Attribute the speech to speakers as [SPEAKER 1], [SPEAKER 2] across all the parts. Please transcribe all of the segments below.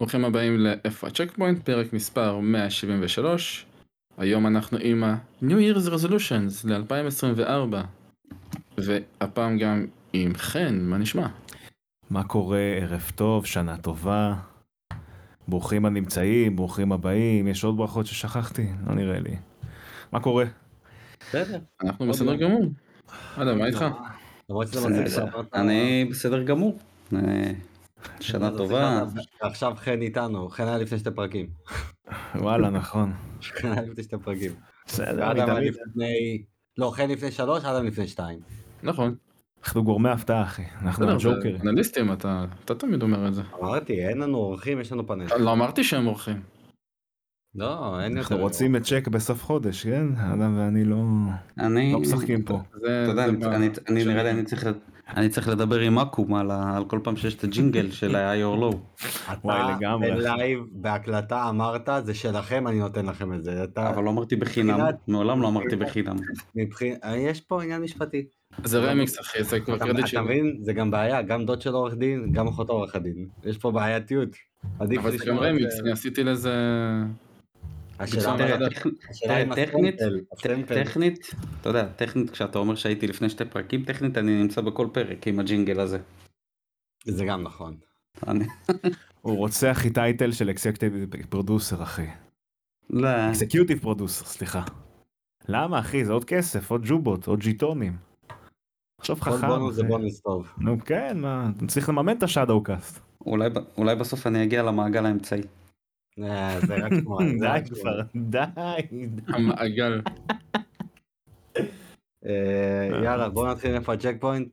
[SPEAKER 1] ברוכים הבאים לאיפה הצ'קפוינט, פרק מספר 173. היום אנחנו עם ה-New Year's Resolutions ל-2024, והפעם גם עם חן, מה נשמע?
[SPEAKER 2] מה קורה? ערב טוב, שנה טובה. ברוכים הנמצאים, ברוכים הבאים. יש עוד ברכות ששכחתי? לא נראה לי. מה קורה?
[SPEAKER 3] בסדר.
[SPEAKER 4] אוקיי.
[SPEAKER 1] אנחנו
[SPEAKER 3] עוד
[SPEAKER 1] בסדר
[SPEAKER 3] לא.
[SPEAKER 1] גמור. אדם, מה איתך?
[SPEAKER 3] למרות שזה
[SPEAKER 4] בסדר.
[SPEAKER 3] מצחיק שאמרת-
[SPEAKER 4] אני בסדר גמור. אה,
[SPEAKER 3] אמרת,
[SPEAKER 4] שנה
[SPEAKER 3] סליחה,
[SPEAKER 4] טובה.
[SPEAKER 3] ועכשיו חן איתנו, חן היה לפני שתי פרקים.
[SPEAKER 2] וואלה, נכון.
[SPEAKER 3] חן היה לפני שתי פרקים.
[SPEAKER 2] בסדר, אני
[SPEAKER 3] אדם היה
[SPEAKER 2] תמיד...
[SPEAKER 3] לפני... לא, חן לפני שלוש, אדם לפני שתיים.
[SPEAKER 1] נכון.
[SPEAKER 2] אנחנו גורמי הפתעה, אחי. אנחנו
[SPEAKER 1] בסדר,
[SPEAKER 2] הג'וקרים.
[SPEAKER 1] זה אנליסטים, אתה אתה תמיד אומר את זה.
[SPEAKER 3] אמרתי, אין לנו אורחים, יש לנו פאנל.
[SPEAKER 1] לא אמרתי שהם אורחים.
[SPEAKER 3] לא, אין יותר...
[SPEAKER 2] אנחנו רוצים את צ'ק בסוף חודש, כן? אדם ואני לא
[SPEAKER 4] אני,
[SPEAKER 2] לא משחקים פה.
[SPEAKER 1] זה-
[SPEAKER 4] אתה יודע,
[SPEAKER 1] זה
[SPEAKER 4] אני-
[SPEAKER 1] ב-
[SPEAKER 4] אני- אני
[SPEAKER 1] של-
[SPEAKER 4] נראה לי אני צריך אני צריך לדבר עם אקו"ם על ה- על כל פעם שיש את הג'ינגל של ה-I or Low.
[SPEAKER 2] וואי,
[SPEAKER 3] אתה
[SPEAKER 2] לגמרי.
[SPEAKER 3] בלייב, בהקלטה אמרת, זה שלכם, אני נותן לכם את זה.
[SPEAKER 2] אה,
[SPEAKER 3] אתה...
[SPEAKER 4] אבל לא אמרתי בחינם,
[SPEAKER 3] מבחינת-
[SPEAKER 4] מעולם לא אמרתי בחינם.
[SPEAKER 3] מבחין- אה, יש פה עניין משפטי.
[SPEAKER 1] זה רמיקס אחי, זה כבר
[SPEAKER 3] אתה
[SPEAKER 1] קרדיט
[SPEAKER 3] אתה
[SPEAKER 1] שלי.
[SPEAKER 3] מבין? זה גם בעיה, גם דוד שלו עורך דין, גם אחותו עורך הדין. יש פה בעייתיות. עדיף
[SPEAKER 1] אבל זה גם
[SPEAKER 3] לשמור את
[SPEAKER 1] רמיקס, אני עשיתי לזה...
[SPEAKER 3] השאלה
[SPEAKER 1] תראה,
[SPEAKER 3] מה-
[SPEAKER 4] טכ-
[SPEAKER 3] השאלה אם
[SPEAKER 4] תראה, טכנית-
[SPEAKER 3] הסטמפל- הסטמפל-
[SPEAKER 4] טכנית, אתה יודע, טכנית כשאתה אומר שהייתי לפני שתי פרקים, טכנית אני נמצא בכל פרק עם הג'ינגל הזה.
[SPEAKER 3] זה גם נכון.
[SPEAKER 4] אני-
[SPEAKER 2] הוא רוצח איתי טייטל של אקסקיוטיב פרודוסר, אחי.
[SPEAKER 4] לא,
[SPEAKER 2] אקסקיוטיב פרודוסר, סליחה. למה, אחי? זה עוד כסף, עוד ג'ובות, עוד ג'יטונים. עכשיו
[SPEAKER 3] כל
[SPEAKER 2] חכם.
[SPEAKER 3] בונוס זה
[SPEAKER 2] אחי.
[SPEAKER 3] בונוס טוב.
[SPEAKER 2] נו כן, מה? צריך לממן את השאדו קאסט.
[SPEAKER 4] אולי ב- אולי בסוף אני אגיע למעגל האמצעי.
[SPEAKER 3] אה, זה רק שמאל, זה
[SPEAKER 2] די
[SPEAKER 3] רק שמאל.
[SPEAKER 2] כבר, די.
[SPEAKER 1] המעגל.
[SPEAKER 3] אה, יאללה, בואו נתחיל איפה הצ'ק פוינט.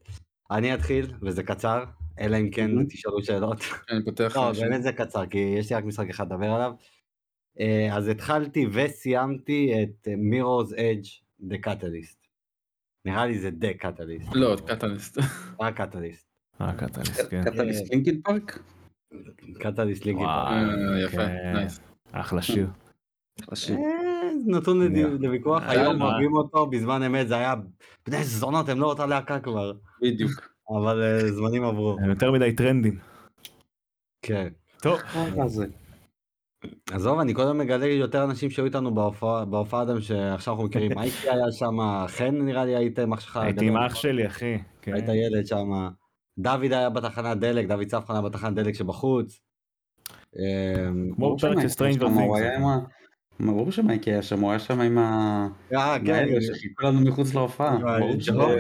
[SPEAKER 3] אני אתחיל, וזה קצר, אלא אם כן
[SPEAKER 4] Mhm.
[SPEAKER 3] תשאלו שאלות.
[SPEAKER 1] אני פותח...
[SPEAKER 3] לא,
[SPEAKER 1] אנשים.
[SPEAKER 3] באמת זה קצר, כי יש לי רק משחק אחד לדבר עליו. אה, אז התחלתי וסיימתי את מירור's Edge, The Catalyst. נראה לי זה The Catalyst.
[SPEAKER 1] לא, קטליסט.
[SPEAKER 3] רק Catalyst.
[SPEAKER 2] אה, קטליסט, כן.
[SPEAKER 4] קטליסט לינקין פארק?
[SPEAKER 3] Catalyst ליגי.
[SPEAKER 2] וואו.
[SPEAKER 1] אה, יפה,
[SPEAKER 4] אוקיי.
[SPEAKER 2] כן.
[SPEAKER 1] נייס.
[SPEAKER 2] אחלה שיר.
[SPEAKER 3] אה, נתון לדיו- לוויכוח,
[SPEAKER 1] היה
[SPEAKER 3] היום
[SPEAKER 2] אה, מה?
[SPEAKER 3] אוהבים אותו, בזמן אמת זה היה בני זונות, הם לא אותה להקה כבר.
[SPEAKER 4] בדיוק.
[SPEAKER 3] אבל אה, זמנים עברו.
[SPEAKER 2] הם יותר מדי טרנדים.
[SPEAKER 3] כן.
[SPEAKER 2] טוב,
[SPEAKER 4] מה זה?
[SPEAKER 3] עזוב, אני כל הזמן מגלה יותר אנשים שהיו איתנו בהופעה, בהופעה אדם שעכשיו אנחנו מכירים. מייקי היה שם, חן נראה לי הייתם אח שלך.
[SPEAKER 2] הייתי
[SPEAKER 3] הגדול.
[SPEAKER 2] עם אח שלי, אחי. כן.
[SPEAKER 3] היית ילד שם. דוד היה בתחנת דלק, דוד צפחן היה בתחנת דלק שבחוץ. אמ,
[SPEAKER 2] כמו
[SPEAKER 4] ברור
[SPEAKER 2] בפרק של
[SPEAKER 4] שמייקי היה
[SPEAKER 2] סטרנג'ר
[SPEAKER 4] שם, הוא היה עם
[SPEAKER 2] פינגס.
[SPEAKER 4] ה... מה, ברור שמייקי היה שם, הוא היה שם עם ה...
[SPEAKER 3] אה, כן,
[SPEAKER 4] האלה שחיכו לנו מחוץ
[SPEAKER 2] אה,
[SPEAKER 4] להופעה.
[SPEAKER 3] עם ה-
[SPEAKER 4] ברור ש-
[SPEAKER 3] ג'הובה.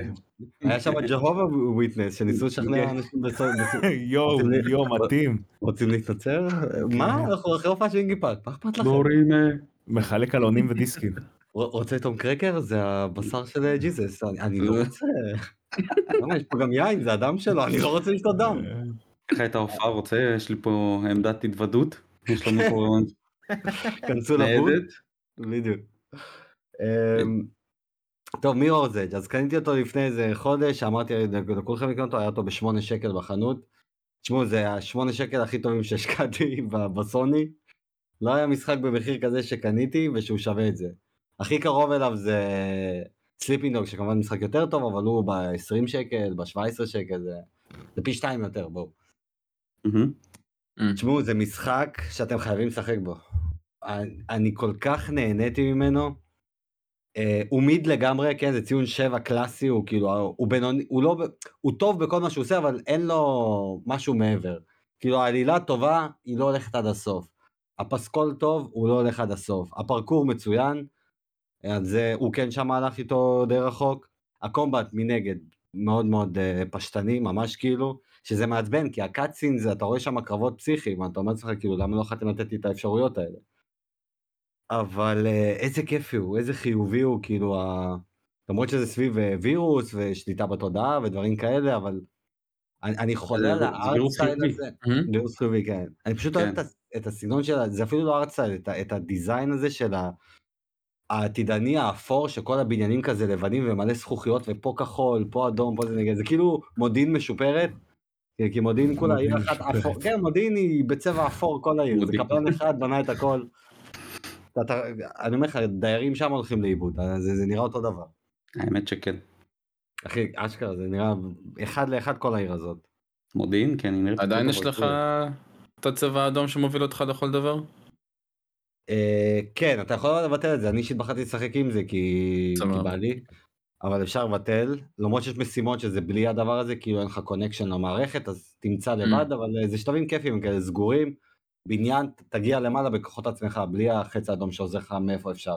[SPEAKER 3] היה שם ג'הובה וויטנס, שניסו לשכנע
[SPEAKER 4] כן.
[SPEAKER 3] אנשים בסוף, בסוף-
[SPEAKER 2] יואו, יואו, מתאים.
[SPEAKER 3] רוצים להתנצר? מה?
[SPEAKER 2] כן.
[SPEAKER 3] אנחנו אחרי הופעה של אינגי פארק, מה אכפת לכם?
[SPEAKER 4] בורים, אה,
[SPEAKER 2] מחלק עלונים ודיסקים.
[SPEAKER 3] רוצ- רוצה תום קרקר? זה הבשר של אה, ג'יזוס, אני- אני לא רוצה. למה, יש פה גם יין, זה הדם שלו, אני לא רוצה לשתות דם.
[SPEAKER 4] איך הייתה ההופעה רוצה? יש לי פה עמדת התוודות. יש לנו
[SPEAKER 3] כן.
[SPEAKER 4] פה
[SPEAKER 3] כנסו לבוט.
[SPEAKER 4] ניידת.
[SPEAKER 3] בדיוק. אמ, טוב, מי אורזג'? אז קניתי אותו לפני איזה חודש, אמרתי לכולכם לקנות אותו, היה אותו בשמונה שקל בחנות. תשמעו, זה השמונה שקל הכי טובים שהשקעתי ב- בסוני. לא היה משחק במחיר כזה שקניתי ושהוא שווה את זה. הכי קרוב אליו זה סליפינדוג, שכמובן משחק יותר טוב, אבל הוא ב-20 שקל, ב-17 שקל, זה, זה פי שתיים יותר, בואו. נכון.
[SPEAKER 4] מהמם.
[SPEAKER 1] אה. Mm.
[SPEAKER 3] תשמעו, זה משחק שאתם חייבים לשחק בו. אני- אני כל כך נהניתי ממנו. אה, הוא מיד לגמרי, כן, זה ציון 7 קלאסי, הוא כאילו, הוא בינוני, הוא לא, ב- הוא טוב בכל מה שהוא עושה, אבל אין לו משהו מעבר. כאילו, העלילה טובה, היא לא הולכת עד הסוף. הפסקול טוב, הוא לא הולך עד הסוף. הפרקור מצוין, אז זה, הוא כן שם הלך איתו די רחוק. הקומבט מנגד, מאוד מאוד אה, פשטני, ממש כאילו. שזה מעצבן, כי הקאצין זה, אתה רואה שם קרבות פסיכיים, אתה אומר לעצמך, כאילו, למה לא יכולתם לתת לי את האפשרויות האלה? אבל אה, איזה כיפי הוא, איזה חיובי הוא, כאילו, ה... למרות שזה סביב אה, וירוס ושליטה בתודעה ודברים כאלה, אבל אני, אני חולה
[SPEAKER 4] זה
[SPEAKER 3] על
[SPEAKER 4] וירוס- זה וירוס
[SPEAKER 3] הארטסטייל
[SPEAKER 4] חיובי.
[SPEAKER 3] הזה.
[SPEAKER 1] מהמם.
[SPEAKER 3] וירוס חיובי, כן. אני פשוט אוהב
[SPEAKER 4] כן.
[SPEAKER 3] את ה- את הסגנון שלה, זה אפילו לא הארטסטייל, את ה- את הדיזיין הזה של ה... העתידני האפור שכל הבניינים כזה לבנים ומלא זכוכיות ופה כחול פה אדום פה זה נגד זה כאילו מודיעין משופרת. כי- כי מודיעין כולה עיר
[SPEAKER 2] מודיעין
[SPEAKER 3] אחת
[SPEAKER 2] משופרת.
[SPEAKER 3] אפור כן מודיעין היא בצבע אפור כל העיר זה
[SPEAKER 4] מודיעין.
[SPEAKER 3] קבלן אחד בנה את הכל. אתה- אתה- אני אומר לך דיירים שם הולכים לאיבוד אז זה זה נראה אותו דבר.
[SPEAKER 4] האמת שכן.
[SPEAKER 3] אחי אשכרה זה נראה אחד לאחד כל העיר הזאת.
[SPEAKER 4] מודיעין, כן, היא נראית...
[SPEAKER 1] עדיין
[SPEAKER 4] טוב,
[SPEAKER 1] יש
[SPEAKER 4] אבל
[SPEAKER 1] לך את הצבע האדום שמוביל אותך לכל דבר?
[SPEAKER 3] אה, כן, אתה יכול לבטל את זה, אני אישית בחרתי לשחק עם זה כי כי
[SPEAKER 1] סבבה.
[SPEAKER 3] בא לי, אבל אפשר לבטל, למרות שיש משימות שזה בלי הדבר הזה, כאילו אין לך קונקשן למערכת, אז תמצא לבד, אבל אה, זה שלבים כיפיים כאלה סגורים, בניין, ת- תגיע למעלה בכוחות עצמך, בלי החץ האדום שעוזר לך מאיפה אפשר.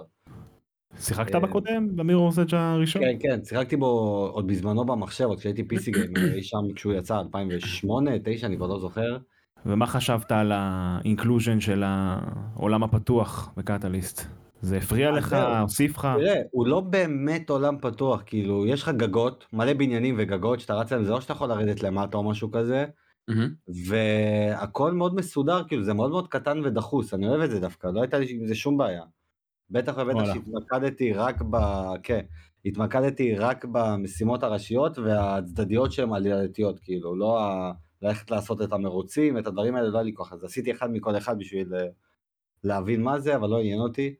[SPEAKER 2] שיחקת
[SPEAKER 3] אה,
[SPEAKER 2] בקודם? במירור סג' הראשון?
[SPEAKER 3] כן, כן, שיחקתי בו עוד בזמנו במחשב, עוד כשהייתי PC גיימר, אה, אי שם כשהוא יצא, 2008, 2009, אני כבר לא זוכר.
[SPEAKER 2] ומה חשבת על האינקלוז'ן של העולם הפתוח בקטליסט? זה הפריע
[SPEAKER 3] אז
[SPEAKER 2] לך?
[SPEAKER 3] אה, זהו.
[SPEAKER 2] הוסיף לך?
[SPEAKER 3] תראה, הוא לא באמת עולם פתוח, כאילו, יש לך גגות, מלא בניינים וגגות שאתה רץ עליהם, זה לא שאתה יכול לרדת למטה או משהו כזה,
[SPEAKER 1] מהמם.
[SPEAKER 3] והכל מאוד מסודר, כאילו, זה מאוד מאוד קטן ודחוס, אני אוהב את זה דווקא, לא הייתה לי עם זה שום בעיה. בטח ובטח
[SPEAKER 2] וואלה.
[SPEAKER 3] שהתמקדתי רק ב... כן, התמקדתי רק במשימות הראשיות והצדדיות שהן עלילתיות, כאילו, לא ה... ללכת לעשות את המרוצים, את הדברים האלה, לא היה לי כוח, אז עשיתי אחד מכל אחד בשביל אה, להבין מה זה, אבל לא עניין אותי.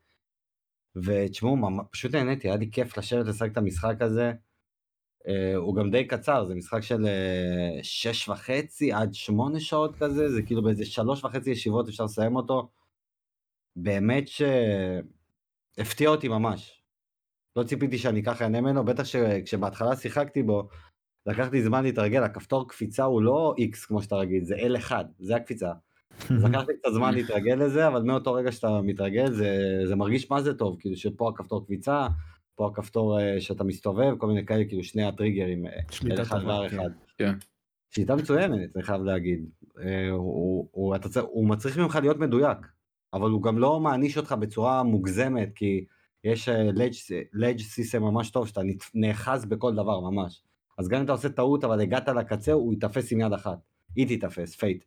[SPEAKER 3] ותשמעו, ממ- פשוט נהניתי, היה לי כיף לשבת לשחק את המשחק הזה. אה, הוא גם די קצר, זה משחק של אה, שש וחצי עד שמונה שעות כזה, זה כאילו באיזה שלוש וחצי ישיבות אפשר לסיים אותו. באמת שהפתיע אותי ממש. לא ציפיתי שאני ככה אענה ממנו, בטח שכשבהתחלה שיחקתי בו, לקחתי זמן להתרגל, הכפתור קפיצה הוא לא X כמו שאתה רגיל, זה L1, זה הקפיצה. אז לקחתי קצת זמן להתרגל לזה, אבל מאותו רגע שאתה מתרגל, זה, זה מרגיש מה זה טוב, כאילו שפה הכפתור קפיצה, פה הכפתור אה, שאתה מסתובב, כל מיני כאלה, כאילו שני הטריגרים, אה,
[SPEAKER 2] שליטת
[SPEAKER 3] אחד
[SPEAKER 2] עבר,
[SPEAKER 3] וער
[SPEAKER 2] כן.
[SPEAKER 3] אחד.
[SPEAKER 1] כן.
[SPEAKER 3] שיטה מצוינת, אני חייב להגיד. אה, הוא, הוא, אתה צריך, הוא מצריך ממך להיות מדויק, אבל הוא גם לא מעניש אותך בצורה מוגזמת, כי יש אה, לייג' סיסטם ממש טוב, שאתה נת- נאחז בכל דבר ממש. אז גם אם אתה עושה טעות, אבל הגעת לקצה, הוא ייתפס עם יד אחת. היא תיתפס, פייט.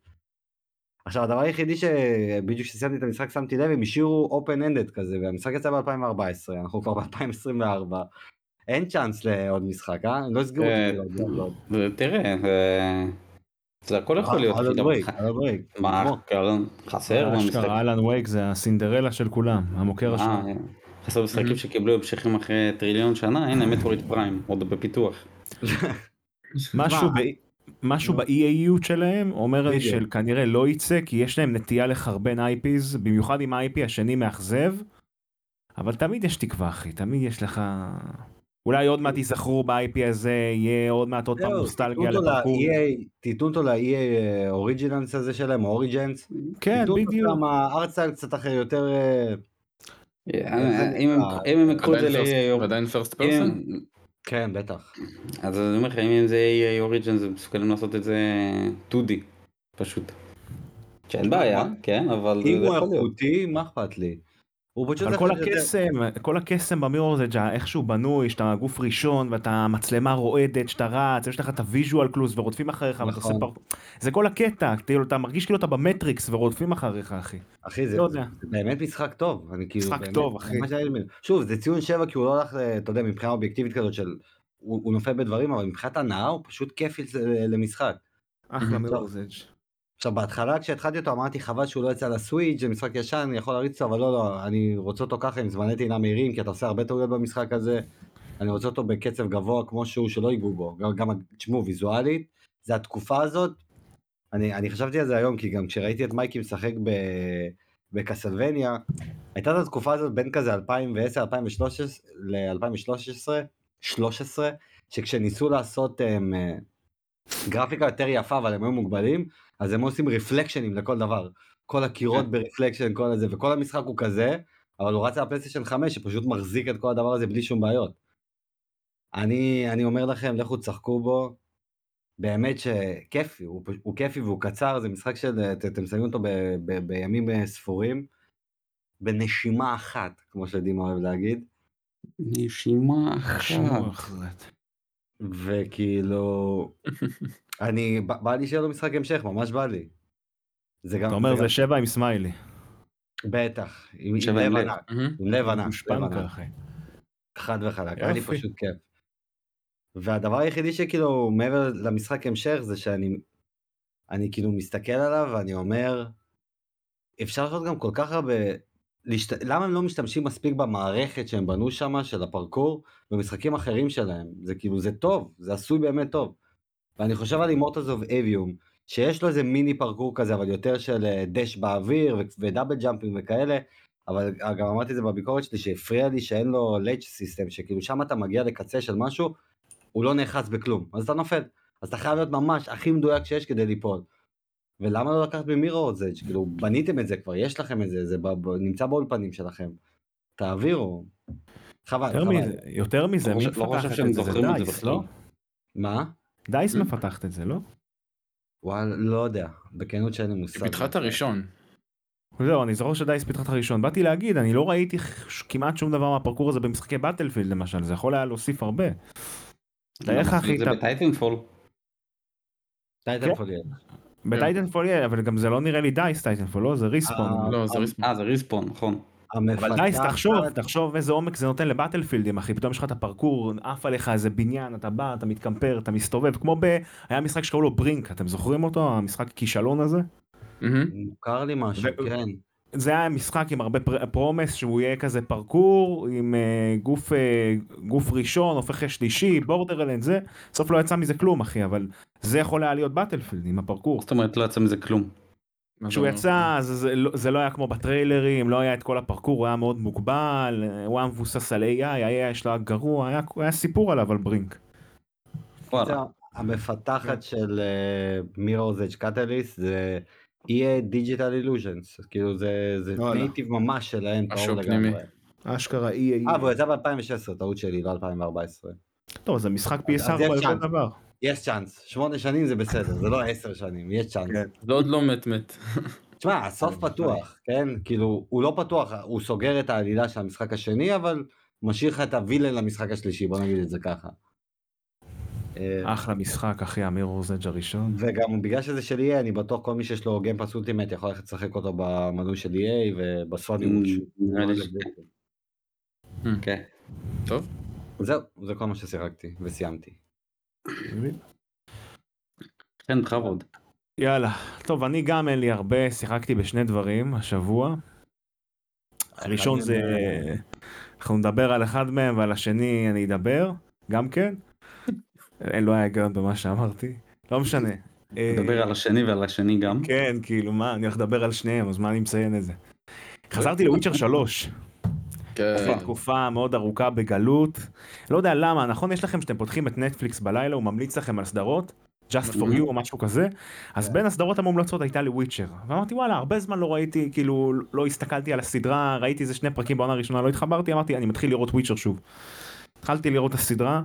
[SPEAKER 3] עכשיו, הדבר היחידי שבדיוק כשסיימתי את המשחק שמתי לב, הם השאירו open ended כזה, והמשחק יצא ב-2014, אנחנו כבר ב-2024. אין צ'אנס לעוד משחק, אה? לא הסגרו
[SPEAKER 4] אה,
[SPEAKER 3] את זה. לעוד- לעוד.
[SPEAKER 4] זה- תראה, זה- זה הכל לא יכול להיות.
[SPEAKER 3] על
[SPEAKER 4] כי גם
[SPEAKER 3] הברייק,
[SPEAKER 4] ח-
[SPEAKER 3] על הברייק.
[SPEAKER 4] מה,
[SPEAKER 3] כמו.
[SPEAKER 4] קלון?
[SPEAKER 3] אה,
[SPEAKER 4] חסר במשחק?
[SPEAKER 2] אשכרה, אהלן וייק זה הסינדרלה של כולם, המוקר
[SPEAKER 4] אה,
[SPEAKER 2] השני.
[SPEAKER 4] חסר משחקים שקיבלו המשכים אחרי טריליון שנה, הנה מטרויד פריים, עוד בפיתוח.
[SPEAKER 2] משהו
[SPEAKER 3] מה?
[SPEAKER 2] ב- משהו ב-EAיות שלהם אומר לי
[SPEAKER 3] אה, בדיוק.
[SPEAKER 2] שכנראה לא יצא, כי יש להם נטייה לחרבן IPs, במיוחד אם ה-IP השני מאכזב, אבל תמיד יש תקווה, אחי, תמיד יש לך... אולי עוד מעט ייזכרו ב-IP הזה, יהיה עוד מעט עוד פעם
[SPEAKER 3] זהו,
[SPEAKER 2] נוסטלגיה
[SPEAKER 3] תיתנו אותו
[SPEAKER 2] לפרקור.
[SPEAKER 3] ל-EA תיתנו אותו ל-EA אוריג'יננס הזה שלהם, או אוריג'נס.
[SPEAKER 2] כן, בדיוק.
[SPEAKER 3] גם הארטסטייל אה, קצת אחר, יותר... אה,
[SPEAKER 4] אה, אם הם- אם הם יקחו את זה
[SPEAKER 1] עדיין
[SPEAKER 4] ל-EA
[SPEAKER 1] first- עדיין פרסט פרסון?
[SPEAKER 4] אם-
[SPEAKER 3] כן, בטח.
[SPEAKER 4] אז אני אומר לך, אם זה יהיה אוריג'ן, זה מסוגלים לעשות את זה 2D, פשוט. שאין בעיה, כן, אבל זה
[SPEAKER 3] אם הוא
[SPEAKER 4] יכול להיות.
[SPEAKER 3] איכותי, מה אכפת לי? הוא פשוט...
[SPEAKER 2] אבל
[SPEAKER 3] צריך
[SPEAKER 2] כל
[SPEAKER 3] להיות יותר-
[SPEAKER 2] הקסם, כל הקסם במירור זה ג'ה, איך שהוא בנוי, שאתה גוף ראשון ואתה מצלמה רועדת, שאתה רץ, יש לך את הוויז'ואל קלוס ורודפים אחריך ואתה עושה
[SPEAKER 3] נכון.
[SPEAKER 2] פרק... זה כל הקטע, כאילו אתה מרגיש כאילו אתה במטריקס ורודפים אחריך אחי.
[SPEAKER 3] אחי, זה
[SPEAKER 2] לא יודע.
[SPEAKER 3] זה באמת משחק טוב. אני כאילו...
[SPEAKER 2] משחק
[SPEAKER 3] באמת-
[SPEAKER 2] טוב, אחי.
[SPEAKER 3] ממש היה לי מין- שוב, זה ציון 7 כי הוא לא הלך, ל- אתה יודע, מבחינה אובייקטיבית כזאת של... הוא הוא נופל בדברים, אבל מבחינת הנאה הוא פשוט כיף ל- למשחק.
[SPEAKER 2] אחלה מירור
[SPEAKER 3] טוב.
[SPEAKER 2] זה
[SPEAKER 3] עכשיו בהתחלה כשהתחלתי אותו אמרתי חבל שהוא לא יצא לסוויץ' זה משחק ישן אני יכול להריץ אותו אבל לא לא אני רוצה אותו ככה עם זמני טעינה מהירים כי אתה עושה הרבה טעויות במשחק הזה. אני רוצה אותו בקצב גבוה כמו שהוא שלא ייגעו בו גם- גם תשמעו ויזואלית זה התקופה הזאת. אני, אני חשבתי על זה היום כי גם כשראיתי את מייקי משחק ב, בקסלווניה הייתה את התקופה הזאת בין כזה 2010 2013 ל-2013 13 שכשניסו לעשות הם, אה, גרפיקה יותר יפה אבל הם היו מוגבלים אז הם עושים רפלקשנים לכל דבר. כל הקירות
[SPEAKER 4] כן.
[SPEAKER 3] ברפלקשן, כל הזה, וכל המשחק הוא כזה, אבל הוא רץ על הפלייסטיישן 5, שפשוט מחזיק את כל הדבר הזה בלי שום בעיות. אני, אני אומר לכם, לכו תשחקו בו. באמת שכיפי, הוא, פ- הוא כיפי והוא קצר, זה משחק אה, שאתם מסיימים אותו ב, ב, בימים אה, ספורים, בנשימה אחת, כמו שדימה אוהב להגיד.
[SPEAKER 4] נשימה אחת.
[SPEAKER 2] אחרת.
[SPEAKER 3] וכאילו, אני, בא, בא לי שיהיה לו משחק המשך, ממש בא לי. זה גם...
[SPEAKER 2] אתה אומר
[SPEAKER 3] זה גם-
[SPEAKER 2] זה שבע עם סמיילי.
[SPEAKER 3] בטח, עם, עם
[SPEAKER 4] שבע
[SPEAKER 3] לב
[SPEAKER 4] עם לב.
[SPEAKER 3] ענק.
[SPEAKER 1] מהמם.
[SPEAKER 3] עם לב ענק, לב
[SPEAKER 2] גושפנקה
[SPEAKER 3] ענק,
[SPEAKER 2] אחי.
[SPEAKER 3] חד וחלק, היה לי
[SPEAKER 2] יופי.
[SPEAKER 3] פשוט כיף. והדבר היחידי שכאילו מעבר למשחק המשך זה שאני אני כאילו מסתכל עליו ואני אומר אפשר לעשות גם כל כך הרבה להשת... למה הם לא משתמשים מספיק במערכת שהם בנו שמה של הפרקור במשחקים אחרים שלהם זה כאילו זה טוב זה עשוי באמת טוב. ואני חושב על אימורטלס אוף אביום שיש לו איזה מיני פרקור כזה, אבל יותר של אה, דש באוויר ו- ודאבל ג'אמפינג וכאלה, אבל גם אמרתי את זה בביקורת שלי, שהפריע לי שאין לו לייג' סיסטם, שכאילו שם אתה מגיע לקצה של משהו, הוא לא נאחז בכלום, אז אתה נופל. אז אתה חייב להיות ממש הכי מדויק שיש כדי ליפול. ולמה לא לקחת ממירו את זה? כאילו, בניתם את זה כבר, יש לכם את זה, זה ב- ב- נמצא באולפנים שלכם. תעבירו. חבל,
[SPEAKER 2] יותר
[SPEAKER 3] חבל.
[SPEAKER 2] מזה- יותר מזה,
[SPEAKER 4] לא
[SPEAKER 2] מי
[SPEAKER 4] חושב- לא חושב
[SPEAKER 2] מפתחת
[SPEAKER 4] שהם
[SPEAKER 2] את זה? זה
[SPEAKER 4] זוכרים את זה
[SPEAKER 2] דייס, לא?
[SPEAKER 4] בכלל. Mm.
[SPEAKER 3] מה?
[SPEAKER 2] דייס מפתחת את זה, לא?
[SPEAKER 3] וואלה, לא יודע. בכנות שאין לי מושג.
[SPEAKER 1] היא פיתחה את הראשון.
[SPEAKER 2] זהו, אני זוכר שדייס פיתחה את הראשון. באתי להגיד, אני לא ראיתי ש- כמעט שום דבר מהפרקור הזה במשחקי באטלפילד למשל, זה יכול היה להוסיף הרבה. תאר לך, אחי,
[SPEAKER 4] זה
[SPEAKER 2] אתה-
[SPEAKER 4] בטייטנפול.
[SPEAKER 1] לא.
[SPEAKER 3] טייטנפול יהיה.
[SPEAKER 2] בטייטנפול, יהיה, אבל גם זה לא נראה לי דייס טייטנפול, לא? זה ריספון.
[SPEAKER 3] אה,
[SPEAKER 1] לא, זה ריספון.
[SPEAKER 4] אה זה ריספון נכון.
[SPEAKER 2] אבל דייס,
[SPEAKER 3] המפתחת-
[SPEAKER 2] תחשוב, תחשוב איזה עומק זה נותן לבטלפילדים, אחי. פתאום יש לך את הפרקור, עף עליך איזה בניין, אתה בא, אתה מתקמפר, אתה מסתובב, כמו ב... היה משחק שקראו לו ברינק, אתם זוכרים אותו? המשחק הכישלון הזה?
[SPEAKER 1] מהמם.
[SPEAKER 3] אה, מוכר לי משהו,
[SPEAKER 2] ו-
[SPEAKER 3] כן.
[SPEAKER 2] זה היה משחק עם הרבה פר... פרומס שהוא יהיה כזה פרקור עם uh, גוף uh, גוף ראשון הופך לשלישי בורדרלנד זה בסוף לא יצא מזה כלום אחי אבל זה יכול היה להיות באטלפילד עם הפרקור.
[SPEAKER 4] זאת אומרת לא יצא מזה כלום.
[SPEAKER 1] מה זה
[SPEAKER 2] כשהוא
[SPEAKER 1] אומר?
[SPEAKER 2] יצא זה, זה, לא, זה לא היה כמו בטריילרים לא היה את כל הפרקור הוא היה מאוד מוגבל אה, הוא היה מבוסס על AI היה יש לה גרוע היה, היה סיפור עליו על ברינק.
[SPEAKER 4] וואלה.
[SPEAKER 2] כן.
[SPEAKER 3] המפתחת של מירור's Edge Catalyst זה EA Digital Illusions, כאילו זה זה
[SPEAKER 2] וואלה.
[SPEAKER 3] נייטיב ממש שלהם,
[SPEAKER 1] משהו
[SPEAKER 3] טהור
[SPEAKER 1] פנימי.
[SPEAKER 3] לגמרי.
[SPEAKER 2] אשכרה EA.
[SPEAKER 3] אה, והוא יצא ב-2016, טעות שלי, לא 2014.
[SPEAKER 2] טוב זה משחק
[SPEAKER 3] אז
[SPEAKER 2] PS4
[SPEAKER 3] יש
[SPEAKER 2] לכל
[SPEAKER 3] צ'אנס.
[SPEAKER 2] דבר.
[SPEAKER 3] יש צ'אנס, שמונה שנים זה בסדר, זה לא עשר שנים, יש צ'אנס.
[SPEAKER 2] כן.
[SPEAKER 1] זה עוד לא מת מת.
[SPEAKER 3] תשמע, הסוף פתוח, כן? כאילו, הוא לא פתוח, הוא סוגר את העלילה של המשחק השני, אבל משאיר לך את הווילן למשחק השלישי, בוא נגיד את זה ככה. אה,
[SPEAKER 2] אחלה משחק אחי המירור זג' הראשון.
[SPEAKER 3] וגם בגלל שזה של EA, אני בטוח כל מי שיש לו גיימפאס אולטימט יכול ללכת לשחק אותו במנוי של E EA ובסוני. הוא ש-
[SPEAKER 4] Mm, נראה
[SPEAKER 3] לא
[SPEAKER 4] לי שכן. כן.
[SPEAKER 1] טוב.
[SPEAKER 3] זהו, זה כל מה ששיחקתי וסיימתי.
[SPEAKER 4] כן בכבוד.
[SPEAKER 2] יאללה, טוב אני גם אין לי הרבה, שיחקתי בשני דברים השבוע. הראשון זה, אנחנו נדבר על אחד מהם ועל השני אני אדבר, גם כן. אין, לא היה היגיון במה שאמרתי, לא משנה. אה,
[SPEAKER 4] נדבר על השני ועל השני גם.
[SPEAKER 2] כן, כאילו מה, אני הולך לדבר על שניהם, אז מה אני מציין את זה? חזרתי
[SPEAKER 4] אוקיי.
[SPEAKER 2] לוויצ'ר 3.
[SPEAKER 1] כן.
[SPEAKER 2] אחרי אה, תקופה מאוד ארוכה בגלות. לא יודע למה, נכון יש לכם שאתם פותחים את נטפליקס בלילה, הוא ממליץ לכם על סדרות? Just for you או משהו כזה, אז בין הסדרות המומלצות הייתה לי וויצ'ר, ואמרתי וואלה הרבה זמן לא ראיתי, כאילו לא הסתכלתי על הסדרה, ראיתי איזה שני פרקים בעונה הראשונה, לא התחברתי, אמרתי אני מתחיל לראות וויצ'ר שוב. התחלתי לראות את הסדרה,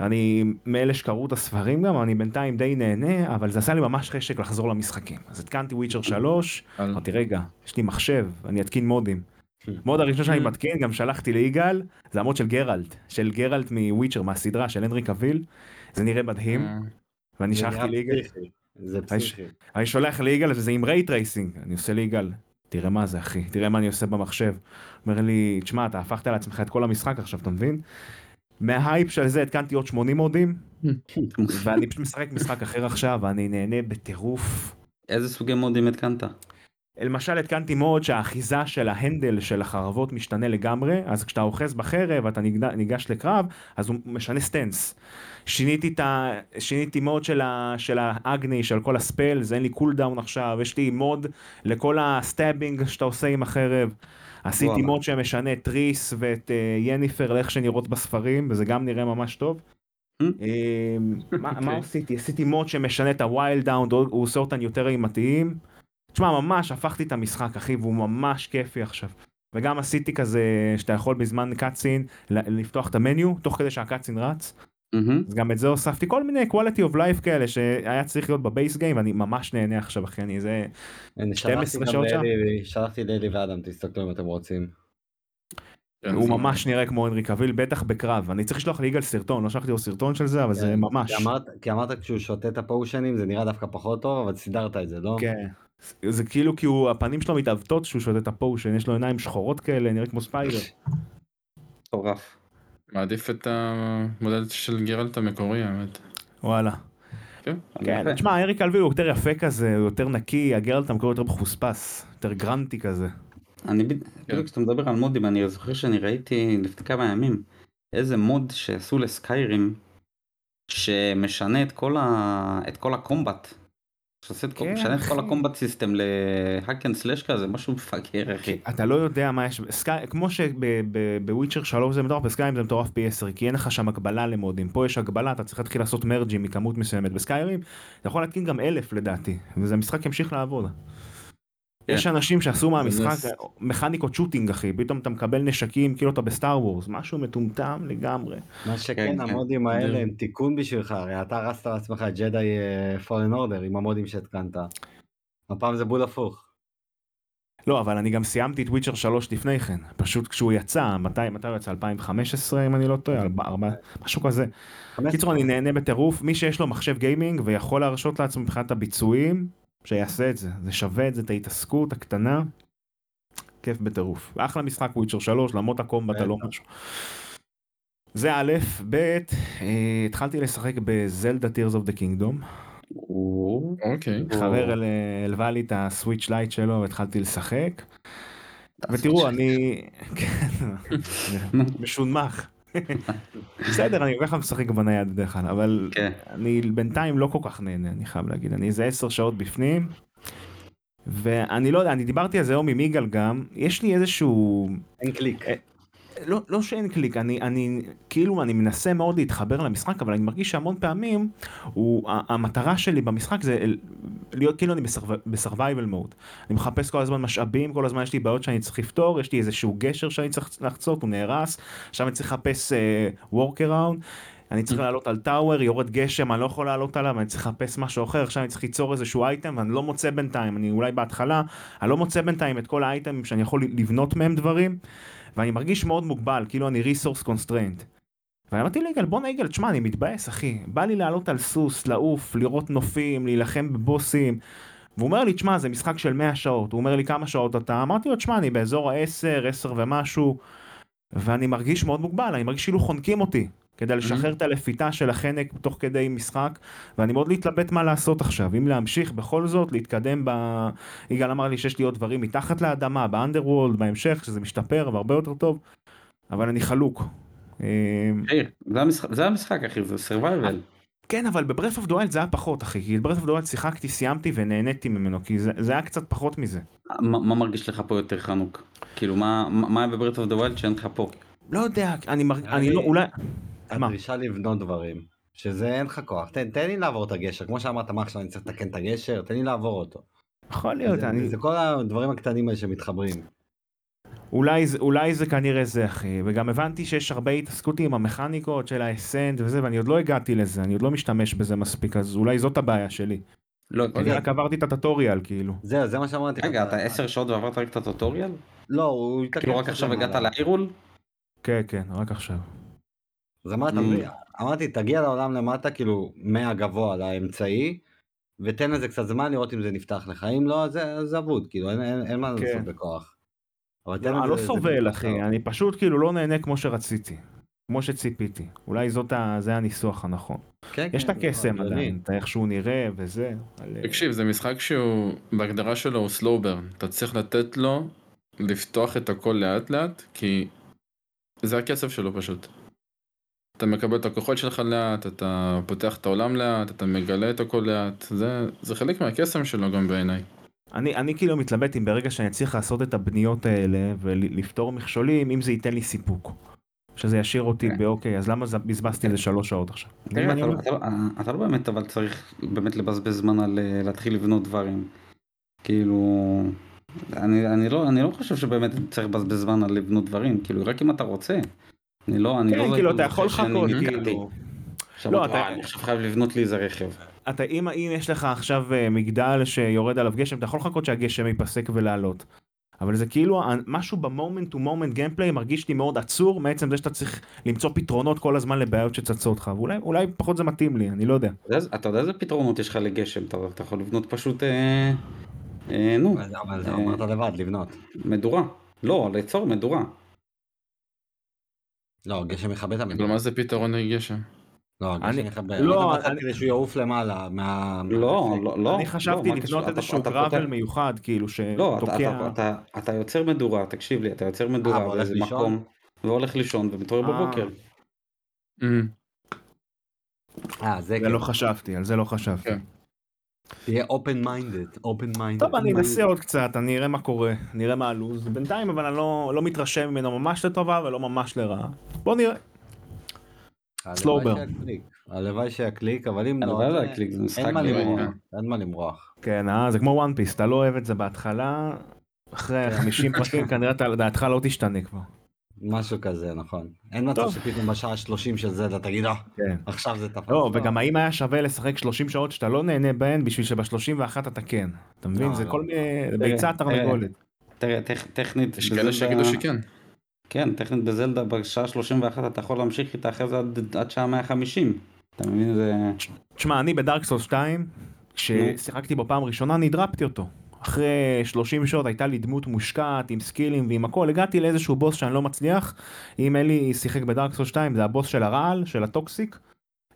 [SPEAKER 2] אני מאלה שקראו את הספרים גם, אני בינתיים די נהנה, אבל זה עשה לי ממש חשק לחזור למשחקים. אז התקנתי וויצ'ר 3,
[SPEAKER 1] על-
[SPEAKER 2] אמרתי רגע, יש לי מחשב, אני אתקין מודים.
[SPEAKER 3] Hmm.
[SPEAKER 2] מוד הראשון שאני מתקין גם שלחתי ליגאל, זה המוד של גרלט, של גרלט מוויצ'ר מהסדרה של הנרי קביל, זה נראה מדהים, ואני
[SPEAKER 3] Hmm. זה
[SPEAKER 2] שלחתי
[SPEAKER 3] נראה
[SPEAKER 2] ליגאל,
[SPEAKER 3] פסיכי, זה פסיכי.
[SPEAKER 2] אני שולח ליגאל וזה עם רייטרייסינג, אני עושה ליגאל, תראה מה זה אחי, תראה מה אני עושה במחשב. אומר לי, תשמע אתה הפכת לעצמך את כל המשחק עכשיו, אתה מבין? מההייפ של זה התקנתי עוד 80 מודים, ואני פשוט משחק משחק אחר עכשיו, ואני נהנה בטירוף.
[SPEAKER 4] איזה סוגי מודים התקנת?
[SPEAKER 2] למשל התקנתי מוד שהאחיזה של ההנדל של החרבות משתנה לגמרי, אז כשאתה אוחז בחרב ואתה נגד- ניגש לקרב, אז הוא משנה סטנס. שיניתי את ה... שיניתי מוד של, ה... של האגני, של כל הספל, זה אין לי קולדאון עכשיו, יש לי מוד לכל הסטאבינג שאתה עושה עם החרב. עשיתי
[SPEAKER 4] וואלה.
[SPEAKER 2] מוד שמשנה את ריס ואת אה, יניפר לאיך שנראות בספרים, וזה גם נראה ממש טוב.
[SPEAKER 4] Hmm?
[SPEAKER 2] אה, מה מה
[SPEAKER 1] אוקיי.
[SPEAKER 2] עשיתי? עשיתי מוד שמשנה את הווילד דאון, הוא עושה אותן יותר אימתיים. תשמע, ממש הפכתי את המשחק, אחי, והוא ממש כיפי עכשיו. וגם עשיתי כזה, שאתה יכול בזמן קאצין ל- לפתוח את המניו, תוך כדי שהקאצין רץ.
[SPEAKER 4] מהמם.
[SPEAKER 2] אז גם את זה הוספתי, כל מיני quality of life כאלה שהיה צריך להיות בבייס גיים, אני ממש נהנה עכשיו, אחי, אני זה...
[SPEAKER 3] אני
[SPEAKER 2] 12
[SPEAKER 3] שלחתי גם
[SPEAKER 2] שעות שם?
[SPEAKER 3] לאלי- שלחתי לאלי ואדם, תסתכלו אם אתם רוצים.
[SPEAKER 1] כן,
[SPEAKER 2] הוא
[SPEAKER 1] זה-
[SPEAKER 2] ממש נראה כמו הנרי קביל, בטח בקרב. אני צריך לשלוח ליגאל סרטון, לא שלחתי לו סרטון של זה, אבל זה
[SPEAKER 3] כן,
[SPEAKER 2] ממש...
[SPEAKER 3] כי אמרת- כי אמרת כשהוא שותה את הפושנים זה נראה דווקא פחות טוב, אבל סידרת את זה, לא?
[SPEAKER 2] כן. זה כאילו כי הוא, הפנים שלו מתעוותות שהוא שותה את הפושן, יש לו עיניים שחורות כאלה, נראה כמו ספיידר.
[SPEAKER 4] מטורף.
[SPEAKER 1] מעדיף את המודל של גרלט המקורי האמת.
[SPEAKER 2] וואלה. כן,
[SPEAKER 4] יפה.
[SPEAKER 2] תשמע, אריק אלווי הוא יותר יפה כזה, הוא יותר נקי, הגרלט המקור יותר מחוספס, יותר גרנטי כזה.
[SPEAKER 4] אני בד-
[SPEAKER 2] כן.
[SPEAKER 4] בדיוק כשאתה מדבר על מודים אני זוכר שאני ראיתי לפני כמה ימים איזה מוד שעשו לסקיירים שמשנה את כל ה... את כל הקומבט שעושה את כל-
[SPEAKER 2] כן,
[SPEAKER 4] משנה את כל
[SPEAKER 2] אחי.
[SPEAKER 4] הקומבט סיסטם להאק אנד סלאש כזה, משהו מפגר אחי.
[SPEAKER 2] אתה לא יודע מה יש, סקי, כמו שבוויצ'ר 3 זה מטורף, בסקיירים זה מטורף פי 10, כי אין לך שם הגבלה למודים, פה יש הגבלה, אתה צריך להתחיל לעשות מרג'ים מכמות מסוימת, בסקיירים אתה יכול להתקין גם אלף לדעתי, וזה המשחק ימשיך לעבוד.
[SPEAKER 4] כן.
[SPEAKER 2] יש אנשים שעשו
[SPEAKER 1] נס.
[SPEAKER 2] מהמשחק מכניקות שוטינג אחי, פתאום אתה מקבל נשקים כאילו אתה בסטאר וורס, משהו מטומטם לגמרי.
[SPEAKER 3] מה
[SPEAKER 4] כן,
[SPEAKER 3] שכן,
[SPEAKER 4] כן.
[SPEAKER 3] המודים האלה הם תיקון בשבילך, הרי אתה הרסת לעצמך את ג'די פולן אורדר עם המודים שהתקנת. הפעם זה בול הפוך.
[SPEAKER 2] לא, אבל אני גם סיימתי את וויצ'ר 3 לפני כן. פשוט כשהוא יצא, מתי, מתי הוא יצא? 2015 אם אני לא טועה? ארבע- ארבע- משהו כזה. קיצור, אני נהנה בטירוף. מי שיש לו מחשב גיימינג ויכול להרשות לעצמו מבחינת הביצועים, שיעשה את זה. זה שווה את זה, את ההתעסקות הקטנה. כיף בטירוף. אחלה משחק וויצ'ר 3, למרות הקומבט הלא לא משהו. זה א', ב', אה, התחלתי לשחק בזלדה טירס אוף דה קינגדום.
[SPEAKER 4] או,
[SPEAKER 1] אוקיי.
[SPEAKER 2] חבר אל- הלווה לי את הסוויץ' לייט שלו והתחלתי לשחק. ותראו אני כן, משונמך. בסדר אני ככה משחק בנייד בדרך כלל אבל
[SPEAKER 4] כן.
[SPEAKER 2] אני בינתיים לא כל כך נהנה אני חייב להגיד אני איזה 10 שעות בפנים. ואני לא יודע אני דיברתי על זה היום עם יגאל גם יש לי איזשהו
[SPEAKER 3] אין קליק.
[SPEAKER 2] לא, לא שאין קליק, אני, אני כאילו אני מנסה מאוד להתחבר למשחק, אבל אני מרגיש שהמון פעמים הוא, ה- המטרה שלי במשחק זה אל- להיות כאילו אני בסרווייבל מוד. אני מחפש כל הזמן משאבים, כל הזמן יש לי בעיות שאני צריך לפתור, יש לי איזשהו גשר שאני צריך לחצות, הוא נהרס, עכשיו אני צריך לחפש וורק uh, אראונד. אני צריך לעלות על טאוור, יורד גשם, אני לא יכול לעלות עליו, אני צריך לחפש משהו אחר, עכשיו אני צריך ליצור איזשהו אייטם ואני לא מוצא בינתיים, אני אולי בהתחלה, אני לא מוצא בינתיים את כל האייטמים שאני יכול לבנות מהם דברים, ואני מרגיש מאוד מוגבל, כאילו אני resource constraint. ואמרתי ליגאל, בואנה יגאל, תשמע, אני מתבאס, אחי. בא לי לעלות על סוס, לעוף, לראות נופים, להילחם בבוסים. והוא אומר לי, תשמע, זה משחק של 100 שעות. הוא אומר לי, כמה שעות אתה? אמרתי לו, תשמע, אני באזור ה-10, 10 ומשהו, ואני מרגיש מאוד מוגבל, אני מרגיש כאילו חונקים אותי, כדי לשחרר את הלפיתה של החנק תוך כדי משחק, ואני מאוד להתלבט מה לעשות עכשיו. אם להמשיך בכל זאת, להתקדם ב... יגאל אמר לי שיש לי עוד דברים מתחת לאדמה, באנדרוולד, בהמשך, שזה משתפר והרבה יותר טוב, אבל אני חלוק. אמ,
[SPEAKER 4] מאיר, זה המשחק- זה המשחק אחי, זה סרווייבל.
[SPEAKER 2] כן אבל בברף אוף דואל זה היה פחות אחי כי ברף אוף דואל שיחקתי סיימתי ונהניתי ממנו כי זה, זה היה קצת פחות מזה.
[SPEAKER 4] מה מה מרגיש לך פה יותר חנוק? כאילו מה מה- מה בברית אוף דה ווילד שאין לך פה?
[SPEAKER 2] לא יודע אני מרג...
[SPEAKER 3] נראה
[SPEAKER 2] אני
[SPEAKER 3] לי-
[SPEAKER 2] לא אולי מה?
[SPEAKER 3] הדרישה לבנות דברים, שזה אין לך כוח, תן, תן לי לעבור את הגשר, כמו שאמרת, מה עכשיו אני צריך לתקן את הגשר, תן לי לעבור אותו.
[SPEAKER 2] יכול להיות
[SPEAKER 3] זה,
[SPEAKER 2] אני
[SPEAKER 3] זה כל הדברים הקטנים האלה שמתחברים.
[SPEAKER 2] אולי זה אולי זה כנראה זה אחי וגם הבנתי שיש הרבה התעסקות עם המכניקות של האסנט וזה ואני עוד לא הגעתי לזה אני עוד לא משתמש בזה מספיק אז אולי זאת הבעיה שלי.
[SPEAKER 4] לא,
[SPEAKER 2] אני
[SPEAKER 4] רגע,
[SPEAKER 2] רק עברתי את הטוטוריאל כאילו.
[SPEAKER 3] זהו, זה מה שאמרתי.
[SPEAKER 4] רגע, אתה עשר שעות ועברת רק את הטוטוריאל?
[SPEAKER 3] לא, הוא...
[SPEAKER 4] כאילו רק
[SPEAKER 3] התעקש
[SPEAKER 4] עכשיו
[SPEAKER 3] שזה
[SPEAKER 4] הגעת
[SPEAKER 3] מעלה.
[SPEAKER 4] לאיירול?
[SPEAKER 2] כן כן רק עכשיו.
[SPEAKER 3] אז אמרת,
[SPEAKER 4] Mm.
[SPEAKER 3] אמרתי, תגיע לעולם למטה, כאילו, מהגבוה לאמצעי, ותן לזה קצת זמן לראות אם זה נפתח לך, אם לא, אז זה- אז אבוד, כאילו, אין- אין אין מה
[SPEAKER 2] כן.
[SPEAKER 3] לעשות בכוח. אבל תן
[SPEAKER 2] אני
[SPEAKER 3] לזה-
[SPEAKER 2] לא
[SPEAKER 3] זה
[SPEAKER 2] סובל
[SPEAKER 3] בדיוק
[SPEAKER 2] אחי
[SPEAKER 3] עכשיו.
[SPEAKER 2] אני פשוט כאילו לא נהנה כמו שרציתי. כמו שציפיתי אולי זאת ה... זה הניסוח הנכון.
[SPEAKER 3] כן,
[SPEAKER 2] יש את
[SPEAKER 3] כן,
[SPEAKER 2] הקסם
[SPEAKER 3] הגיוני.
[SPEAKER 2] עדיין, את איך שהוא נראה וזה. אה, על-
[SPEAKER 4] כן.
[SPEAKER 1] תקשיב, זה משחק שהוא, בהגדרה שלו הוא סלוברן. אתה צריך לתת לו לפתוח את הכל לאט לאט, כי זה הקצב שלו פשוט. אתה מקבל את הכוחות שלך לאט, אתה פותח את העולם לאט, אתה מגלה את הכל לאט, זה, זה חלק מהקסם שלו גם בעיניי.
[SPEAKER 4] כן.
[SPEAKER 2] אני, אני כאילו מתלבט אם ברגע שאני אצליח לעשות את הבניות האלה ולפתור מכשולים, אם זה ייתן לי סיפוק. שזה ישאיר אותי
[SPEAKER 4] כן.
[SPEAKER 2] באוקיי, אז למה זה- בזבזתי איזה שלוש שעות עכשיו?
[SPEAKER 4] תראה,
[SPEAKER 2] אם אני
[SPEAKER 4] אתה-
[SPEAKER 2] אומר-
[SPEAKER 4] אתה- אה, אתה לא באמת אבל צריך באמת לבזבז זמן על אה, להתחיל לבנות דברים. כאילו, אני אני לא אני לא חושב שבאמת צריך לבזבז זמן על לבנות דברים, כאילו רק אם אתה רוצה. אני לא, אני לא...
[SPEAKER 2] כן, כאילו אתה
[SPEAKER 4] זוכר
[SPEAKER 2] יכול
[SPEAKER 4] שאני
[SPEAKER 2] לחכות,
[SPEAKER 4] נתקעתי.
[SPEAKER 2] כאילו.
[SPEAKER 4] עכשיו,
[SPEAKER 2] לא,
[SPEAKER 4] וואי,
[SPEAKER 2] אתה-
[SPEAKER 4] אני עכשיו חייב לבנות לי איזה רכב.
[SPEAKER 2] אתה, אם, אם יש לך עכשיו אה, מגדל שיורד עליו גשם, אתה יכול לחכות שהגשם ייפסק ולעלות. אבל זה כאילו, ה- משהו במומנט טו מומנט גיימפליי מרגיש לי מאוד עצור מעצם זה שאתה צריך למצוא פתרונות כל הזמן לבעיות שצצות לך, ואולי אולי פחות זה מתאים לי, אני לא יודע.
[SPEAKER 4] אתה יודע- אתה יודע איזה פתרונות יש לך לגשם, אתה אתה יכול לבנות פשוט, אה, אה, נו,
[SPEAKER 3] אבל- אבל זה אמרת לבד, לבנות.
[SPEAKER 4] מדורה. לא, ליצור מדורה.
[SPEAKER 3] לא, גשם מכבה את
[SPEAKER 1] אבל
[SPEAKER 3] המדינה.
[SPEAKER 1] כאילו, מה זה פתרון לגשם?
[SPEAKER 3] לא,
[SPEAKER 2] אני-
[SPEAKER 3] גשם מכבה.
[SPEAKER 2] לא,
[SPEAKER 3] לא,
[SPEAKER 2] אני-
[SPEAKER 3] כדי שהוא יעוף למעלה מה...
[SPEAKER 4] לא,
[SPEAKER 3] מהאפקט.
[SPEAKER 4] לא, לא.
[SPEAKER 2] אני חשבתי
[SPEAKER 4] לא, מה
[SPEAKER 2] לקנות
[SPEAKER 4] קשור? אתה-
[SPEAKER 2] איזשהו
[SPEAKER 4] אתה
[SPEAKER 2] גרבל
[SPEAKER 4] פותח-
[SPEAKER 2] מיוחד, כאילו,
[SPEAKER 4] לא, אתה,
[SPEAKER 2] שתוקע...
[SPEAKER 4] אתה, אתה, אתה יוצר מדורה, תקשיב לי, אתה יוצר
[SPEAKER 3] אה,
[SPEAKER 4] מדורה
[SPEAKER 3] והולך
[SPEAKER 4] באיזה
[SPEAKER 3] לישון?
[SPEAKER 4] מקום, והולך לישון ומתעורר
[SPEAKER 2] אה.
[SPEAKER 4] בבוקר.
[SPEAKER 1] אמ,
[SPEAKER 3] אה, זה
[SPEAKER 4] Mm.
[SPEAKER 2] זה
[SPEAKER 3] כן. אה,
[SPEAKER 4] כן.
[SPEAKER 2] לא חשבתי, על זה לא חשבתי.
[SPEAKER 1] כן.
[SPEAKER 3] תהיה open minded, open minded.
[SPEAKER 2] טוב, אני אנסה עוד קצת, אני אראה מה קורה, נראה מה הלו"ז. בינתיים, אבל אני לא, לא מתרשם ממנו ממש לטובה ולא ממש לרעה. בוא נראה.
[SPEAKER 3] הלוואי
[SPEAKER 2] slow burn.
[SPEAKER 3] שיקליק. הלוואי שיקליק, אבל אם לא,
[SPEAKER 4] הלוואי
[SPEAKER 3] זה-
[SPEAKER 4] ויקליק, זה משחק
[SPEAKER 3] אין מה
[SPEAKER 4] גרוע.
[SPEAKER 3] למרוח, אין מה למרוח.
[SPEAKER 2] כן, אה, זה כמו וואן פיס, אתה לא אוהב את זה בהתחלה, אחרי 50 פרקים כנראה אתה- דעתך לא תשתנה כבר.
[SPEAKER 3] משהו כזה, נכון. אין מצב
[SPEAKER 2] טוב.
[SPEAKER 3] שפתאום בשעה 30 של זה אתה תגיד, אה,
[SPEAKER 2] כן.
[SPEAKER 3] עכשיו זה תפס.
[SPEAKER 2] לא, וגם האם היה שווה לשחק 30 שעות שאתה לא נהנה בהן בשביל שב-31 אתה כן. אתה מבין?
[SPEAKER 3] לא,
[SPEAKER 2] זה
[SPEAKER 3] לא.
[SPEAKER 2] כל מיני... זה
[SPEAKER 4] אה,
[SPEAKER 2] ביצה תרנגולת.
[SPEAKER 4] תראה, טכ- טכנית,
[SPEAKER 1] יש כאלה
[SPEAKER 4] בזלדה-
[SPEAKER 1] שיגידו שכן.
[SPEAKER 4] כן, טכנית בזלדה בשעה 31 אתה יכול להמשיך איתה אחרי זה עד- עד שעה 150. אתה מבין? זה...
[SPEAKER 2] תשמע, אני בדארק סולס 2, כששיחקתי בו פעם ראשונה, נדרפתי אותו. אחרי 30 שעות הייתה לי דמות מושקעת עם סקילים ועם הכל, הגעתי לאיזשהו בוס שאני לא מצליח. אם אלי שיחק בדארק סולס 2, זה הבוס של הרעל, של הטוקסיק.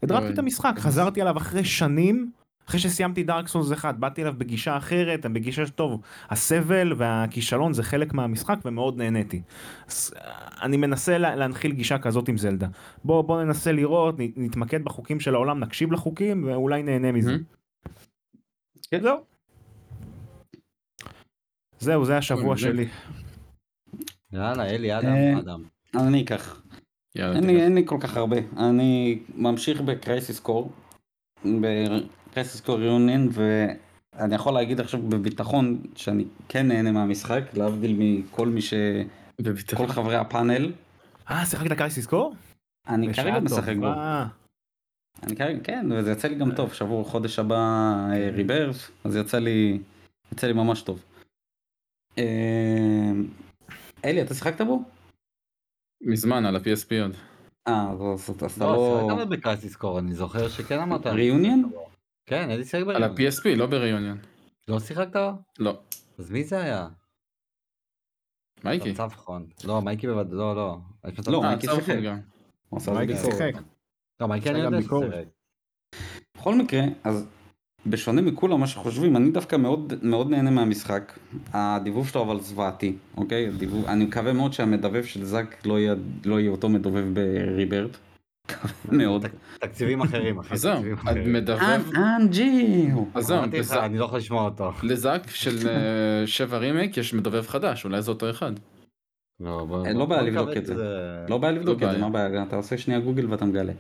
[SPEAKER 2] הדרפתי
[SPEAKER 1] אוי.
[SPEAKER 2] את המשחק, חזרתי אליו אחרי שנים, אחרי שסיימתי דארק סולס 1, באתי אליו בגישה אחרת, בגישה שטוב, הסבל והכישלון זה חלק מהמשחק ומאוד נהניתי. אז, אה, אני מנסה לה- להנחיל גישה כזאת עם זלדה. בוא, בוא ננסה לראות, נ- נתמקד בחוקים של העולם, נקשיב לחוקים ואולי נהנה מזה.
[SPEAKER 1] Mm-hmm.
[SPEAKER 4] כן.
[SPEAKER 2] זהו. זהו, זה השבוע
[SPEAKER 4] אוקיי.
[SPEAKER 1] אוי,
[SPEAKER 2] שלי.
[SPEAKER 3] יאללה, אלי, אדם,
[SPEAKER 4] אה,
[SPEAKER 3] אדם.
[SPEAKER 4] אז אני אקח.
[SPEAKER 3] לא,
[SPEAKER 1] יאללה,
[SPEAKER 4] אין לי,
[SPEAKER 1] תלך.
[SPEAKER 4] אין לי כל כך הרבה. אני ממשיך בקרייסיס קור, בקרייסיס קור ריונין, ואני יכול להגיד עכשיו בביטחון שאני כן נהנה מהמשחק, להבדיל מכל מי ש...
[SPEAKER 1] בביטחון.
[SPEAKER 4] כל חברי הפאנל.
[SPEAKER 2] אה, שיחקת קייסיס קור?
[SPEAKER 4] אני כרגע
[SPEAKER 2] בשעה
[SPEAKER 4] משחק בו.
[SPEAKER 2] טובה.
[SPEAKER 4] אני כרגע, כן, וזה יצא לי גם טוב, שבוע, חודש הבא אה,
[SPEAKER 2] כן.
[SPEAKER 4] ריברס, אז יצא לי, יצא לי ממש טוב. אה, אלי, אתה שיחקת בו?
[SPEAKER 1] מזמן, על ה-PSP עוד.
[SPEAKER 4] אה, אז אז- אז אתה
[SPEAKER 3] לא,
[SPEAKER 4] לא...
[SPEAKER 3] שיחקת בקרייסיס קור, אני זוכר שכן אמרת.
[SPEAKER 4] ריאיוניון?
[SPEAKER 3] כן, אלי שיחק
[SPEAKER 1] על
[SPEAKER 3] בריאיון.
[SPEAKER 1] ה-PSP, לא בריאיון.
[SPEAKER 3] לא שיחקת?
[SPEAKER 1] לא.
[SPEAKER 3] אז מי זה היה?
[SPEAKER 1] מייקי.
[SPEAKER 3] צווחון. לא, מייקי בוודאי, לא, לא. יש מצב-
[SPEAKER 4] לא,
[SPEAKER 1] אה,
[SPEAKER 4] מייקי
[SPEAKER 1] צווחון
[SPEAKER 4] שיחק.
[SPEAKER 1] גם.
[SPEAKER 4] הוא עשה
[SPEAKER 2] מייקי
[SPEAKER 4] ביקורת.
[SPEAKER 2] שיחק.
[SPEAKER 3] לא, מייקי אני
[SPEAKER 2] היה
[SPEAKER 3] יודע
[SPEAKER 2] ביקורת.
[SPEAKER 3] ששיחק.
[SPEAKER 4] בכל מקרה, אז בשונה מכולם מה שחושבים, אני דווקא מאוד, מאוד נהנה מהמשחק. הדיבוב שלו אבל זוועתי, אוקיי? הדיבוב, אני מקווה מאוד שהמדבב של זאק לא יהיה, לא יהיה אותו מדובב בריברט. מקווה מאוד.
[SPEAKER 3] תקציבים אחרים, אחי.
[SPEAKER 1] אז זהו,
[SPEAKER 4] אה,
[SPEAKER 3] תקציבים
[SPEAKER 1] את
[SPEAKER 3] אחרים.
[SPEAKER 1] מדבב.
[SPEAKER 4] אנג'י!
[SPEAKER 1] אז זהו,
[SPEAKER 3] אמרתי לך,
[SPEAKER 1] בזק-
[SPEAKER 3] אני לא יכול לשמוע אותו.
[SPEAKER 1] לזאק של אה, שבע רימייק יש מדובב חדש, אולי זה אותו אחד.
[SPEAKER 3] לא, בוא-
[SPEAKER 4] אה, לא
[SPEAKER 3] בוא-
[SPEAKER 4] בעיה
[SPEAKER 3] בוא
[SPEAKER 4] לבדוק
[SPEAKER 3] נקווה
[SPEAKER 4] את זה.
[SPEAKER 3] שזה-
[SPEAKER 4] לא בעיה לבדוק
[SPEAKER 1] לא
[SPEAKER 4] את זה,
[SPEAKER 1] בעיה.
[SPEAKER 4] מה בעיה? אתה עושה שנייה גוגל ואתה מגלה.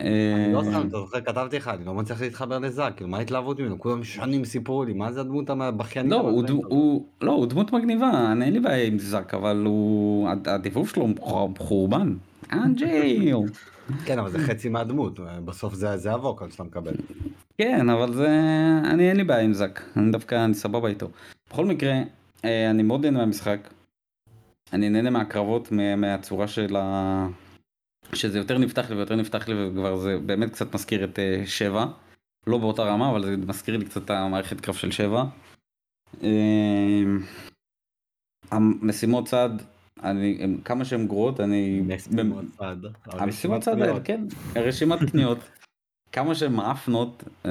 [SPEAKER 3] אני לא
[SPEAKER 4] אה,
[SPEAKER 3] סתם, אתה זוכר, כתבתי לך, אני לא מצליח להתחבר לזאק, כאילו, מה ההתלהבות ממנו? כולם שנים סיפרו לי, מה זה הדמות הבכיינית?
[SPEAKER 4] לא,
[SPEAKER 3] המעצבנת
[SPEAKER 4] הוא, דמו-
[SPEAKER 3] הזאת?
[SPEAKER 4] הוא, לא, הוא דמות מגניבה, אני אין לי בעיה עם זאק, אבל הוא, הד- הדיבוב שלו הוא מחור- חורבן. אנג'י!
[SPEAKER 3] כן, אבל זה חצי מהדמות, בסוף זה זה הווקל שאתה מקבל.
[SPEAKER 4] כן, אבל זה... אני אין לי בעיה עם זאק, אני דווקא, אני סבבה איתו. בכל מקרה, אה, אני מאוד נהנה מהמשחק. אני נהנה מהקרבות, מה- מהצורה של ה... שזה יותר נפתח לי ויותר נפתח לי וכבר זה באמת קצת מזכיר את אה, שבע. לא באותה רמה, אבל זה מזכיר לי קצת את המערכת קרב של שבע. אה, המשימות צד, אני, הם, כמה שהן גרועות, אני...
[SPEAKER 3] משימות צד.
[SPEAKER 4] המשימות צד האלה, כן, רשימת קניות. כמה שהן מאפנות, אה,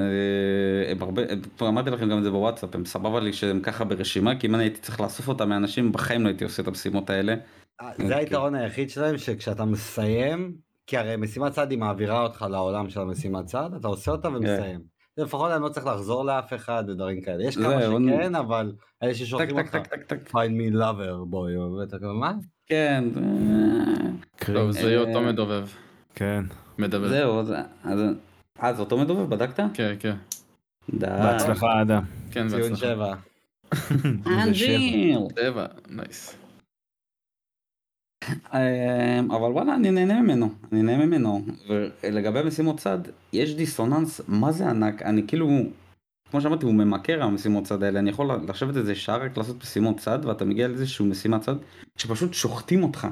[SPEAKER 4] הם הרבה, הם- כבר אמרתי לכם גם את זה בוואטסאפ, הם סבבה לי שהם ככה ברשימה, כי אם אני הייתי צריך לאסוף אותם מאנשים, בחיים לא הייתי עושה את המשימות האלה. אוקיי.
[SPEAKER 3] זה היתרון היחיד שלהם, שכשאתה מסיים, כי הרי משימת צד היא מעבירה אותך לעולם של המשימת צד, אתה עושה
[SPEAKER 4] כן.
[SPEAKER 3] אותה ומסיים. לפחות אני לא צריך לחזור לאף אחד ודברים כאלה. יש כמה
[SPEAKER 4] זהו,
[SPEAKER 3] שכן, אבל אלה
[SPEAKER 4] טק
[SPEAKER 3] ששולחים
[SPEAKER 4] טק
[SPEAKER 3] אותך.
[SPEAKER 4] טק טק טק.
[SPEAKER 3] find me lover boy, ואתה כאילו, מה?
[SPEAKER 4] כן, אה,
[SPEAKER 1] טוב, לא, זה
[SPEAKER 4] אה,
[SPEAKER 1] יהיה אותו מדובב.
[SPEAKER 2] כן.
[SPEAKER 1] מדובב.
[SPEAKER 4] זהו, אז- אז אה, זה אותו מדובב, בדקת?
[SPEAKER 1] כן, כן.
[SPEAKER 4] די.
[SPEAKER 3] אה.
[SPEAKER 2] בהצלחה, אדם.
[SPEAKER 1] כן,
[SPEAKER 3] ציון
[SPEAKER 1] בהצלחה.
[SPEAKER 3] שבע. אה,
[SPEAKER 4] אה,
[SPEAKER 2] זה שבע.
[SPEAKER 4] אנג'יל.
[SPEAKER 1] שבע, נייס.
[SPEAKER 4] אה, אבל וואלה, אני נהנה ממנו, אני נהנה ממנו. ולגבי משימות צד, יש דיסוננס, מה זה ענק, אני כאילו, כמו שאמרתי, הוא ממכר המשימות צד האלה, אני יכול לשבת איזה שעה רק לעשות משימות צד, ואתה מגיע לאיזשהו משימת צד, שפשוט שוחטים אותך.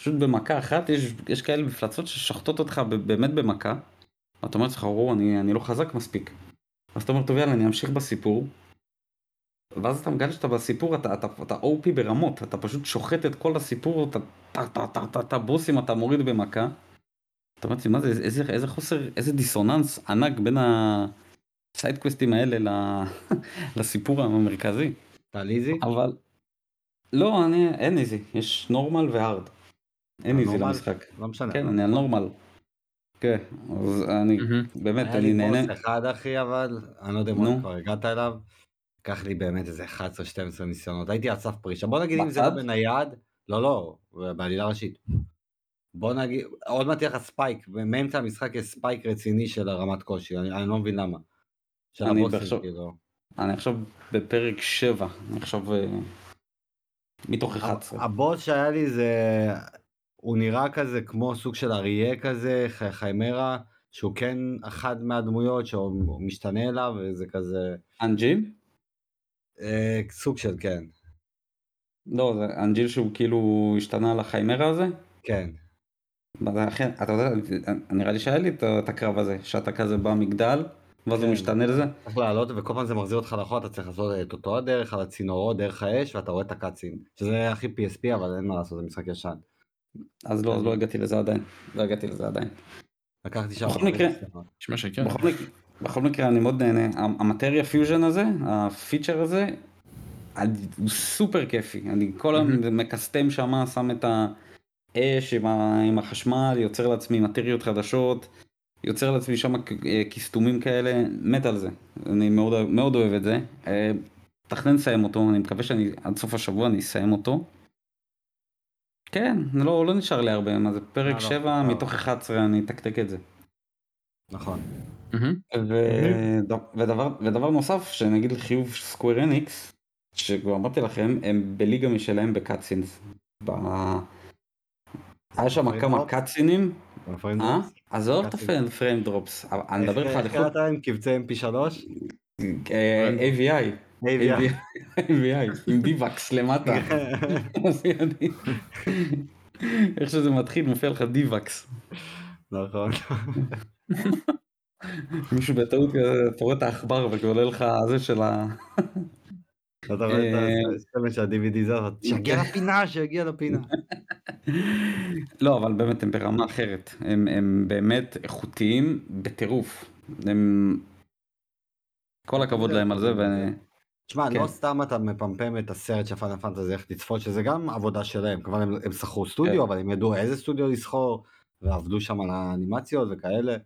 [SPEAKER 4] פשוט במכה אחת, יש, יש כאלה מפלצות ששוחטות אותך ב- באמת במכה, ואתה אומר לעצמך, וואו, אני, אני לא חזק מספיק. אז אתה אומר, טוב, יאללה, אני אמשיך בסיפור. ואז אתה מגלה שאתה בסיפור, אתה, אתה, אתה OP ברמות, אתה פשוט שוחט את כל הסיפור, אתה טה טה טה טה טה בוסים אתה מוריד במכה. אתה אומר לעצמי, מה זה, איזה, איזה חוסר, איזה דיסוננס ענק בין הסיידקווסטים האלה ל- לסיפור המרכזי.
[SPEAKER 3] אתה ליזי?
[SPEAKER 4] אבל... לא, אני, אין איזי, יש נורמל והארד. אין איזי
[SPEAKER 3] הנורמל?
[SPEAKER 4] למשחק.
[SPEAKER 3] לא משנה.
[SPEAKER 4] כן, אני על נורמל. כן, אז אני,
[SPEAKER 1] מהמם.
[SPEAKER 4] באמת,
[SPEAKER 3] אה, היה
[SPEAKER 4] אני
[SPEAKER 3] לי
[SPEAKER 4] נהנה.
[SPEAKER 3] בוס אחד אחי אבל, אני לא יודע אם
[SPEAKER 4] נו.
[SPEAKER 3] עוד כבר הגעת אליו, לקח לי באמת איזה 11-12 ניסיונות, הייתי על סף פרישה, בוא נגיד אם זה לא
[SPEAKER 4] בצד?
[SPEAKER 3] בנייד, לא לא, בעלילה ראשית. בוא נגיד, עוד מעט יהיה לך ספייק, באמצע המשחק יש ספייק רציני של הרמת קושי, אני, אני לא מבין למה. של
[SPEAKER 4] אני
[SPEAKER 3] הבוסים,
[SPEAKER 4] עכשיו-
[SPEAKER 3] כאילו.
[SPEAKER 4] אני עכשיו בפרק 7, אני עכשיו אה, מתוך 11.
[SPEAKER 3] הבוס שהיה לי זה, הוא נראה כזה כמו סוג של אריה כזה, ח- חיימרה, שהוא כן אחת מהדמויות שהוא משתנה אליו, וזה כזה,
[SPEAKER 4] אנג'יל?
[SPEAKER 3] אה, סוג של כן,
[SPEAKER 4] לא, זה אנג'יל שהוא כאילו השתנה על החיימרה הזה?
[SPEAKER 3] כן.
[SPEAKER 4] מה זה, אחי, אתה יודע, נראה לי שהיה לי את ה- את הקרב הזה, שאתה כזה במגדל, ואז הוא
[SPEAKER 3] כן.
[SPEAKER 4] משתנה לזה.
[SPEAKER 3] צריך לעלות וכל פעם זה מחזיר אותך לאחור, אתה צריך לעשות את אותו הדרך על הצינורות, דרך האש, ואתה רואה את הקאצין. שזה הכי PSP, אבל אין מה לעשות, זה משחק ישן.
[SPEAKER 4] אז לא, אז לא הגעתי לזה עדיין. לא הגעתי לזה עדיין.
[SPEAKER 3] לקחתי שם...
[SPEAKER 4] בכל
[SPEAKER 3] חמש
[SPEAKER 4] מקרה-
[SPEAKER 3] ניסיונות.
[SPEAKER 1] נשמע שכן.
[SPEAKER 3] כן.
[SPEAKER 4] בכל מקרה- בכל מקרה, אני מאוד נהנה. המ- המטריה פיוז'ן הזה, הפיצ'ר הזה, אני- הוא סופר כיפי. אני כל היום מקסטם שם, שם את האש עם ה- עם החשמל, יוצר לעצמי מטריות חדשות, יוצר לעצמי שם אה, כסתומים כאלה, מת על זה. אני מאוד- מאוד אוהב את זה. אה, מתכנן לסיים אותו, אני מקווה שאני עד סוף השבוע אני אסיים אותו. כן, לא, לא נשאר לי הרבה, מה זה פרק
[SPEAKER 3] לא,
[SPEAKER 4] 7
[SPEAKER 3] לא.
[SPEAKER 4] מתוך 11 אני אתקתק את זה.
[SPEAKER 3] נכון.
[SPEAKER 1] מהמם.
[SPEAKER 4] ו- ודבר, ודבר נוסף, שנגיד לחיוב סקוויר אניקס, שכבר אמרתי לכם, הם בליגה משלהם בקאצינס. ב... היה שם כמה קאצינים,
[SPEAKER 3] לפעמים
[SPEAKER 4] אה?
[SPEAKER 3] זה-
[SPEAKER 4] עזוב את
[SPEAKER 3] קאצינס.
[SPEAKER 4] הפריים דרופס, אבל אני מדבר
[SPEAKER 3] איך-
[SPEAKER 4] איתך על
[SPEAKER 3] איך
[SPEAKER 4] איכות
[SPEAKER 3] קראת להם? אה, קבצי mp3?
[SPEAKER 4] אה, AVI,
[SPEAKER 3] AVI.
[SPEAKER 4] AVI, עם דיווקס למטה. מופיע לי. איך שזה מתחיל, מופיע לך דיווקס.
[SPEAKER 3] נכון.
[SPEAKER 4] מישהו בטעות כזה, אתה רואה את העכבר וכולל לך זה של ה...
[SPEAKER 3] אתה רואה
[SPEAKER 4] אה,
[SPEAKER 3] את הסמל של ה-DVD זה, אבל שיגיע לפינה, שיגיע לפינה.
[SPEAKER 4] לא, אבל באמת הם ברמה אחרת. הם, הם באמת איכותיים בטירוף. הם... כל הכבוד להם על זה, ואני...
[SPEAKER 3] תשמע,
[SPEAKER 4] כן.
[SPEAKER 3] לא סתם אתה מפמפם את הסרט של פאנל פנטזי איך לצפות, שזה גם עבודה שלהם. כמובן הם- הם שכרו
[SPEAKER 4] כן.
[SPEAKER 3] סטודיו, אבל הם ידעו איזה סטודיו לסחור, ועבדו שם על האנימציות וכאלה.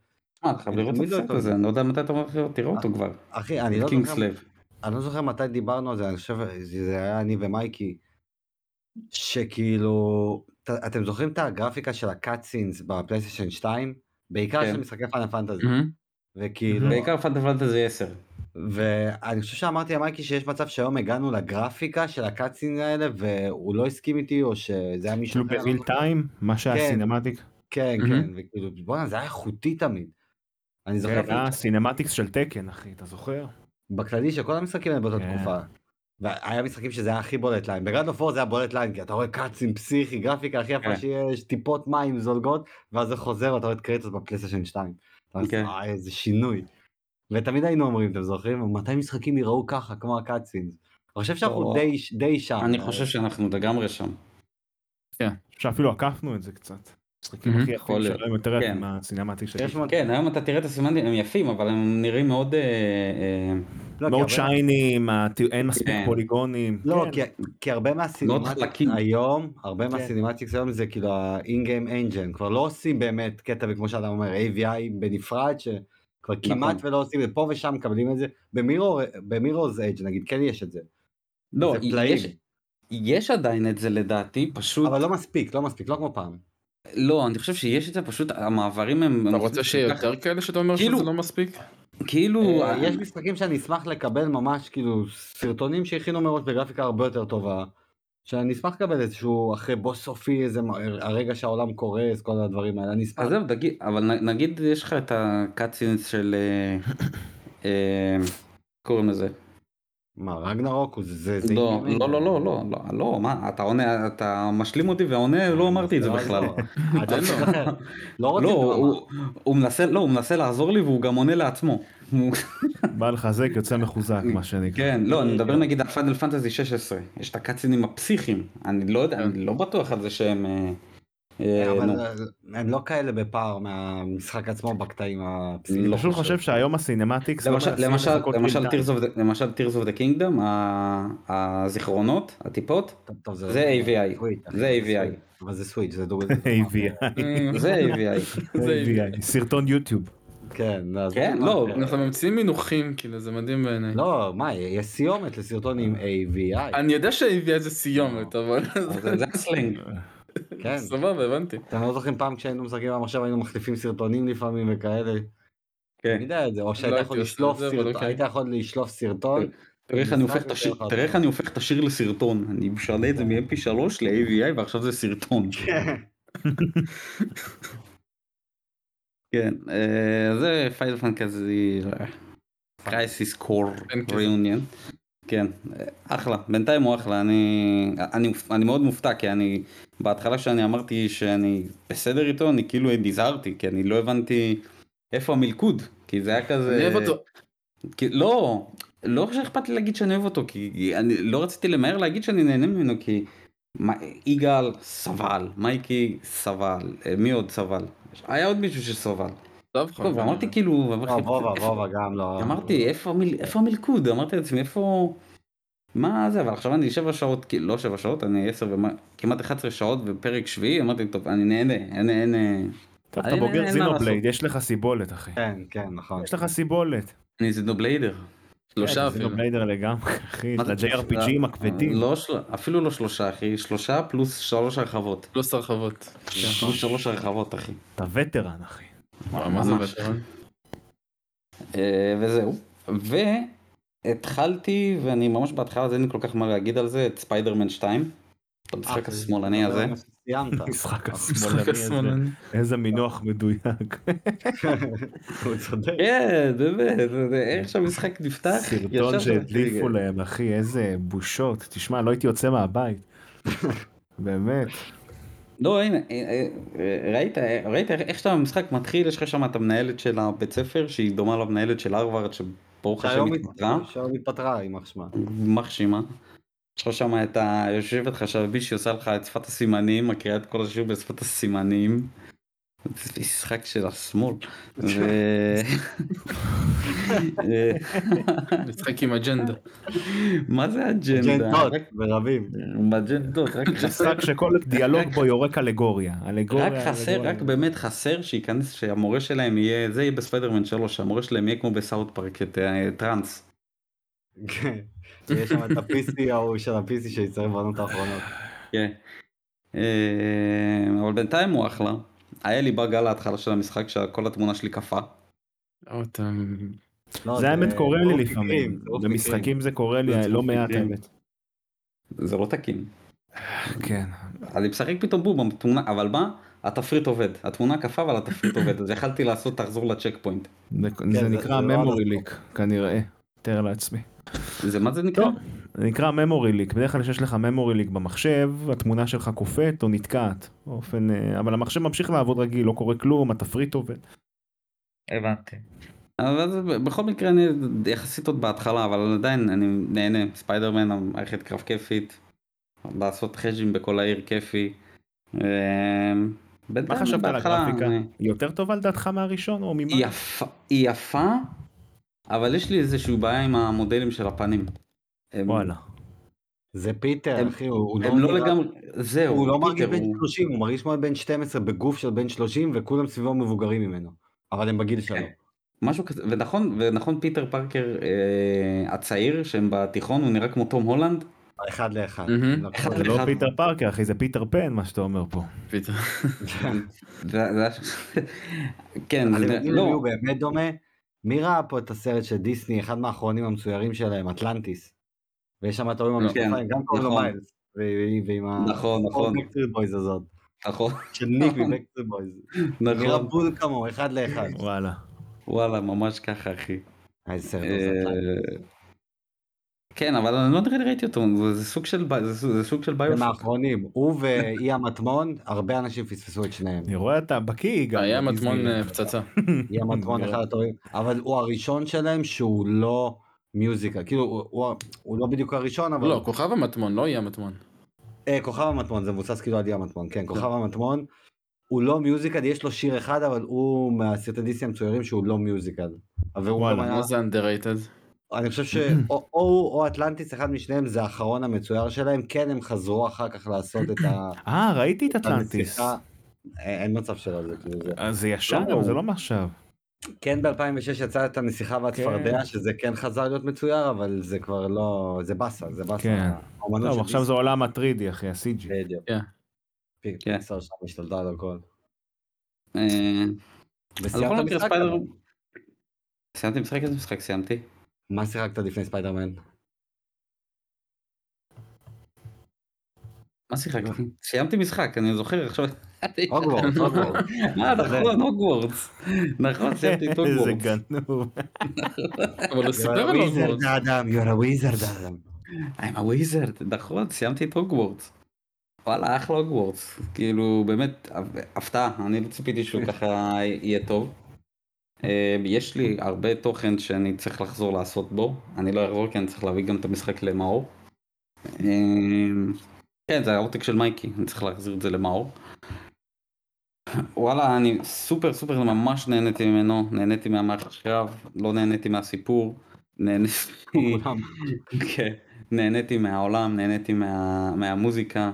[SPEAKER 4] מה, אתה חייב לראות את
[SPEAKER 3] תמיד לא
[SPEAKER 4] הסרט
[SPEAKER 3] טוב.
[SPEAKER 4] הזה, אני לא יודע מתי אתה הולך לראות, תראה אותו כבר.
[SPEAKER 3] אחי, אני לא זוכר
[SPEAKER 4] קינגסלב.
[SPEAKER 3] אני לא זוכר מתי דיברנו על זה, אני חושב שזה היה אני ומייקי, שכאילו, ת- אתם זוכרים את הגרפיקה של הקאצינס בפלייסטיישן 2? בעיקר
[SPEAKER 4] כן.
[SPEAKER 3] של משחקי פאנל פנטזי,
[SPEAKER 1] מהמם.
[SPEAKER 3] וכאילו,
[SPEAKER 4] בעיקר פנטה פנטזי 10.
[SPEAKER 3] ואני חושב שאמרתי למייקי שיש מצב שהיום הגענו לגרפיקה של הקאצינס האלה, והוא לא הסכים איתי, או שזה היה מישהו
[SPEAKER 2] כאילו
[SPEAKER 3] אחר.
[SPEAKER 2] בריל טיים, מה שהסינמטיק,
[SPEAKER 3] כן,
[SPEAKER 1] מהמם.
[SPEAKER 3] כן, וכאילו, בואנה, זה היה איכותי תמיד. אני
[SPEAKER 2] זה
[SPEAKER 3] זוכר,
[SPEAKER 2] היה הסינמטיקס כן, אה, של תקן אחי, אתה זוכר?
[SPEAKER 3] בכללי של כל המשחקים האלה באותה
[SPEAKER 2] כן.
[SPEAKER 3] תקופה. והיה משחקים שזה היה הכי בולט ליין. בגרד אוף זה היה בולט ליין, כי אתה רואה קאצים פסיכי, גרפיקה הכי יפה
[SPEAKER 4] כן.
[SPEAKER 3] שיש, טיפות מים זולגות, ואז זה חוזר, אתה רואה את קרייטוס בפלייסטיישן 2. אתה אומר,
[SPEAKER 4] כן.
[SPEAKER 3] "אה, איזה שינוי. ותמיד היינו אומרים, אתם זוכרים? מתי משחקים יראו ככה, כמו הקאצינס? אני חושב שאנחנו
[SPEAKER 4] או.
[SPEAKER 3] די, די שם.
[SPEAKER 4] לא. אני חושב שאנחנו לגמרי שם.
[SPEAKER 2] שאפילו עקפנו את זה קצת. משחקים
[SPEAKER 1] מהמם.
[SPEAKER 2] הכי
[SPEAKER 4] יכול
[SPEAKER 2] יפים
[SPEAKER 4] להיות.
[SPEAKER 2] שלהם יותר
[SPEAKER 4] כן.
[SPEAKER 2] עם הסינמטיק של
[SPEAKER 3] יש
[SPEAKER 2] תקן.
[SPEAKER 3] מאוד-
[SPEAKER 4] כן, היום אתה תראה את הסימנים, הם יפים, אבל הם נראים מאוד... אה, אה,
[SPEAKER 3] לא, כי
[SPEAKER 2] מאוד
[SPEAKER 3] הרבה-
[SPEAKER 2] שיינים, הטי- אין מספיק
[SPEAKER 4] כן.
[SPEAKER 2] פוליגונים.
[SPEAKER 3] לא,
[SPEAKER 2] כן.
[SPEAKER 3] כי- כי הרבה מהסינמטיקס
[SPEAKER 4] חלקים.
[SPEAKER 3] היום, הרבה
[SPEAKER 2] כן.
[SPEAKER 3] מהסינמטיקס היום זה כאילו ה-in-game engine, כבר לא עושים באמת קטע, וכמו שאתה אומר, AVI בנפרד, שכבר
[SPEAKER 4] נכון.
[SPEAKER 3] כמעט ולא עושים, ופה ושם מקבלים את זה, במירור- במירור's Edge נגיד, כן יש את זה,
[SPEAKER 4] לא,
[SPEAKER 3] זה פלאים.
[SPEAKER 4] יש, יש עדיין את זה לדעתי, פשוט...
[SPEAKER 3] אבל לא מספיק, לא מספיק, לא כמו פעם.
[SPEAKER 4] לא, אני חושב שיש את זה, פשוט המעברים הם...
[SPEAKER 1] אתה
[SPEAKER 4] הם
[SPEAKER 1] רוצה שיהיה יותר כאלה שאתה אומר
[SPEAKER 4] כאילו-
[SPEAKER 1] שזה לא מספיק?
[SPEAKER 4] כאילו...
[SPEAKER 3] אה, יש משחקים שאני אשמח לקבל ממש, כאילו, סרטונים שהכינו מראש בגרפיקה הרבה יותר טובה, שאני אשמח לקבל איזשהו, אחרי בוס סופי, איזה, מ- הרגע שהעולם קורס, כל הדברים האלה, אני אשמח.
[SPEAKER 4] אז זהו, תגיד, אבל נ- נגיד יש לך את הקאצינס של... אה, אה, קוראים לזה.
[SPEAKER 3] מה, רגנרוק? הוא- זה... זה
[SPEAKER 4] לא,
[SPEAKER 3] in-game
[SPEAKER 4] לא,
[SPEAKER 3] engine.
[SPEAKER 4] לא, לא, לא, לא, לא, מה, אתה עונה, אתה משלים אותי ועונה, לא אמרתי את זה בכלל.
[SPEAKER 3] אתה
[SPEAKER 1] אין לו.
[SPEAKER 3] משחרר. לא רוצים
[SPEAKER 4] לא,
[SPEAKER 3] דרמה.
[SPEAKER 4] הוא- הוא מנסה, לא, הוא מנסה לעזור לי והוא גם עונה לעצמו. הוא-
[SPEAKER 2] בא לחזק, יוצא מחוזק, מה שנקרא.
[SPEAKER 4] כן, לא, אני מדבר נגיד על פאנל פנטזי 16, יש את הקאצינים הפסיכיים, אני לא יודע, אני לא בטוח על זה שהם... אה, אה,
[SPEAKER 3] אבל
[SPEAKER 4] נו.
[SPEAKER 3] הם לא כאלה בפער מהמשחק עצמו בקטעים
[SPEAKER 4] אני
[SPEAKER 3] הפסיכיים.
[SPEAKER 4] לא
[SPEAKER 2] אני פשוט חושב שהיום הסינמטיקס... לא
[SPEAKER 4] למשל-
[SPEAKER 2] מנסים
[SPEAKER 4] למשל-
[SPEAKER 2] לחכות
[SPEAKER 4] למשל
[SPEAKER 2] בינתיים.
[SPEAKER 4] Tears of the- למשל Tears of the Kingdom, ה- הזיכרונות, הטיפות,
[SPEAKER 3] טוב, טוב,
[SPEAKER 4] זה AVI.
[SPEAKER 3] סוויץ', אחי,
[SPEAKER 4] זה AVI.
[SPEAKER 3] סוויץ'. אבל זה סוויץ', זה דורי.
[SPEAKER 2] AVI.
[SPEAKER 4] זה AVI.
[SPEAKER 1] אה, זה-
[SPEAKER 2] AVI. סרטון יוטיוב.
[SPEAKER 3] כן, אז-
[SPEAKER 4] כן, לא,
[SPEAKER 1] אנחנו ממציאים מינוחים, כאילו, זה מדהים בעיניי.
[SPEAKER 3] לא, מה, יש סיומת לסרטון עם AVI.
[SPEAKER 1] אני יודע שהביאה איזה סיומת, אבל...
[SPEAKER 4] זה זה הסלנג.
[SPEAKER 3] כן.
[SPEAKER 1] סבבה, הבנתי.
[SPEAKER 3] אתם לא זוכרים פעם כשהיינו משחקים במחשב היינו מחליפים סרטונים לפעמים וכאלה.
[SPEAKER 4] כן.
[SPEAKER 3] אני יודע את זה, או שהיית
[SPEAKER 1] לא הייתי
[SPEAKER 3] יכול
[SPEAKER 1] עושה את
[SPEAKER 3] לשלוף
[SPEAKER 1] זה, אבל
[SPEAKER 3] סרטון,
[SPEAKER 1] אוקיי.
[SPEAKER 3] היית יכול לשלוף סרטון.
[SPEAKER 4] תראה איך אני הופך את השיר-
[SPEAKER 3] משחק יותר
[SPEAKER 4] תראה איך אני הופך את השיר לסרטון, אני משנה את זה מ-MP3 ל-AVI ועכשיו זה סרטון. כן, אה, זה פייל פנקזי קרייסיס קור
[SPEAKER 1] כן, כן.
[SPEAKER 4] ריאוניון. כן, אה, אחלה, בינתיים הוא אחלה, אני, אני, אני מאוד מופתע כי אני, בהתחלה כשאני אמרתי שאני בסדר איתו, אני כאילו נזהרתי, כי אני לא הבנתי איפה המלכוד, כי זה היה כזה...
[SPEAKER 1] אני אוהב אותו.
[SPEAKER 4] כי, לא, לא שאכפת לי להגיד שאני אוהב אותו, כי אני לא רציתי למהר להגיד שאני נהנה ממנו, כי מה- יגאל סבל, מייקי סבל, אה, מי עוד סבל? היה עוד מישהו שסבל.
[SPEAKER 1] טוב, חבל.
[SPEAKER 4] טוב, אמרתי כאילו,
[SPEAKER 3] לא, וובה,
[SPEAKER 4] איפה-
[SPEAKER 3] וובה גם לא.
[SPEAKER 4] אמרתי איפה המיל- איפה המלכוד, אמרתי לעצמי איפה, מה זה, אבל עכשיו אני שבע שעות, כאילו, לא שבע שעות, אני עשר ומה, כמעט 11 שעות בפרק שביעי, אמרתי טוב, אני נהנה, אין, אין, אה,
[SPEAKER 2] טוב, אתה
[SPEAKER 4] אין- אין
[SPEAKER 2] בוגר
[SPEAKER 4] מה
[SPEAKER 2] זינובלייד, יש לך סיבולת, אחי.
[SPEAKER 3] כן, כן, נכון.
[SPEAKER 2] יש לך סיבולת.
[SPEAKER 4] אני זינובליידר. לא
[SPEAKER 1] שלושה
[SPEAKER 2] אה, זה לא-
[SPEAKER 1] אפילו.
[SPEAKER 2] זינובליידר לגמרי, אחי.
[SPEAKER 4] מה זה
[SPEAKER 2] ל-JRPGים הכבדים.
[SPEAKER 4] לא, של- אפילו לא שלושה אחי, שלושה פלוס שלוש הרחבות.
[SPEAKER 1] פלוס הרחבות.
[SPEAKER 4] פלוס כן, שלוש הרחבות אחי.
[SPEAKER 2] אתה וטרן, אחי.
[SPEAKER 1] וואו, מה זה
[SPEAKER 4] ממש.
[SPEAKER 1] בטרון?
[SPEAKER 4] אה, וזהו. והתחלתי, ואני ממש בהתחלה, אז אין לי כל כך מה להגיד על זה, את ספיידרמן 2. המשחק
[SPEAKER 3] אה,
[SPEAKER 4] השמאלני הזה.
[SPEAKER 3] סיימת.
[SPEAKER 2] משחק השמאלני
[SPEAKER 1] משחק
[SPEAKER 2] הזה.
[SPEAKER 1] השמאלני.
[SPEAKER 2] איזה מינוח מדויק.
[SPEAKER 3] הוא צודק.
[SPEAKER 4] כן, באמת, זה- איך שהמשחק נפתח.
[SPEAKER 2] סרטון
[SPEAKER 4] ישר-
[SPEAKER 2] שהדליפו להם, אחי, איזה בושות. תשמע, לא הייתי יוצא מהבית. באמת.
[SPEAKER 4] לא, הנה, אה, אה, ראית, אה, ראית איך איך שהמשחק מתחיל, יש לך שם את המנהלת של הבית ספר, שהיא דומה למנהלת של הרווארד, שברוך השם
[SPEAKER 3] שהיום
[SPEAKER 4] התפטרה.
[SPEAKER 3] הת- שהיום התפטרה, יימח שמה.
[SPEAKER 4] מחשימה. יש לך שם את היושבת חשבי שעושה לך את שפת הסימנים, מקריאה את כל השיר בשפת הסימנים. זה משחק של השמאל. ו...
[SPEAKER 1] משחק עם אג'נדה.
[SPEAKER 4] מה כן, זה אג'נדה?
[SPEAKER 3] ג'נטות, ברבים.
[SPEAKER 4] אג'נדות, רק חסר,
[SPEAKER 2] משחק שכל דיאלוג בו יורק אלגוריה. אלגוריה.
[SPEAKER 4] רק חסר,
[SPEAKER 2] אלגוריה.
[SPEAKER 4] רק באמת חסר שייכנס, שהמורה שלהם יהיה, זה יהיה בספיידרמן 3, שהמורה שלהם יהיה כמו בסאוט פארק, את אה, טראנס.
[SPEAKER 3] כן. יש שם את ה-PC ההוא של ה-PC שיצטרף בעונות האחרונות.
[SPEAKER 4] כן. אה, אבל בינתיים הוא אחלה. היה לי באג על ההתחלה של המשחק, שכל התמונה שלי קפאה.
[SPEAKER 1] לא, אתה...
[SPEAKER 3] לא,
[SPEAKER 2] זה האמת קורה לי
[SPEAKER 3] טירוף
[SPEAKER 2] לפעמים.
[SPEAKER 3] מקרים, טירוף מקרים.
[SPEAKER 2] במשחקים זה קורה לי
[SPEAKER 4] זה
[SPEAKER 2] לא מעט
[SPEAKER 4] מקרים.
[SPEAKER 2] האמת.
[SPEAKER 4] זה לא תקין.
[SPEAKER 2] כן.
[SPEAKER 4] אני משחק פתאום בום, התמונה, אבל מה? התפריט עובד. התמונה קפה אבל התפריט עובד. אז יכלתי לעשות תחזור לצ'ק פוינט.
[SPEAKER 2] זה- זה
[SPEAKER 3] זה-
[SPEAKER 2] נקרא
[SPEAKER 3] זה לא
[SPEAKER 2] memory leak כנראה. תאר לעצמי.
[SPEAKER 4] זה מה זה נקרא?
[SPEAKER 2] טוב. זה נקרא memory leak, בדרך כלל כשיש לך memory leak במחשב, התמונה שלך קופאת או נתקעת. באופן, אה, אבל המחשב ממשיך לעבוד רגיל, לא קורה כלום, התפריט עובד.
[SPEAKER 4] הבנתי. אבל זה- בכל מקרה אני יחסית עוד בהתחלה אבל עדיין אני נהנה ספיידרמן מערכת קרב כיפית. לעשות חג'ים בכל העיר כיפי. אה, בינתיים
[SPEAKER 2] מה חשבת על
[SPEAKER 4] בהתחלה,
[SPEAKER 2] הגרפיקה?
[SPEAKER 4] אני-
[SPEAKER 2] היא יותר טובה לדעתך מהראשון או ממה?
[SPEAKER 4] היא יפה, היא יפה, אבל יש לי איזושהי בעיה עם המודלים של הפנים. הם-
[SPEAKER 2] וואלה.
[SPEAKER 3] זה פיטר,
[SPEAKER 4] הם-
[SPEAKER 3] אחי, הוא הוא
[SPEAKER 4] הם לא
[SPEAKER 3] נראה-
[SPEAKER 4] לגמרי, זהו,
[SPEAKER 3] הוא לא מרגיש
[SPEAKER 4] פיטר,
[SPEAKER 3] בן
[SPEAKER 4] הוא-
[SPEAKER 3] 30, הוא מרגיש מאוד בן 12 בגוף של בן 30 וכולם סביבו מבוגרים ממנו. אבל הם בגיל שלו.
[SPEAKER 4] כן. משהו כזה, ונכון, ונכון פיטר פארקר אה, הצעיר שהם בתיכון הוא נראה כמו תום הולנד,
[SPEAKER 3] אחד לאחד.
[SPEAKER 1] מהמם.
[SPEAKER 3] נכון.
[SPEAKER 4] אחד
[SPEAKER 2] זה לא
[SPEAKER 4] לאחד.
[SPEAKER 2] פיטר פארקר אחי, זה פיטר פן מה שאתה אומר פה.
[SPEAKER 1] פתאום.
[SPEAKER 4] זה- זה היה- כן,
[SPEAKER 3] אתם
[SPEAKER 4] זה-
[SPEAKER 3] יודעים למי
[SPEAKER 4] לא,
[SPEAKER 3] הוא באמת דומה? מי ראה פה את הסרט של דיסני, אחד מהאחרונים המצוירים שלהם, אטלנטיס? ויש שם את ההוא עם
[SPEAKER 4] כן,
[SPEAKER 3] המשקפיים, גם קוראים לו
[SPEAKER 4] נכון.
[SPEAKER 3] מיילס. ו- ועם ה...
[SPEAKER 4] נכון, נכון,
[SPEAKER 3] בקטרי בויז הזאת.
[SPEAKER 4] נכון,
[SPEAKER 3] של ניק מבקטרי בויז. נראה
[SPEAKER 4] נכון,
[SPEAKER 3] בול כמוהו, אחד לאחד.
[SPEAKER 2] וואלה.
[SPEAKER 4] וואלה, ממש ככה אחי.
[SPEAKER 3] איזה סרט
[SPEAKER 4] אה,
[SPEAKER 3] הזה, אטלנטיס.
[SPEAKER 4] כן, אבל אני לא נראה לי ראיתי אותו, זה- זה סוג של ב- זה סוג- זה סוג של
[SPEAKER 3] זה
[SPEAKER 4] ביושוק.
[SPEAKER 3] מהאחרונים. הוא ואי המטמון, הרבה אנשים פספסו את שניהם.
[SPEAKER 2] אני רואה אתה בקיא גם.
[SPEAKER 1] היה מטמון אה,
[SPEAKER 2] בדיסנילנד.
[SPEAKER 1] פצצה.
[SPEAKER 3] אי המטמון אחד הטובים. אבל הוא הראשון שלהם שהוא לא מיוזיקה. כאילו, הוא- הוא- הוא לא בדיוק הראשון, אבל...
[SPEAKER 1] לא, כוכב המטמון, לא יהיה המטמון.
[SPEAKER 3] אה, כוכב המטמון, זה מבוסס כאילו על ים המטמון, כן, כוכב המטמון. הוא לא מיוזיקל, יש לו שיר אחד, אבל הוא מהסרטי דיסי המצוירים שהוא לא מיוזיקל. אבל הוא גם
[SPEAKER 2] וואלה,
[SPEAKER 3] היה-
[SPEAKER 1] מה לא זה underrated?
[SPEAKER 3] אני חושב שאו או הוא או אטלנטיס, אחד משניהם זה האחרון המצויר שלהם, כן, הם חזרו אחר כך לעשות את ה...
[SPEAKER 2] אה, ראיתי את אטלנטיס.
[SPEAKER 3] הנסיכה. אה, אין מצב שלא זה כאילו זה.
[SPEAKER 2] אז זה ישן,
[SPEAKER 4] לא.
[SPEAKER 2] אבל זה לא מעכשיו.
[SPEAKER 3] כן ב-2006 יצא את הנסיכה והצפרדע, שזה כן חזר להיות מצויר, אבל זה כבר לא... זה באסה, זה באסה.
[SPEAKER 2] כן.
[SPEAKER 3] האומנות של
[SPEAKER 2] לא, עכשיו
[SPEAKER 3] דיסני.
[SPEAKER 2] זה עולם הטרידי, אחי, ה-CG.
[SPEAKER 3] בדיוק.
[SPEAKER 1] כן.
[SPEAKER 3] פי-
[SPEAKER 4] כן.
[SPEAKER 3] פיקסאר שם השתלטה על הכל.
[SPEAKER 4] אה, אז
[SPEAKER 3] וסיימת
[SPEAKER 4] בכל מקרה
[SPEAKER 3] משחק?
[SPEAKER 4] ספיידר... סיימתי משחק? איזה משחק סיימתי?
[SPEAKER 3] מה שיחקת לפני ספיידרמן?
[SPEAKER 4] מה שיחקתי? סיימתי משחק, אני זוכר עכשיו.
[SPEAKER 3] אוקיי. הוגוורטס, הוגוורטס.
[SPEAKER 4] אה, נכון, הוגוורטס. נכון, סיימתי את
[SPEAKER 2] איזה
[SPEAKER 4] הוגוורטס.
[SPEAKER 2] גנוב.
[SPEAKER 1] אבל הוא
[SPEAKER 3] You're
[SPEAKER 1] סיפר
[SPEAKER 3] a
[SPEAKER 1] על
[SPEAKER 3] wizard,
[SPEAKER 1] הוגוורטס.
[SPEAKER 3] אדם, you're a wizard, אדם.
[SPEAKER 4] I'm a wizard, נכון, סיימתי את הוגוורטס. וואלה, אחלה הוגוורטס. כאילו, באמת, הפתעה, אני לא ציפיתי שהוא ככה יהיה טוב. אה, יש לי הרבה תוכן שאני צריך לחזור לעשות בו, אני לא אחזור כי אני צריך להביא גם את המשחק למאור. אה, כן, זה העותק של מייקי, אני צריך להחזיר את זה למאור. וואלה, אני סופר סופר ממש נהניתי ממנו, נהניתי מהמערכת הקרב, לא נהניתי מהסיפור, נהניתי...
[SPEAKER 3] כולם.
[SPEAKER 4] כן, נהניתי מהעולם, נהניתי מה, מהמוזיקה,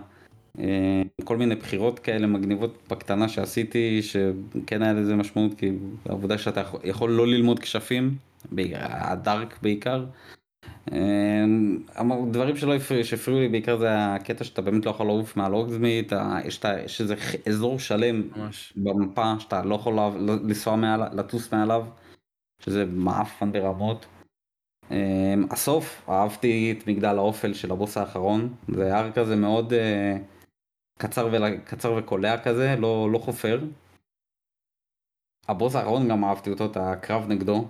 [SPEAKER 4] אה, כל מיני בחירות כאלה מגניבות בקטנה שעשיתי, שכן היה לזה משמעות, כי העבודה שאתה יכול- יכול לא ללמוד כשפים, ב- הדארק בעיקר. אה, אמר- דברים שלא הפריעו- שהפריעו לי בעיקר זה הקטע שאתה באמת לא יכול לעוף מהלוגזמית, ה- יש את ה- יש איזה ח- אזור שלם
[SPEAKER 1] ממש.
[SPEAKER 4] במפה שאתה לא יכול לע- ל- לנסוע מעל, לטוס מעליו, שזה מעפן ברמות. אמ, הסוף, אהבתי את מגדל האופל של הבוס האחרון, זה היה הר כזה מאוד אה, קצר, ול, קצר וקולע כזה, לא, לא חופר. הבוס האחרון גם אהבתי אותו, את הקרב נגדו.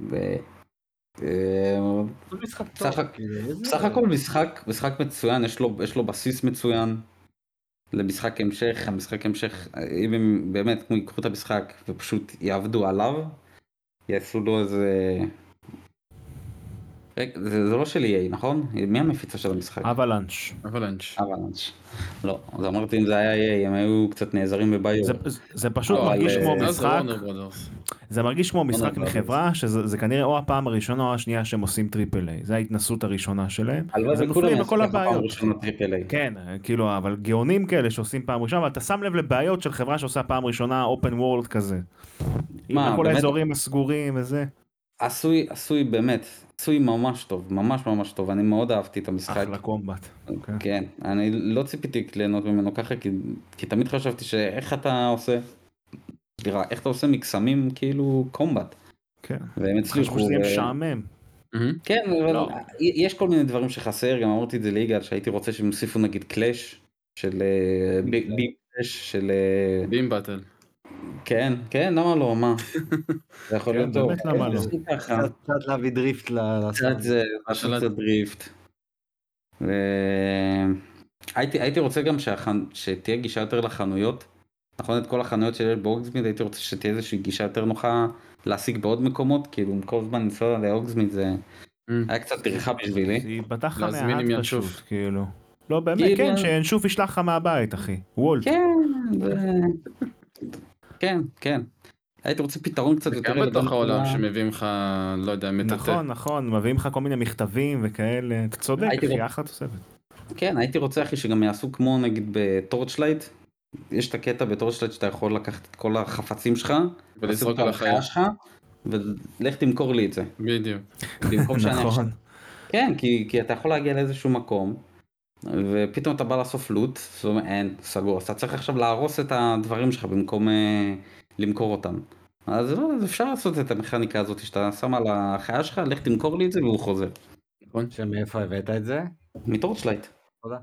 [SPEAKER 4] ו... אמ,
[SPEAKER 3] זה משחק טוב,
[SPEAKER 4] סך הכ-
[SPEAKER 3] כאילו, איזה-
[SPEAKER 2] לא.
[SPEAKER 4] בסך הכל משחק, משחק מצוין, יש לו, יש לו בסיס מצוין למשחק המשך, המשחק המשך, אה, אם הם באמת כמו ייקחו את המשחק ופשוט יעבדו עליו, יעשו לו איזה... רגע, זה, זה לא של EA, נכון? מי המפיצה של המשחק?
[SPEAKER 2] אבלנץ'.
[SPEAKER 4] כן.
[SPEAKER 1] אבלנץ'.
[SPEAKER 4] אבלנץ'. לא, אז אמרתי אם זה היה EA, הם היו קצת נעזרים בביו.
[SPEAKER 2] זה- זה- זה פשוט
[SPEAKER 4] אבל,
[SPEAKER 2] מרגיש כמו
[SPEAKER 4] אה,
[SPEAKER 1] אז זה
[SPEAKER 2] משחק,
[SPEAKER 1] Warner Brothers.
[SPEAKER 2] זה מרגיש כמו משחק
[SPEAKER 4] Brothers.
[SPEAKER 2] מחברה, שזה זה כנראה או הפעם הראשונה או השנייה שהם עושים טריפל איי, זה ההתנסות הראשונה שלהם.
[SPEAKER 4] הלוואי
[SPEAKER 2] אז הם
[SPEAKER 4] וכולם
[SPEAKER 2] נופלים
[SPEAKER 4] יעשו
[SPEAKER 2] בכל
[SPEAKER 4] ככה פעם
[SPEAKER 2] הבעיות.
[SPEAKER 4] ראשונה טריפל איי.
[SPEAKER 2] כן, כאילו, אבל גאונים כאלה שעושים פעם ראשונה, אבל אתה שם לב לבעיות של חברה שעושה פעם ראשונה אופן וורלד כזה.
[SPEAKER 4] מה,
[SPEAKER 2] עם כל
[SPEAKER 4] באמת?
[SPEAKER 2] האזורים הסגורים וזה.
[SPEAKER 4] עשוי, עשוי באמת, עשוי ממש טוב, ממש ממש טוב, אני מאוד אהבתי את המשחק.
[SPEAKER 2] אחלה קומבט. אוקיי.
[SPEAKER 4] כן, אני לא ציפיתי ליהנות ממנו ככה, כי, כי תמיד חשבתי שאיך אתה עושה, סליחה, איך אתה עושה מקסמים כאילו קומבט,
[SPEAKER 2] כן.
[SPEAKER 4] והם הצליחו. אה,
[SPEAKER 2] חשבו שזה יהיה
[SPEAKER 4] ו-
[SPEAKER 2] משעמם.
[SPEAKER 1] מהמם.
[SPEAKER 4] כן, אבל
[SPEAKER 2] לא.
[SPEAKER 4] יש כל מיני דברים שחסר, גם אמרתי את זה ליגאל, שהייתי רוצה שהם יוסיפו נגיד קלאש, של אה, ב-
[SPEAKER 3] כן.
[SPEAKER 4] בים קלאש, של... אה,
[SPEAKER 1] בים באטל.
[SPEAKER 4] כן, כן, למה לא, מה? זה יכול
[SPEAKER 2] כן,
[SPEAKER 4] להיות טוב.
[SPEAKER 2] באמת, למה לא?
[SPEAKER 4] עשו ככה.
[SPEAKER 3] קצת- קצת להביא דריפט ל-
[SPEAKER 4] קצת
[SPEAKER 3] לסרט.
[SPEAKER 4] זה, משהו
[SPEAKER 1] שלט.
[SPEAKER 4] קצת דריפט. ו... הייתי, הייתי רוצה גם שהחנ... שתהיה גישה יותר לחנויות. נכון, את כל החנויות שיש באוגזמיד, הייתי רוצה שתהיה איזושהי גישה יותר נוחה להשיג בעוד מקומות, כאילו כל הזמן לנסוע לאוגזמיד זה
[SPEAKER 1] Mm.
[SPEAKER 4] היה קצת טרחה
[SPEAKER 2] זה
[SPEAKER 4] בשבילי.
[SPEAKER 2] ייפתח לך
[SPEAKER 1] להזמין עם
[SPEAKER 2] מהעד
[SPEAKER 1] ינשוף.
[SPEAKER 2] פשוט, כאילו. לא, באמת,
[SPEAKER 4] כאילו-
[SPEAKER 2] כן, שינשוף ישלח לך מהבית, אחי. וולט.
[SPEAKER 4] כן, זה... כן, כן. הייתי רוצה פתרון קצת יותר...
[SPEAKER 1] גם בתוך העולם שמביאים לך, לא יודע, מטאטא.
[SPEAKER 2] נכון, נכון, מביאים לך כל מיני מכתבים וכאלה. אתה צודק,
[SPEAKER 4] הייתי
[SPEAKER 2] אחי,
[SPEAKER 4] רוא-
[SPEAKER 2] אחלה תוספת.
[SPEAKER 4] כן, הייתי רוצה אחי שגם יעשו כמו נגיד בטורצ'לייט. יש את הקטע בטורצ'לייט שאתה יכול לקחת את כל החפצים שלך,
[SPEAKER 1] ולזרוק על החיה.
[SPEAKER 4] שלך, ולך תמכור לי את זה.
[SPEAKER 1] בדיוק.
[SPEAKER 4] במקום שאני
[SPEAKER 2] נכון.
[SPEAKER 4] כן, כי, כי אתה יכול להגיע לאיזשהו מקום, ופתאום אתה בא לאסוף לוט, זאת אומרת, אין, סגור. אז אתה צריך עכשיו להרוס את הדברים שלך במקום אה, למכור אותם. אז לא, אז אפשר לעשות את המכניקה הזאת שאתה שם על החיה שלך, לך תמכור לי את זה והוא חוזר.
[SPEAKER 1] נכון?
[SPEAKER 3] שמאיפה הבאת את זה?
[SPEAKER 4] מטורצ'לייט.
[SPEAKER 3] תודה.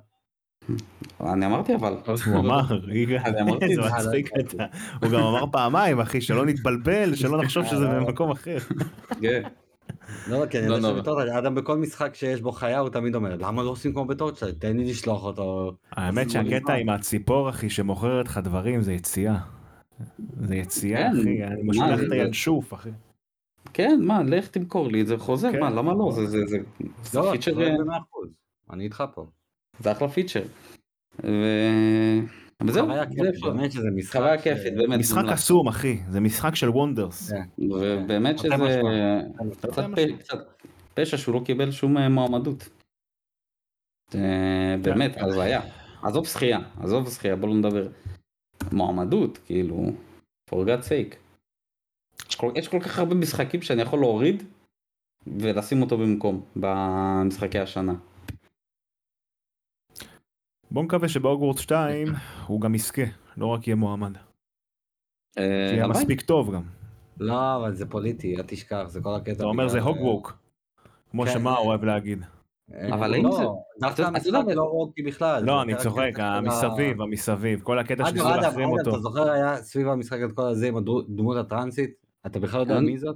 [SPEAKER 4] אני אמרתי אבל.
[SPEAKER 2] הוא אמר, יגאל,
[SPEAKER 4] אני אמרתי את
[SPEAKER 2] איזה
[SPEAKER 4] זה.
[SPEAKER 2] מצחיק אתה. הוא גם אמר פעמיים, אחי, שלא נתבלבל, שלא נחשוב שזה
[SPEAKER 4] אה.
[SPEAKER 2] במקום אחר.
[SPEAKER 4] כן.
[SPEAKER 3] לא, כי אני
[SPEAKER 1] לא
[SPEAKER 3] יודע
[SPEAKER 1] נורא.
[SPEAKER 3] שבטורצ'לייט, אדם בכל משחק שיש בו חיה, הוא תמיד אומר, למה לא עושים כמו בטורצ'לייט? תן לי לשלוח אותו.
[SPEAKER 2] האמת שהקטע עם הציפור, אחי, שמוכרת לך דברים, זה יציאה. זה יציאה,
[SPEAKER 4] כן,
[SPEAKER 2] אחי, אני משלח
[SPEAKER 4] זה-
[SPEAKER 2] את הינשוף, אחי.
[SPEAKER 4] כן, מה, לך תמכור לי את זה, חוזר,
[SPEAKER 2] כן.
[SPEAKER 4] מה, למה לא? זה, זה, זה, זה
[SPEAKER 3] לא, אתה
[SPEAKER 4] פיצ'ר,
[SPEAKER 3] צודק במאה אחוז. אני איתך פה.
[SPEAKER 4] זה אחלה פיצ'ר. ו... וזהו,
[SPEAKER 3] חוויה כיפית, באמת שזה משחק.
[SPEAKER 4] חוויה
[SPEAKER 3] ש-
[SPEAKER 4] כיפית, באמת.
[SPEAKER 2] משחק
[SPEAKER 4] מומלץ.
[SPEAKER 2] אסום אחי, זה משחק של וונדרס.
[SPEAKER 3] כן.
[SPEAKER 4] ובאמת
[SPEAKER 3] נותן
[SPEAKER 4] שזה
[SPEAKER 3] משמעות.
[SPEAKER 4] קצת פ- קצת פשע שהוא לא קיבל שום אה, מועמדות. זה באמת,
[SPEAKER 2] כן.
[SPEAKER 4] הזיה. עזוב שחייה, עזוב שחייה, בואו לא נדבר. מועמדות, כאילו, for God's sake. יש כל- יש כל כך הרבה משחקים שאני יכול להוריד ולשים אותו במקום במשחקי השנה.
[SPEAKER 2] בוא נקווה שבהוגוורטס 2 הוא גם יזכה, לא רק יהיה מועמד.
[SPEAKER 4] אה,
[SPEAKER 2] שיהיה
[SPEAKER 4] הלוואי.
[SPEAKER 2] מספיק טוב גם.
[SPEAKER 3] לא, אבל זה פוליטי, אל תשכח, זה כל הקטע.
[SPEAKER 4] לא
[SPEAKER 2] אתה אומר זה
[SPEAKER 3] בגלל-
[SPEAKER 2] הוגוורק. כמו
[SPEAKER 3] כן.
[SPEAKER 2] שמה אוהב להגיד.
[SPEAKER 3] אה,
[SPEAKER 4] אבל האם
[SPEAKER 3] לא,
[SPEAKER 4] זה-
[SPEAKER 3] דווקא
[SPEAKER 4] אתה- אתה יודע,
[SPEAKER 3] המשחק
[SPEAKER 4] אבל-
[SPEAKER 3] לא רוקי בכלל. זה
[SPEAKER 2] לא, אני
[SPEAKER 3] יותר הקטע
[SPEAKER 2] צוחק, אה,
[SPEAKER 3] של ה-
[SPEAKER 2] המסביב, המסביב, כל הקטע
[SPEAKER 3] אגב,
[SPEAKER 2] שניסו
[SPEAKER 3] אדם,
[SPEAKER 2] להחרים
[SPEAKER 3] אדם,
[SPEAKER 2] אותו.
[SPEAKER 3] אתה זוכר היה סביב המשחק את כל הזה עם הדמות הטרנסית? אתה בכלל יודע
[SPEAKER 4] אני-
[SPEAKER 3] מי זאת?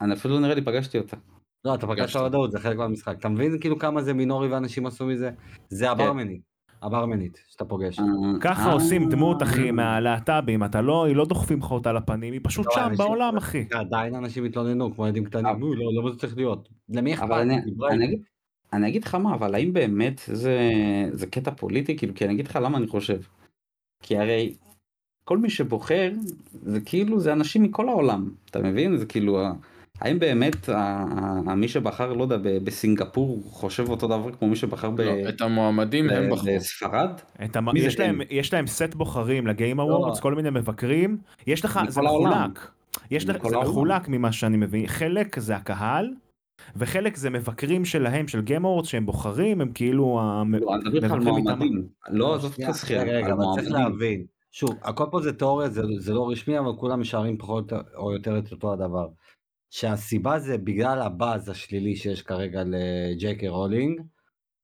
[SPEAKER 4] אני אפילו לא נראה לי פגשתי אותה.
[SPEAKER 3] לא, אתה פגשת
[SPEAKER 1] פגשתי.
[SPEAKER 3] הודעות, זה חלק מהמשחק. אתה מבין כאילו כמה זה מינורי ואנשים עשו מזה? זה הברמנית, הברמנית שאתה פוגש.
[SPEAKER 2] ככה
[SPEAKER 4] כן. אה,
[SPEAKER 2] עושים דמות אחי מהלהט"בים, אתה לא, היא לא דוחפים לך אותה לפנים, היא פשוט
[SPEAKER 3] לא,
[SPEAKER 2] שם
[SPEAKER 3] אנשים-
[SPEAKER 2] בעולם אחי.
[SPEAKER 3] עדיין אנשים התלוננו כמו ילדים קטנים,
[SPEAKER 4] אבל-
[SPEAKER 3] "אוי, לא, למה זה צריך להיות? למי אכפת?
[SPEAKER 4] אה. אבל אני,
[SPEAKER 3] דיברה
[SPEAKER 4] אני,
[SPEAKER 3] איתי.
[SPEAKER 4] אגיד, אני אגיד לך מה, אבל האם באמת זה, זה קטע פוליטי? כאילו, כי אני אגיד לך למה אני חושב. כי הרי כל מי שבוחר, זה כאילו, זה אנשים מכל העולם, אתה מבין? זה כאילו, ה- האם באמת ה- ה- ה- מי שבחר, לא יודע, ב- בסינגפור חושב אותו דבר כמו מי שבחר ב...
[SPEAKER 1] לא, את המועמדים הם
[SPEAKER 4] ב-
[SPEAKER 1] בחרו.
[SPEAKER 4] בספרד?
[SPEAKER 2] את המ...
[SPEAKER 4] מי זה
[SPEAKER 2] יש, להם,
[SPEAKER 4] הם?
[SPEAKER 2] יש להם סט בוחרים לגיים
[SPEAKER 3] לא.
[SPEAKER 2] אבורדס, כל מיני מבקרים, יש לך, זה
[SPEAKER 4] מכל העולם.
[SPEAKER 2] מחולק, יש לך,
[SPEAKER 4] מכל
[SPEAKER 2] זה
[SPEAKER 4] העולם.
[SPEAKER 2] מחולק ממה שאני מבין, חלק זה הקהל, וחלק זה מבקרים שלהם, של גיים אבורדס שהם בוחרים, הם כאילו, המ...
[SPEAKER 4] לא, אני מדבר איתך על
[SPEAKER 2] מבקרים איתם.
[SPEAKER 4] מועמדים. לא, עזוב
[SPEAKER 3] שנייה,
[SPEAKER 4] אותך שחייה,
[SPEAKER 3] רגע, רגע,
[SPEAKER 4] על
[SPEAKER 3] אבל צריך
[SPEAKER 4] מועמדים.
[SPEAKER 3] להבין. שוב, הכל פה זה תיאוריה, זה, זה לא רשמי, אבל כולם משערים פחות או יותר את אותו הדבר. שהסיבה זה בגלל הבאז השלילי שיש כרגע לג'קי רולינג,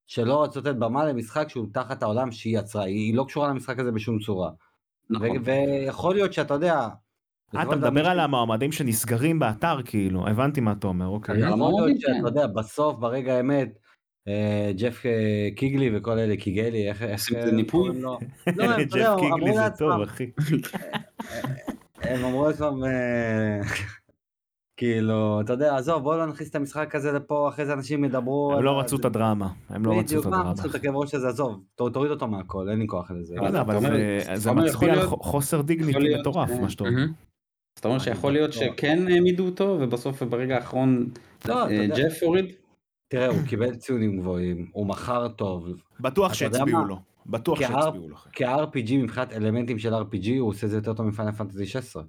[SPEAKER 3] שלא רצו לתת במה למשחק שהוא תחת העולם שהיא יצרה, היא היא לא קשורה למשחק הזה בשום צורה.
[SPEAKER 4] נכון.
[SPEAKER 3] ו- ויכול להיות שאתה יודע... לא,
[SPEAKER 2] אה, אתה מדבר על המועמדים שנסגרים באתר כאילו, הבנתי מה אתה אומר, אוקיי.
[SPEAKER 4] על
[SPEAKER 3] יכול
[SPEAKER 4] המועמדים,
[SPEAKER 3] להיות שאתה
[SPEAKER 4] כן.
[SPEAKER 3] יודע, בסוף, ברגע האמת, אה, ג'ף אה, קיגלי וכל אלה, קיגלי, איך איך,
[SPEAKER 4] עושים את
[SPEAKER 3] אה,
[SPEAKER 4] זה ניפוי?
[SPEAKER 3] קוראים לו? לא, הם, אתה יודע,
[SPEAKER 2] ג'ף קיגלי
[SPEAKER 3] אמרו
[SPEAKER 2] זה טוב
[SPEAKER 3] לעצמם,
[SPEAKER 2] אחי.
[SPEAKER 3] הם אמרו לעצמם, אה, כאילו, אתה יודע, עזוב, בואו לא נכניס את המשחק הזה לפה, אחרי זה אנשים ידברו.
[SPEAKER 2] הם
[SPEAKER 3] על
[SPEAKER 2] לא
[SPEAKER 3] ה-
[SPEAKER 2] רצו
[SPEAKER 3] זה-
[SPEAKER 2] את הדרמה, הם לא רצו את
[SPEAKER 3] בדיוק, מה,
[SPEAKER 2] הדרמה.
[SPEAKER 3] עשו את הכאב ראש הזה, עזוב, ת- תוריד אותו מהכל, אין לי כוח לזה.
[SPEAKER 4] אבל
[SPEAKER 2] אבל
[SPEAKER 4] אתה
[SPEAKER 2] זה-
[SPEAKER 4] אומר-
[SPEAKER 2] זה
[SPEAKER 4] אתה אומר, יכול
[SPEAKER 2] מצביע על
[SPEAKER 4] להיות-
[SPEAKER 2] חו- חוסר
[SPEAKER 4] יכול
[SPEAKER 2] דיגניטי
[SPEAKER 4] להיות,
[SPEAKER 2] מטורף
[SPEAKER 4] אה,
[SPEAKER 2] מה שאתה אומר.
[SPEAKER 1] מהמם.
[SPEAKER 4] זאת אומרת שיכול להיות שכן העמידו אותו, ובסוף ברגע האחרון
[SPEAKER 3] לא, אתה
[SPEAKER 4] אה,
[SPEAKER 3] יודע,
[SPEAKER 4] ג'ף הוריד?
[SPEAKER 3] תראה, הוא קיבל ציונים גבוהים, הוא מכר טוב.
[SPEAKER 4] אה.
[SPEAKER 2] בטוח
[SPEAKER 3] אתה יודע
[SPEAKER 2] שהצביעו
[SPEAKER 3] מה?
[SPEAKER 2] לו, בטוח
[SPEAKER 3] כי ה-
[SPEAKER 2] שהצביעו לו. אחי.
[SPEAKER 3] כ-RPG מבחינת אלמנטים של RPG, הוא עושה את זה יותר טוב מפאנל פנטזי 16. אי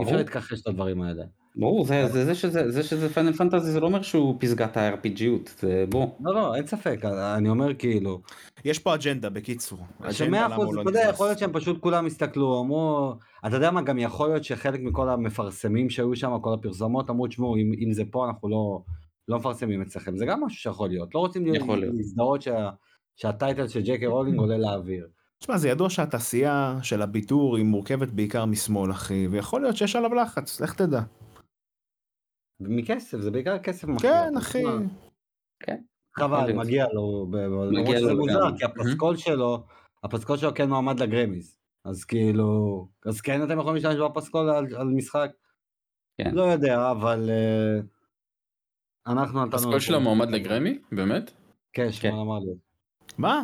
[SPEAKER 3] אפשר
[SPEAKER 4] ברור.
[SPEAKER 3] להתכחש לדברים האלה.
[SPEAKER 4] ברור, זה, זה, זה, שזה, זה שזה פאנל פנטזי זה לא אומר שהוא פסגת ה-RPGיות, זה בוא.
[SPEAKER 3] לא, לא, אין ספק, אני אומר כאילו,
[SPEAKER 2] יש פה אג'נדה לא בקיצור.
[SPEAKER 3] שמאה
[SPEAKER 4] לא
[SPEAKER 3] אחוז, אתה יודע, יכול להיות שהם פשוט כולם הסתכלו, אמרו, אתה יודע מה, גם יכול להיות שחלק מכל המפרסמים שהיו שם, כל הפרסומות, אמרו, תשמעו, אם, אם זה פה, אנחנו לא, לא מפרסמים אצלכם, זה גם משהו שיכול להיות, לא רוצים להיות-
[SPEAKER 4] יכול להיות.
[SPEAKER 3] להזדהות שה, שהטייטל של ג'קי רולינג עולה לאוויר.
[SPEAKER 2] תשמע, זה ידוע שהתעשייה של הביטור היא מורכבת בעיקר משמאל, אחי, ויכול להיות שיש עליו לחץ, לך תדע.
[SPEAKER 3] מכסף, זה בעיקר כסף מכריע.
[SPEAKER 2] כן, אחי.
[SPEAKER 3] מה,
[SPEAKER 4] יכול
[SPEAKER 3] חבל,
[SPEAKER 4] להיות.
[SPEAKER 3] מגיע לו, ב- ב-
[SPEAKER 4] מגיע
[SPEAKER 3] למרות שזה
[SPEAKER 4] לו
[SPEAKER 3] מוזר,
[SPEAKER 4] גם.
[SPEAKER 3] כי הפסקול שלו, הפסקול שלו כן מועמד לגרמיז. אז כאילו, אז כן אתם יכולים להשתמש בפסקול על, על משחק?
[SPEAKER 4] כן.
[SPEAKER 3] לא יודע, אבל אה, אנחנו נתנו...
[SPEAKER 1] הפסקול שלו מועמד לגרמי? באמת?
[SPEAKER 3] כן, שמואל
[SPEAKER 4] כן.
[SPEAKER 3] אמר לי.
[SPEAKER 2] מה?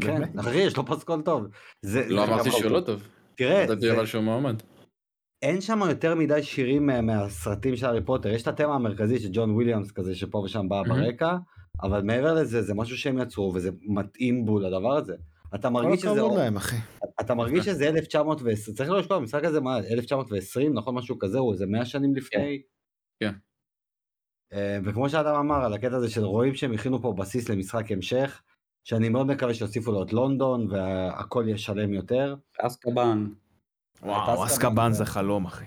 [SPEAKER 2] באמת?
[SPEAKER 3] כן, אחי, יש לו פסקול טוב. זה,
[SPEAKER 1] לא
[SPEAKER 3] זה
[SPEAKER 1] אמרתי
[SPEAKER 3] גם-
[SPEAKER 1] שהוא לא טוב.
[SPEAKER 3] תראה,
[SPEAKER 1] ידעתי
[SPEAKER 3] נכון. אה, זה-
[SPEAKER 1] אבל שהוא מועמד.
[SPEAKER 3] אין שם יותר מדי שירים מה- מהסרטים של הארי פוטר, יש את התמה המרכזית של ג'ון וויליאמס כזה שפה ושם באה
[SPEAKER 1] Mhm.
[SPEAKER 3] ברקע, אבל מעבר לזה זה משהו שהם יצרו וזה מתאים בול לדבר הזה. אתה
[SPEAKER 2] כל
[SPEAKER 3] מרגיש שזה,
[SPEAKER 2] הכבוד להם, אחי.
[SPEAKER 3] אתה מרגיש שזה 1920, צריך לא לשכוח, המשחק הזה מה, 1920, נכון משהו כזה, הוא איזה 100 שנים לפני.
[SPEAKER 1] כן.
[SPEAKER 3] אה, וכמו שאדם אמר, על הקטע הזה של רואים שהם הכינו פה בסיס למשחק המשך, שאני מאוד מקווה שיוסיפו לו את לונדון והכל יהיה שלם יותר.
[SPEAKER 4] אסקבן.
[SPEAKER 2] וואו,
[SPEAKER 3] אסקבן
[SPEAKER 2] אסקבן
[SPEAKER 3] זה-
[SPEAKER 2] זה חלום, אחי.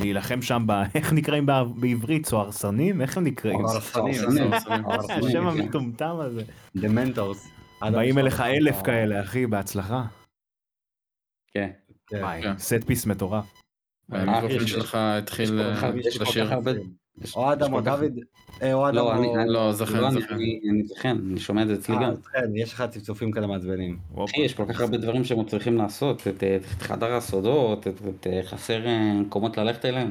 [SPEAKER 2] להילחם שם ב... איך נקראים ב- בעברית? סוהרסנים? איך הם נקראים?
[SPEAKER 3] הרסנים,
[SPEAKER 4] הרסנים.
[SPEAKER 1] הרסנים.
[SPEAKER 3] הרסנים,
[SPEAKER 2] אה, השם
[SPEAKER 4] כן.
[SPEAKER 2] המטומטם הזה.
[SPEAKER 3] דמנטורס.
[SPEAKER 1] אה, לא,
[SPEAKER 2] באים אליך אלף כאלה, אחי, בהצלחה.
[SPEAKER 4] כן.
[SPEAKER 3] כן.
[SPEAKER 2] וואי,
[SPEAKER 1] כן.
[SPEAKER 2] סט פיס מטורף.
[SPEAKER 1] המיקרופון
[SPEAKER 4] יש-
[SPEAKER 1] שלך
[SPEAKER 4] יש
[SPEAKER 1] התחיל
[SPEAKER 4] כל כך
[SPEAKER 1] אה,
[SPEAKER 4] הרבה- יש כל
[SPEAKER 1] לשיר.
[SPEAKER 4] כך הרבה- יש-
[SPEAKER 3] או אדם
[SPEAKER 4] יש
[SPEAKER 3] או
[SPEAKER 4] כל כך-
[SPEAKER 3] דוד, אה, או אדם
[SPEAKER 4] לא, אני-
[SPEAKER 3] או...
[SPEAKER 4] אני-
[SPEAKER 1] לא,
[SPEAKER 4] לא,
[SPEAKER 1] זכן,
[SPEAKER 4] אני-
[SPEAKER 1] זכן.
[SPEAKER 4] אני- אני זוכן, אני שומע את זה אצלי
[SPEAKER 3] אה,
[SPEAKER 4] גם.
[SPEAKER 3] אז כן, יש לך צפצופים כאלה מעצבנים.
[SPEAKER 4] אחי, יש כל כך הרבה דברים שהם עוד צריכים לעשות, את אה, את חדר הסודות, את- את אה, חסר אה, מקומות ללכת אליהם.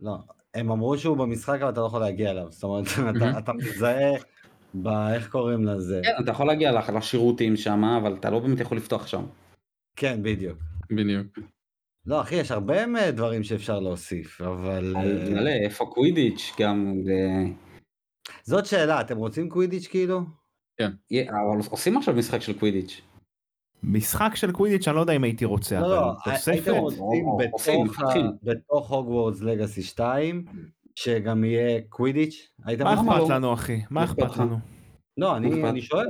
[SPEAKER 3] לא, הם אמרו שהוא במשחק אבל אתה לא יכול להגיע אליו, זאת אומרת, אתה- אתה מזהה ב... איך קוראים לזה?
[SPEAKER 4] כן, אתה יכול להגיע לך לשירותים שם, אבל אתה לא באמת יכול לפתוח שם.
[SPEAKER 3] כן, בדיוק.
[SPEAKER 1] בדיוק.
[SPEAKER 3] לא, אחי, יש הרבה מ- דברים שאפשר להוסיף, אבל... אה,
[SPEAKER 4] מלא, איפה קווידיץ' גם, זה-
[SPEAKER 3] זאת שאלה, אתם רוצים קווידיץ' כאילו?
[SPEAKER 4] יה- אה, אבל עושים עכשיו משחק של קווידיץ'.
[SPEAKER 2] משחק של קווידיץ' אני לא יודע אם הייתי רוצה,
[SPEAKER 3] לא,
[SPEAKER 2] אבל
[SPEAKER 3] לא,
[SPEAKER 2] תוספת?
[SPEAKER 3] הייתם
[SPEAKER 4] אוקיי,
[SPEAKER 3] רוצים
[SPEAKER 4] או- או- עושים,
[SPEAKER 3] בתוך ה-
[SPEAKER 4] עושים.
[SPEAKER 3] בתוך הוגוורטס לגאסי 2, שגם יהיה קווידיץ'? הייתם
[SPEAKER 2] מה
[SPEAKER 3] רוצים?
[SPEAKER 4] למה
[SPEAKER 2] אכפת
[SPEAKER 4] לא?
[SPEAKER 2] לנו אחי? מה
[SPEAKER 4] מה אכפת
[SPEAKER 2] אכפת
[SPEAKER 4] לך?
[SPEAKER 2] לנו?
[SPEAKER 3] לא, אני
[SPEAKER 4] אכפת.
[SPEAKER 3] אני שואל.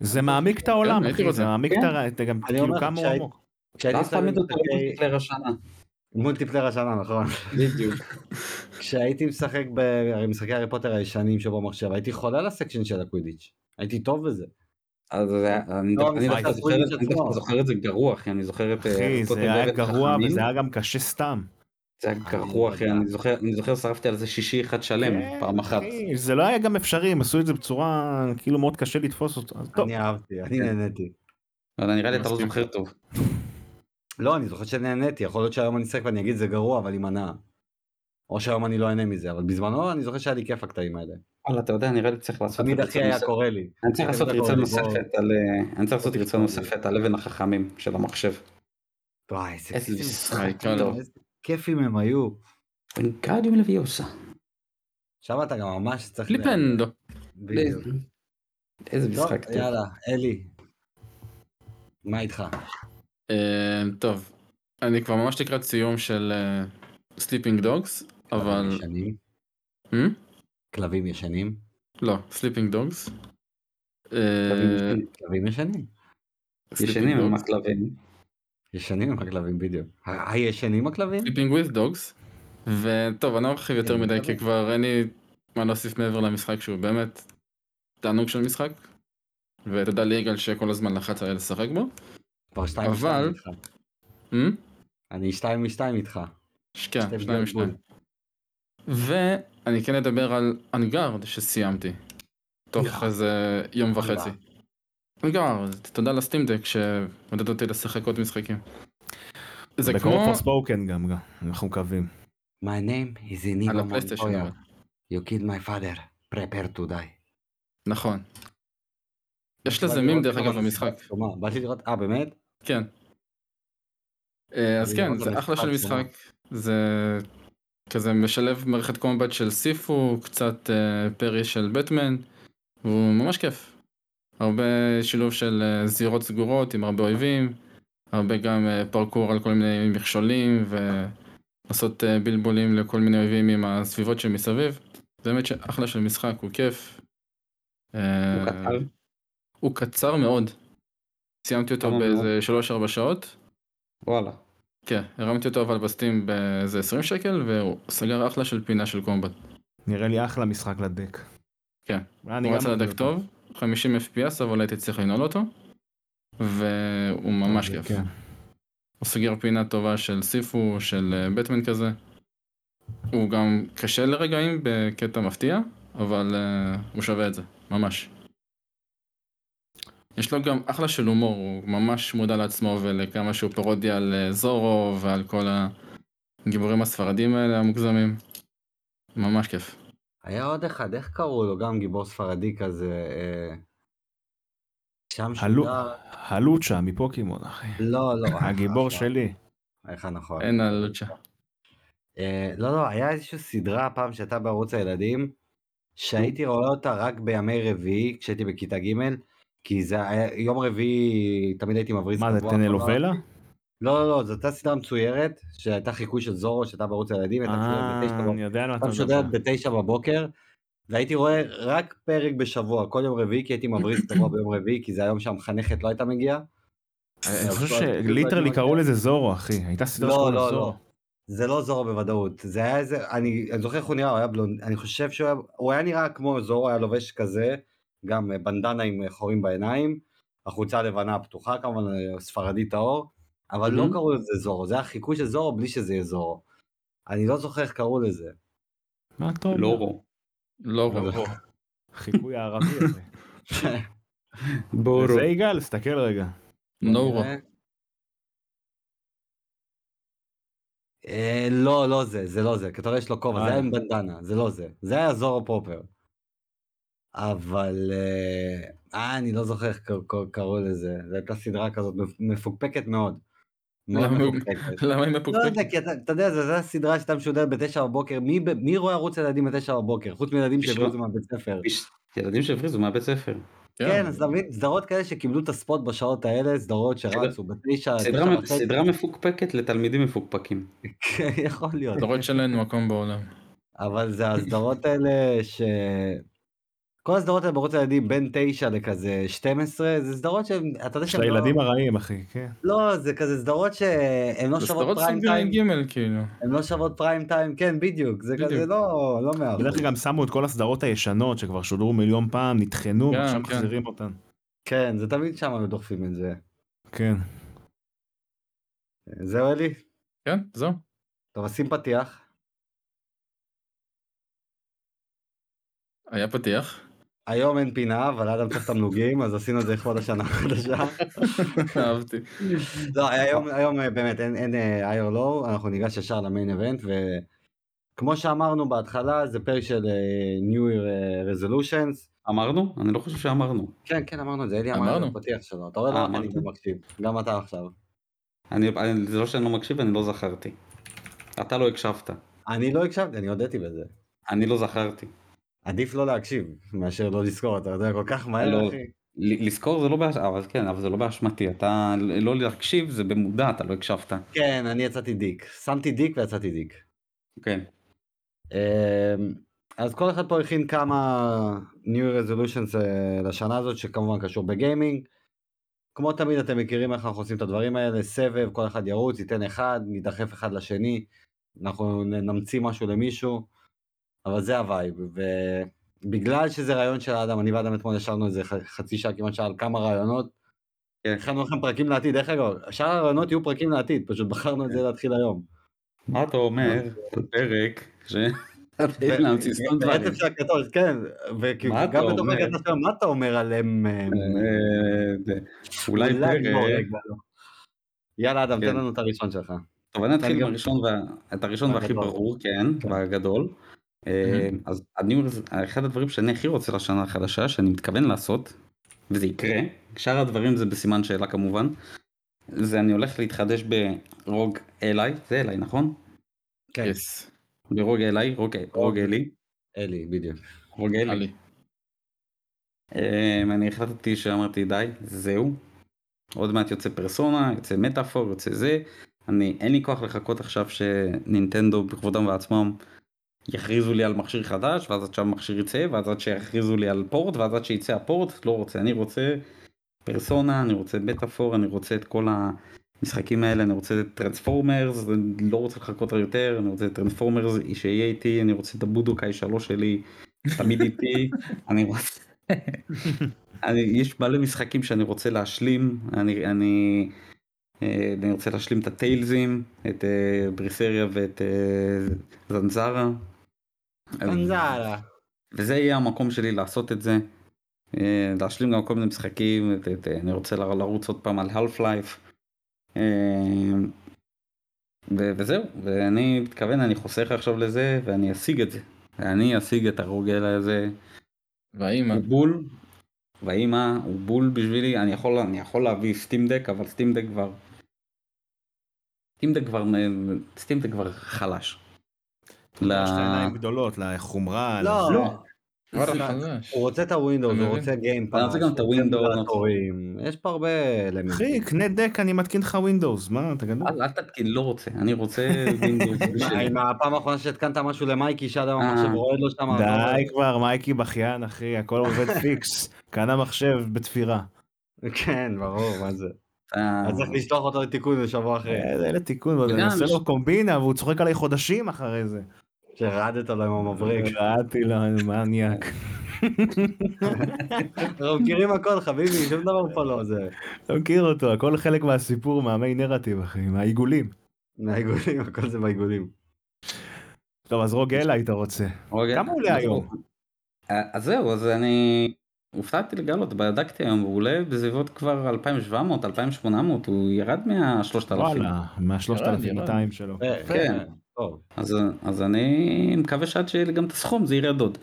[SPEAKER 2] זה מעמיק את העולם
[SPEAKER 1] הייתי
[SPEAKER 2] אחי, זה
[SPEAKER 1] רוצה.
[SPEAKER 2] מעמיק את
[SPEAKER 4] כן.
[SPEAKER 2] ה... את גם
[SPEAKER 3] אני
[SPEAKER 2] כאילו
[SPEAKER 3] אומר,
[SPEAKER 2] כמה הוא
[SPEAKER 3] כשהייתי-
[SPEAKER 2] עמוק.
[SPEAKER 3] כשהייתי
[SPEAKER 4] ואז לא
[SPEAKER 3] שם
[SPEAKER 4] תעמיד אותו
[SPEAKER 3] משחקי-
[SPEAKER 4] למולטיפלר השנה.
[SPEAKER 3] מולטיפלר השנה, נכון.
[SPEAKER 4] בדיוק.
[SPEAKER 3] כשהייתי משחק במשחקי הארי פוטר הישנים שבו מחשב, הייתי חולה על הסקשן של הקווידיץ'. הייתי טוב בזה.
[SPEAKER 4] אז זה- אני
[SPEAKER 3] לא,
[SPEAKER 4] דווקא- אני
[SPEAKER 3] המשחק
[SPEAKER 4] דווקא
[SPEAKER 3] הזוי
[SPEAKER 4] זוכר- אני
[SPEAKER 3] משל
[SPEAKER 4] דווקא
[SPEAKER 3] עצמו.
[SPEAKER 4] זוכר את זה גרוע, אחי, אני זוכר את... אה,
[SPEAKER 2] אחי,
[SPEAKER 4] פוטר
[SPEAKER 2] זה היה
[SPEAKER 4] ועבד
[SPEAKER 2] גרוע
[SPEAKER 4] חכמים.
[SPEAKER 2] וזה היה גם קשה סתם.
[SPEAKER 4] זה היה גרוע, אחי, אני זוכר, אני זוכר, שרפתי על זה שישי אחד
[SPEAKER 2] כן,
[SPEAKER 4] שלם, פעם אחת.
[SPEAKER 2] אחי, זה לא היה גם אפשרי, הם עשו את זה בצורה כאילו מאוד קשה לתפוס אותו. אז טוב,
[SPEAKER 3] אני אהבתי, אני
[SPEAKER 4] כן.
[SPEAKER 3] נהניתי.
[SPEAKER 4] אבל נראה לי אתה לא
[SPEAKER 1] מסכים.
[SPEAKER 4] זוכר טוב.
[SPEAKER 3] לא, אני זוכר שנהניתי, יכול להיות שהיום אני אשחק ואני אגיד זה גרוע, אבל עם הנאה. או שהיום אני לא אהנה מזה, אבל בזמנו אני זוכר שהיה לי כיף הקטעים האלה.
[SPEAKER 4] וואלה, אתה יודע, נראה לי צריך לעשות...
[SPEAKER 3] תמיד
[SPEAKER 4] ריצה
[SPEAKER 3] אחי היה
[SPEAKER 4] נוספת.
[SPEAKER 3] קורא לי.
[SPEAKER 4] אני צריך לעשות
[SPEAKER 3] תמיד
[SPEAKER 4] ריצה
[SPEAKER 3] הכל
[SPEAKER 4] נוספת על... אה, אני צריך לעשות ריצה נוספת על אבן החכמים של המחשב.
[SPEAKER 3] וואי, איזה
[SPEAKER 4] איזה
[SPEAKER 3] כיף.
[SPEAKER 4] משחק,
[SPEAKER 1] טוב.
[SPEAKER 4] טוב.
[SPEAKER 3] איזה כיפים הם היו.
[SPEAKER 4] פנקדיום לוויוסה.
[SPEAKER 3] שם אתה גם ממש צריך...
[SPEAKER 1] קליפנדו.
[SPEAKER 3] בדיוק.
[SPEAKER 4] איזה
[SPEAKER 3] טוב,
[SPEAKER 4] משחק טוב.
[SPEAKER 3] יאללה, אלי. מה איתך?
[SPEAKER 1] אה, טוב, אני כבר ממש לקראת סיום של סליפינג דוגס,
[SPEAKER 3] כלבים
[SPEAKER 1] אבל...
[SPEAKER 3] ישנים?
[SPEAKER 1] Hmm?
[SPEAKER 3] כלבים ישנים?
[SPEAKER 1] לא, אה, סליפינג דוגס.
[SPEAKER 3] כלבים ישנים.
[SPEAKER 4] אה, ישנים עם הכלבים.
[SPEAKER 3] ישנים עם הכלבים בדיוק. ה- הישנים הכלבים?
[SPEAKER 1] סליפינג וויז דוגס. וטוב, אני לא ארחיב יותר
[SPEAKER 3] כן,
[SPEAKER 1] מדי,
[SPEAKER 3] מקווה.
[SPEAKER 1] כי כבר אין לי מה להוסיף מעבר למשחק שהוא באמת תענוג של משחק. ותודה ליגאל שכל הזמן לחץ עליי לשחק בו.
[SPEAKER 3] כבר שתיים משתיים
[SPEAKER 1] אבל-
[SPEAKER 3] איתך.
[SPEAKER 1] Hmm?
[SPEAKER 3] אני שתיים משתיים איתך.
[SPEAKER 1] כן,
[SPEAKER 3] שתי
[SPEAKER 1] שניים
[SPEAKER 3] בגלל
[SPEAKER 1] ושניים. ואני כן אדבר על אנגארד שסיימתי. תוך
[SPEAKER 3] יאללה.
[SPEAKER 1] איזה יום
[SPEAKER 3] יאללה.
[SPEAKER 1] וחצי. אנגארד, תודה לסטימדק שמודד אותי לשחק עוד משחקים. זה
[SPEAKER 2] בקרוב
[SPEAKER 1] כמו
[SPEAKER 2] פרספוקן גם, גם, אנחנו מקווים.
[SPEAKER 3] My name is
[SPEAKER 1] על
[SPEAKER 3] Inigo
[SPEAKER 1] הפלייסטיישן.
[SPEAKER 3] Montoya.
[SPEAKER 1] אבל.
[SPEAKER 3] You killed my father. Prepare to die.
[SPEAKER 1] נכון. יש
[SPEAKER 3] בא
[SPEAKER 1] לזה
[SPEAKER 3] לי
[SPEAKER 1] מים
[SPEAKER 3] לראות
[SPEAKER 1] דרך
[SPEAKER 3] כמה
[SPEAKER 1] אגב
[SPEAKER 3] זה
[SPEAKER 1] במשחק.
[SPEAKER 3] שיחק שומה. באתי לראות, אה באמת?
[SPEAKER 1] כן. אה, אז
[SPEAKER 3] אני
[SPEAKER 1] כן,
[SPEAKER 3] מאוד
[SPEAKER 1] זה
[SPEAKER 3] אוהב
[SPEAKER 1] אחלה של
[SPEAKER 3] משחק,
[SPEAKER 1] משחק. זה כזה משלב מערכת קומבט של סיפו, קצת אה, פרי של בטמן, והוא ממש כיף. הרבה שילוב של אה, זירות סגורות עם הרבה אויבים, הרבה גם אה, פרקור על כל מיני מכשולים, ולעשות אה, בלבולים לכל מיני אויבים עם הסביבות שמסביב. זה באמת שאחלה של משחק, הוא כיף. אה,
[SPEAKER 4] הוא קטן.
[SPEAKER 1] הוא קצר מאוד. סיימתי אותו
[SPEAKER 4] כמה
[SPEAKER 1] באיזה 3-4 שעות.
[SPEAKER 4] וואלה.
[SPEAKER 1] כן, הרמתי אותו אבל בסטים באיזה 20 שקל, והוא סגר אחלה של פינה של קומבט.
[SPEAKER 2] נראה לי אחלה משחק לדק.
[SPEAKER 1] כן.
[SPEAKER 2] אני
[SPEAKER 1] הוא רץ
[SPEAKER 2] גם
[SPEAKER 1] על
[SPEAKER 2] אוהב
[SPEAKER 1] הדק
[SPEAKER 2] אותו.
[SPEAKER 1] טוב, 50 FPS, אבל הייתי צריך לנעול אותו, והוא ממש
[SPEAKER 2] זה
[SPEAKER 1] כיף.
[SPEAKER 2] כן.
[SPEAKER 1] הוא סוגר פינה טובה של סיפו, של אה, בטמן כזה. הוא גם קשה לרגעים בקטע מפתיע, אבל אה, הוא שווה את זה, ממש. יש לו גם אחלה של הומור, הוא ממש מודע לעצמו ולכמה שהוא פרודיה על אה, זורו ועל כל הגיבורים הספרדים האלה המוגזמים. ממש כיף.
[SPEAKER 3] היה עוד אחד, איך קראו לו? גם גיבור ספרדי כזה. אה, שם
[SPEAKER 2] הלו-
[SPEAKER 3] שודר.
[SPEAKER 2] הלוצ'ה מפוקימון אחי.
[SPEAKER 3] לא, לא.
[SPEAKER 2] הגיבור
[SPEAKER 3] אה,
[SPEAKER 2] שלי.
[SPEAKER 3] איך נכון.
[SPEAKER 1] אין על לוצ'ה.
[SPEAKER 3] אה, לא, לא, היה איזושהי סדרה פעם שהייתה בערוץ הילדים, שהייתי רואה אותה רק בימי רביעי, כשהייתי בכיתה ג', כי זה היה יום רביעי, תמיד הייתי מבריז
[SPEAKER 2] מה זה
[SPEAKER 3] קבוע, אבל
[SPEAKER 2] טנלובלה?
[SPEAKER 3] לא, לא, לא, זו הייתה סדרה מצוירת, שהייתה חיקוי של זורו, שהייתה בערוץ הילדים, הייתה משודרת בתשע
[SPEAKER 2] אה,
[SPEAKER 3] בבוקר.
[SPEAKER 2] אני יודע על מה אתה מדבר.
[SPEAKER 3] הייתה משודרת בתשע בבוקר, והייתי רואה רק פרק בשבוע, כל יום רביעי, כי הייתי מבריז קבוע ביום רביעי, כי זה היום שהמחנכת לא הייתה מגיעה.
[SPEAKER 2] אני חושב
[SPEAKER 3] אבל-
[SPEAKER 2] שליטרלי קראו לזה זורו אחי. הייתה סדרה
[SPEAKER 3] לא,
[SPEAKER 2] שקראו לה
[SPEAKER 3] לא,
[SPEAKER 2] זורו.
[SPEAKER 3] לא. זה לא זורו בוודאות, זה היה איזה, אני, אני זוכר איך הוא נראה, הוא היה בלונד, אני חושב שהוא היה, הוא היה נראה כמו זורו, היה לובש כזה, גם אה, בנדנה עם אה, חורים בעיניים, החולצה הלבנה הפתוחה כמובן, אה, ספרדי טהור, אבל לא
[SPEAKER 1] מהמם.
[SPEAKER 3] קראו לזה זורו, זה היה חיקוי של זורו בלי שזה יהיה זורו. אני לא זוכר איך קראו לזה.
[SPEAKER 2] מה אתה אומר?
[SPEAKER 4] לורו.
[SPEAKER 1] לא רוב.
[SPEAKER 3] אבל-
[SPEAKER 2] חיקוי הערבי הזה.
[SPEAKER 4] בורו.
[SPEAKER 2] זה יגאל, תסתכל רגע.
[SPEAKER 1] לא רוב.
[SPEAKER 3] אה, לא, לא זה, זה לא זה, כי אתה רואה יש לו כובע, זה
[SPEAKER 2] אה.
[SPEAKER 3] היה עם בנדנה, זה לא זה, זה היה זורו פרופר. אבל אה, אה, אני לא זוכר איך קר- קר- קראו לזה, זו הייתה סדרה כזאת מפ- מפוקפקת מאוד. מאוד
[SPEAKER 1] למה הוא-
[SPEAKER 3] מפוקפקת.
[SPEAKER 1] למה היא
[SPEAKER 3] לא
[SPEAKER 1] מפוקפקת?
[SPEAKER 3] יודע, כי אתה אתה יודע, זו זו הסדרה שהייתה משודרת בתשע בבוקר, מי ב- מי רואה ערוץ הילדים בתשע בבוקר? חוץ מילדים
[SPEAKER 4] מישהו-
[SPEAKER 3] שהביאו את זה מהבית ספר.
[SPEAKER 4] איש, ילדים שהפריזו מהבית ספר.
[SPEAKER 3] כן, אז תבין, סדרות כאלה שקיבלו את הספוט בשעות האלה, סדרות שרצו בתשע,
[SPEAKER 4] סדרה-
[SPEAKER 3] תשע וחצי,
[SPEAKER 4] סדרה מפוקפקת לתלמידים מפוקפקים.
[SPEAKER 3] כן, יכול להיות.
[SPEAKER 1] למרות שאין להן מקום בעולם.
[SPEAKER 3] אבל זה הסדרות האלה ש... כל הסדרות האלה בערוץ הילדים בין 9 לכזה 12, זה סדרות שהן, אתה יודע
[SPEAKER 2] יש
[SPEAKER 3] שהן לא...
[SPEAKER 2] לילדים הרעים אחי, כן.
[SPEAKER 3] לא, זה כזה סדרות שהן לא
[SPEAKER 1] זה
[SPEAKER 3] שוות
[SPEAKER 1] סדרות
[SPEAKER 3] פריים
[SPEAKER 1] סוג
[SPEAKER 3] טיים,
[SPEAKER 1] ג' כאילו.
[SPEAKER 3] הן לא שוות פריים טיים, כן, בדיוק, זה
[SPEAKER 1] בדיוק.
[SPEAKER 3] כזה לא, לא מאה
[SPEAKER 2] בדרך
[SPEAKER 3] אחוז.
[SPEAKER 2] כלל גם שמו את כל הסדרות הישנות שכבר שודרו מיליון פעם, נטחנו,
[SPEAKER 1] כן,
[SPEAKER 2] ועכשיו
[SPEAKER 1] כן.
[SPEAKER 2] מחזירים אותן.
[SPEAKER 3] כן, זה תמיד שם הם דוחפים את זה.
[SPEAKER 2] כן.
[SPEAKER 3] זהו אלי?
[SPEAKER 1] כן, זהו.
[SPEAKER 3] טוב, עושים פתיח.
[SPEAKER 1] היה פתיח.
[SPEAKER 3] היום אין פינה, אבל אדם צריך תמלוגים, אז עשינו את זה לכבוד השנה החדשה.
[SPEAKER 1] אהבתי.
[SPEAKER 3] לא, היום, היום אה, באמת אין, אין אה, אייר לואו, אנחנו ניגש ישר למיין איבנט, וכמו שאמרנו בהתחלה, זה פרק של אה, New Year אה, Resolutions.
[SPEAKER 4] אמרנו? אני לא חושב שאמרנו.
[SPEAKER 3] כן, כן, אמרנו את זה, אלי אמר את זה
[SPEAKER 1] אמרנו.
[SPEAKER 3] בפתיח שלו. אתה רואה, לא
[SPEAKER 4] אה,
[SPEAKER 3] רק אני
[SPEAKER 4] אמרתי.
[SPEAKER 3] גם מקשיב, גם אתה עכשיו.
[SPEAKER 4] אני, אני, זה לא שאני לא מקשיב, אני לא זכרתי. אתה לא הקשבת.
[SPEAKER 3] אני לא הקשבתי, אני הודיתי בזה.
[SPEAKER 4] אני לא זכרתי.
[SPEAKER 3] עדיף לא להקשיב מאשר לא לזכור, אתה יודע, כל כך מהר,
[SPEAKER 4] לא.
[SPEAKER 3] אחי.
[SPEAKER 4] ל- לזכור זה לא באש... אבל כן, אבל זה לא באשמתי. אתה לא להקשיב זה במודע, אתה לא הקשבת.
[SPEAKER 3] כן, אני יצאתי דיק. שמתי דיק ויצאתי דיק.
[SPEAKER 4] כן.
[SPEAKER 3] אמ, אז כל אחד פה הכין כמה New Resolutions אה, לשנה הזאת, שכמובן קשור בגיימינג. כמו תמיד אתם מכירים איך אנחנו עושים את הדברים האלה, סבב, כל אחד ירוץ, ייתן אחד, נידחף אחד לשני, אנחנו נ- נמציא משהו למישהו, אבל זה הווייב. ובגלל שזה רעיון של האדם, אני ואדם אתמול ישבנו איזה ח- חצי שעה, כמעט שעה, על כמה רעיונות.
[SPEAKER 4] כן.
[SPEAKER 3] הכנו לכם פרקים לעתיד, דרך אגב, שאר הרעיונות יהיו פרקים לעתיד, פשוט בחרנו את זה להתחיל היום.
[SPEAKER 4] מה אתה אומר? פרק ש...
[SPEAKER 3] ו-
[SPEAKER 4] להמציא סתם דברים.
[SPEAKER 3] ברצף של הקטוש, כן, וכאילו
[SPEAKER 4] מה אתה
[SPEAKER 3] גם בתוך
[SPEAKER 4] אומר?
[SPEAKER 3] הקטוש, שלו, מה אתה אומר עליהם? אה,
[SPEAKER 4] אה, אולי
[SPEAKER 3] לא,
[SPEAKER 4] פרק.
[SPEAKER 3] רגע, לא. יאללה אדם,
[SPEAKER 4] כן.
[SPEAKER 3] תן לנו את הראשון שלך.
[SPEAKER 4] טוב, אני אתחיל
[SPEAKER 3] אני
[SPEAKER 4] עם
[SPEAKER 3] גם-
[SPEAKER 4] הראשון, וה- את הראשון והכי
[SPEAKER 3] והגדול.
[SPEAKER 4] ברור, כן,
[SPEAKER 3] כן.
[SPEAKER 4] והגדול. אה, אז אני, אחד הדברים שאני הכי רוצה לשנה החדשה, שאני מתכוון לעשות, וזה יקרה, שאר הדברים זה בסימן שאלה כמובן, זה אני הולך להתחדש ברוג אליי, זה אליי נכון?
[SPEAKER 3] כן,
[SPEAKER 1] יס.
[SPEAKER 4] ברוג אליי, רוג, רוג אלי,
[SPEAKER 3] אלי, בדיוק.
[SPEAKER 4] רוג אלי.
[SPEAKER 1] עלי.
[SPEAKER 4] אה, אני החלטתי שאמרתי די, זהו. עוד מעט יוצא פרסונה, יוצא מטאפור, יוצא זה. אני, אין לי כוח לחכות עכשיו שנינטנדו בכבודם ועצמם יכריזו לי על מכשיר חדש, ואז עד שהמכשיר יצא, ואז עד שיכריזו לי על פורט, ואז עד שיצא הפורט, לא רוצה, אני רוצה פרסונה, אני רוצה מטאפור, אני רוצה את כל המשחקים האלה, אני רוצה את טרנספורמרס, לא רוצה לחכות יותר, אני רוצה את טרנספורמרס שיהיה איתי, אני רוצה את הבודוקאי שלוש שלי, תמיד איתי, אני רוצה... אני, יש מלא משחקים שאני רוצה להשלים, אני, אני, אה, אני רוצה להשלים את הטיילזים, את אה, בריסריה ואת אה, זנזרה.
[SPEAKER 3] חנזלה.
[SPEAKER 4] וזה יהיה המקום שלי לעשות את זה. אה, להשלים גם כל מיני משחקים, את- את- אני רוצה ל- לרוץ עוד פעם על half life. וזהו, ואני מתכוון, אני חוסך עכשיו לזה ואני אשיג את זה. אני אשיג את הרוגל הזה,
[SPEAKER 1] והאימא.
[SPEAKER 4] הוא בול, והאימא הוא בול בשבילי, אני יכול, אני יכול להביא סטימדק, אבל סטימדק כבר... סטימדק כבר, סטימדק כבר חלש. ל-
[SPEAKER 2] יש לה עיניים גדולות, לחומרה.
[SPEAKER 3] לא,
[SPEAKER 2] לזה.
[SPEAKER 1] וואלה,
[SPEAKER 3] זה-
[SPEAKER 1] חלש.
[SPEAKER 3] הוא רוצה את הווינדוס,
[SPEAKER 1] אתה
[SPEAKER 3] הוא
[SPEAKER 1] מבין?
[SPEAKER 3] רוצה גיימפאס.
[SPEAKER 4] אני רוצה גם את הווינדוס.
[SPEAKER 3] יש פה הרבה אלמנטים.
[SPEAKER 2] אחי, קנה דק, אני מתקין לך ווינדוס, מה, אתה גדול?
[SPEAKER 4] אל אל תתקין, לא רוצה, אני רוצה וינדוס בשבילי.
[SPEAKER 3] עם הפעם האחרונה שהתקנת משהו למייקי, שאדם
[SPEAKER 4] אה.
[SPEAKER 3] המחשב רועד לו לא שם.
[SPEAKER 2] די כבר, מייקי בכיין, אחי, הכל עובד פיקס. קנה מחשב בתפירה.
[SPEAKER 3] כן, ברור, מה זה.
[SPEAKER 4] אה,
[SPEAKER 3] אז צריך לשלוח אותו לתיקון בשבוע אחרי.
[SPEAKER 2] אה, אלה תיקון, אבל אני
[SPEAKER 4] וגם
[SPEAKER 2] עושה
[SPEAKER 4] ש-
[SPEAKER 2] לו קומבינה, והוא צוחק עליי חודשים אחרי זה.
[SPEAKER 3] שרדת לו עם המבריק.
[SPEAKER 4] אה.
[SPEAKER 2] ראיתי לו, אני מניאק.
[SPEAKER 3] אנחנו מכירים הכל, חביבי, שום דבר פה לא זה.
[SPEAKER 2] לא מכיר אותו, הכל חלק מהסיפור, מהמי נרטיב, אחי, מהעיגולים.
[SPEAKER 3] מהעיגולים, הכל זה בעיגולים.
[SPEAKER 2] טוב, אז רוג אלה היית רוצה.
[SPEAKER 4] רגע,
[SPEAKER 2] כמה עולה
[SPEAKER 4] אוקיי, אז-
[SPEAKER 2] היום?
[SPEAKER 4] אה, אז זהו, אז אני הופתעתי לגלות, בדקתי היום, הוא עולה בסביבות כבר 2,700, 2,800, הוא ירד
[SPEAKER 3] לא
[SPEAKER 4] מה-3,000.
[SPEAKER 2] וואלה, מה-3,200
[SPEAKER 3] אה,
[SPEAKER 2] שלו.
[SPEAKER 4] כן.
[SPEAKER 3] טוב.
[SPEAKER 4] אז, אז אני מקווה שעד שיהיה לי גם את הסכום זה ירד עוד.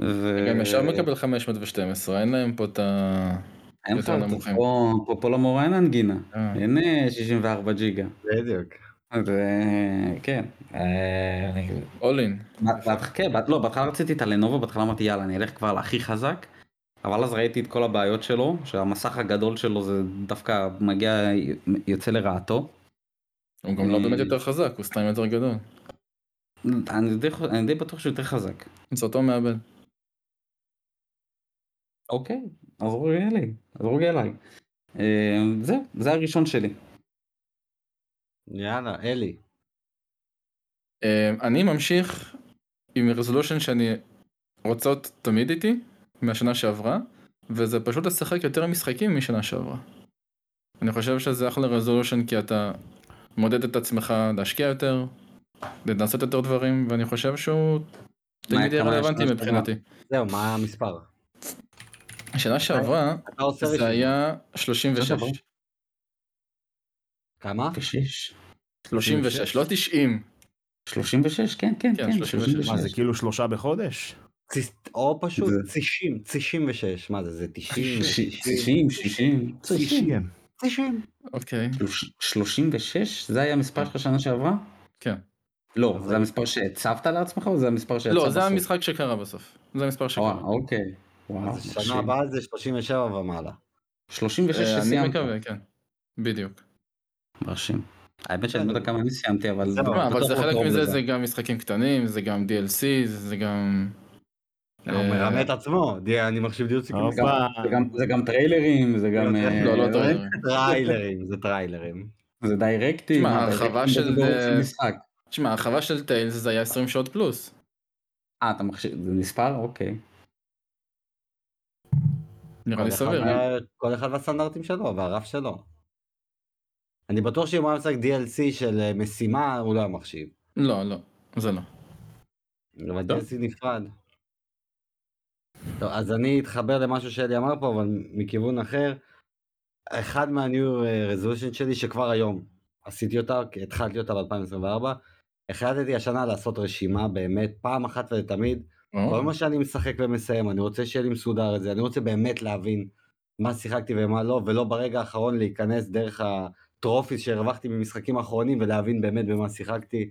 [SPEAKER 4] ו-
[SPEAKER 1] גם ישר מקבל 512, אין להם פה את ה...
[SPEAKER 4] אין
[SPEAKER 1] יותר
[SPEAKER 4] פה-
[SPEAKER 1] נמוכים.
[SPEAKER 4] פה- פה- פה למורה אין אנגינה,
[SPEAKER 2] כן.
[SPEAKER 1] אה,
[SPEAKER 4] אין אה, 64 ג'יגה.
[SPEAKER 3] בדיוק.
[SPEAKER 4] זה- כן. אה, אני-
[SPEAKER 1] All in.
[SPEAKER 4] בהתח- כן, בהת- לא, בהתחלה רציתי את הלנובו, בהתחלה אמרתי יאללה אני אלך כבר להכי חזק, אבל אז ראיתי את כל הבעיות שלו, שהמסך הגדול שלו זה דווקא מגיע, יוצא לרעתו.
[SPEAKER 1] הוא גם לא
[SPEAKER 4] אה.
[SPEAKER 1] באמת יותר חזק, הוא סתם יותר גדול.
[SPEAKER 4] אני די, חו- אני די בטוח שהוא יותר חזק.
[SPEAKER 1] זה אותו מעבד.
[SPEAKER 4] אוקיי, אז רוג אליי, אז רוג אליי. אה, זהו, זה הראשון שלי.
[SPEAKER 3] יאללה, אלי.
[SPEAKER 1] אה, אני ממשיך עם רזולושן שאני רוצה אותו תמיד איתי, מהשנה שעברה, וזה פשוט לשחק יותר משחקים משנה שעברה. אני חושב שזה אחלה רזולושן כי אתה מודד את עצמך להשקיע יותר, לנסות יותר דברים, ואני חושב שהוא תמיד יהיה
[SPEAKER 4] כמה יש
[SPEAKER 1] רלוונטי
[SPEAKER 4] לשנה
[SPEAKER 1] מבחינתי.
[SPEAKER 3] זהו, מה המספר?
[SPEAKER 1] השנה שעברה
[SPEAKER 3] אתה עושה
[SPEAKER 1] זה
[SPEAKER 3] ראשון.
[SPEAKER 1] היה
[SPEAKER 4] שנה
[SPEAKER 1] 36.
[SPEAKER 4] שעברה?
[SPEAKER 3] כמה?
[SPEAKER 4] 36.
[SPEAKER 1] 36, לא 90.
[SPEAKER 4] 36, כן, כן,
[SPEAKER 1] כן,
[SPEAKER 4] כן,
[SPEAKER 3] לא
[SPEAKER 1] 36.
[SPEAKER 2] מה זה כאילו שלושה בחודש?
[SPEAKER 3] ציס- או פשוט
[SPEAKER 4] זה-
[SPEAKER 3] 90, 96, מה זה, זה 90?
[SPEAKER 4] 60, 60, 60.
[SPEAKER 3] 90.
[SPEAKER 1] אוקיי.
[SPEAKER 4] 36? זה היה המספר שלך שנה שעברה?
[SPEAKER 1] כן.
[SPEAKER 4] לא, זה המספר שהצבת לעצמך או זה המספר שיצא
[SPEAKER 1] לא, זה
[SPEAKER 4] בסוף?
[SPEAKER 1] המשחק שקרה בסוף. זה המספר
[SPEAKER 4] אה,
[SPEAKER 1] שקרה.
[SPEAKER 4] אוקיי.
[SPEAKER 1] אה,
[SPEAKER 4] וואו,
[SPEAKER 3] אז
[SPEAKER 4] מרשים.
[SPEAKER 3] שנה הבאה זה 37 ומעלה.
[SPEAKER 4] 36
[SPEAKER 1] אה, אני
[SPEAKER 4] שסיימת.
[SPEAKER 1] מקווה, כן. בדיוק.
[SPEAKER 4] מרשים. האמת שאני לא יודע כמה אני סיימתי, אבל...
[SPEAKER 3] זה
[SPEAKER 1] מה, אבל
[SPEAKER 4] בטוח
[SPEAKER 1] זה
[SPEAKER 4] לא
[SPEAKER 1] חלק
[SPEAKER 4] קרוב
[SPEAKER 1] מזה,
[SPEAKER 4] לזה.
[SPEAKER 1] זה גם משחקים קטנים, זה גם DLC, זה גם...
[SPEAKER 3] לא, הוא
[SPEAKER 1] אה,
[SPEAKER 3] מרמה את עצמו, די- אני מחשיב דיוק סיכום.
[SPEAKER 2] אוקיי.
[SPEAKER 4] זה גם- זה גם- זה גם טריילרים, זה גם... אה,
[SPEAKER 1] לא, לא טריילרים.
[SPEAKER 3] טריילרים, זה טריילרים.
[SPEAKER 4] זה דיירקטים.
[SPEAKER 1] תשמע,
[SPEAKER 4] הדיירקטים
[SPEAKER 1] הרחבה
[SPEAKER 4] זה
[SPEAKER 1] של-
[SPEAKER 4] דירוג משחק.
[SPEAKER 1] תשמע, הרחבה של טיילס זה היה 20 שעות פלוס.
[SPEAKER 4] אה, אתה מחשיב... זה מספר? אוקיי.
[SPEAKER 1] נראה לי
[SPEAKER 3] כל אחד
[SPEAKER 1] סביר.
[SPEAKER 3] וה- כל אחד והסטנדרטים שלו והרף שלו. אני בטוח שאם הוא היה משחק DLC של אה, משימה, הוא לא היה מחשיב.
[SPEAKER 1] לא, לא, זה לא.
[SPEAKER 3] אבל
[SPEAKER 1] טוב.
[SPEAKER 3] DLC נפרד. טוב, אז אני אתחבר למשהו שאלי אמר פה, אבל מכיוון אחר. אחד מהניו רזולושן שלי שכבר היום עשיתי אותה, כי התחלתי אותה ב-2024, החלטתי השנה לעשות רשימה באמת פעם אחת ולתמיד.
[SPEAKER 1] אה?
[SPEAKER 3] כל מה שאני משחק ומסיים, אני רוצה שיהיה לי מסודר את זה, אני רוצה באמת להבין מה שיחקתי ומה לא, ולא ברגע האחרון להיכנס דרך הטרופיס שהרווחתי ממשחקים האחרונים ולהבין באמת במה שיחקתי,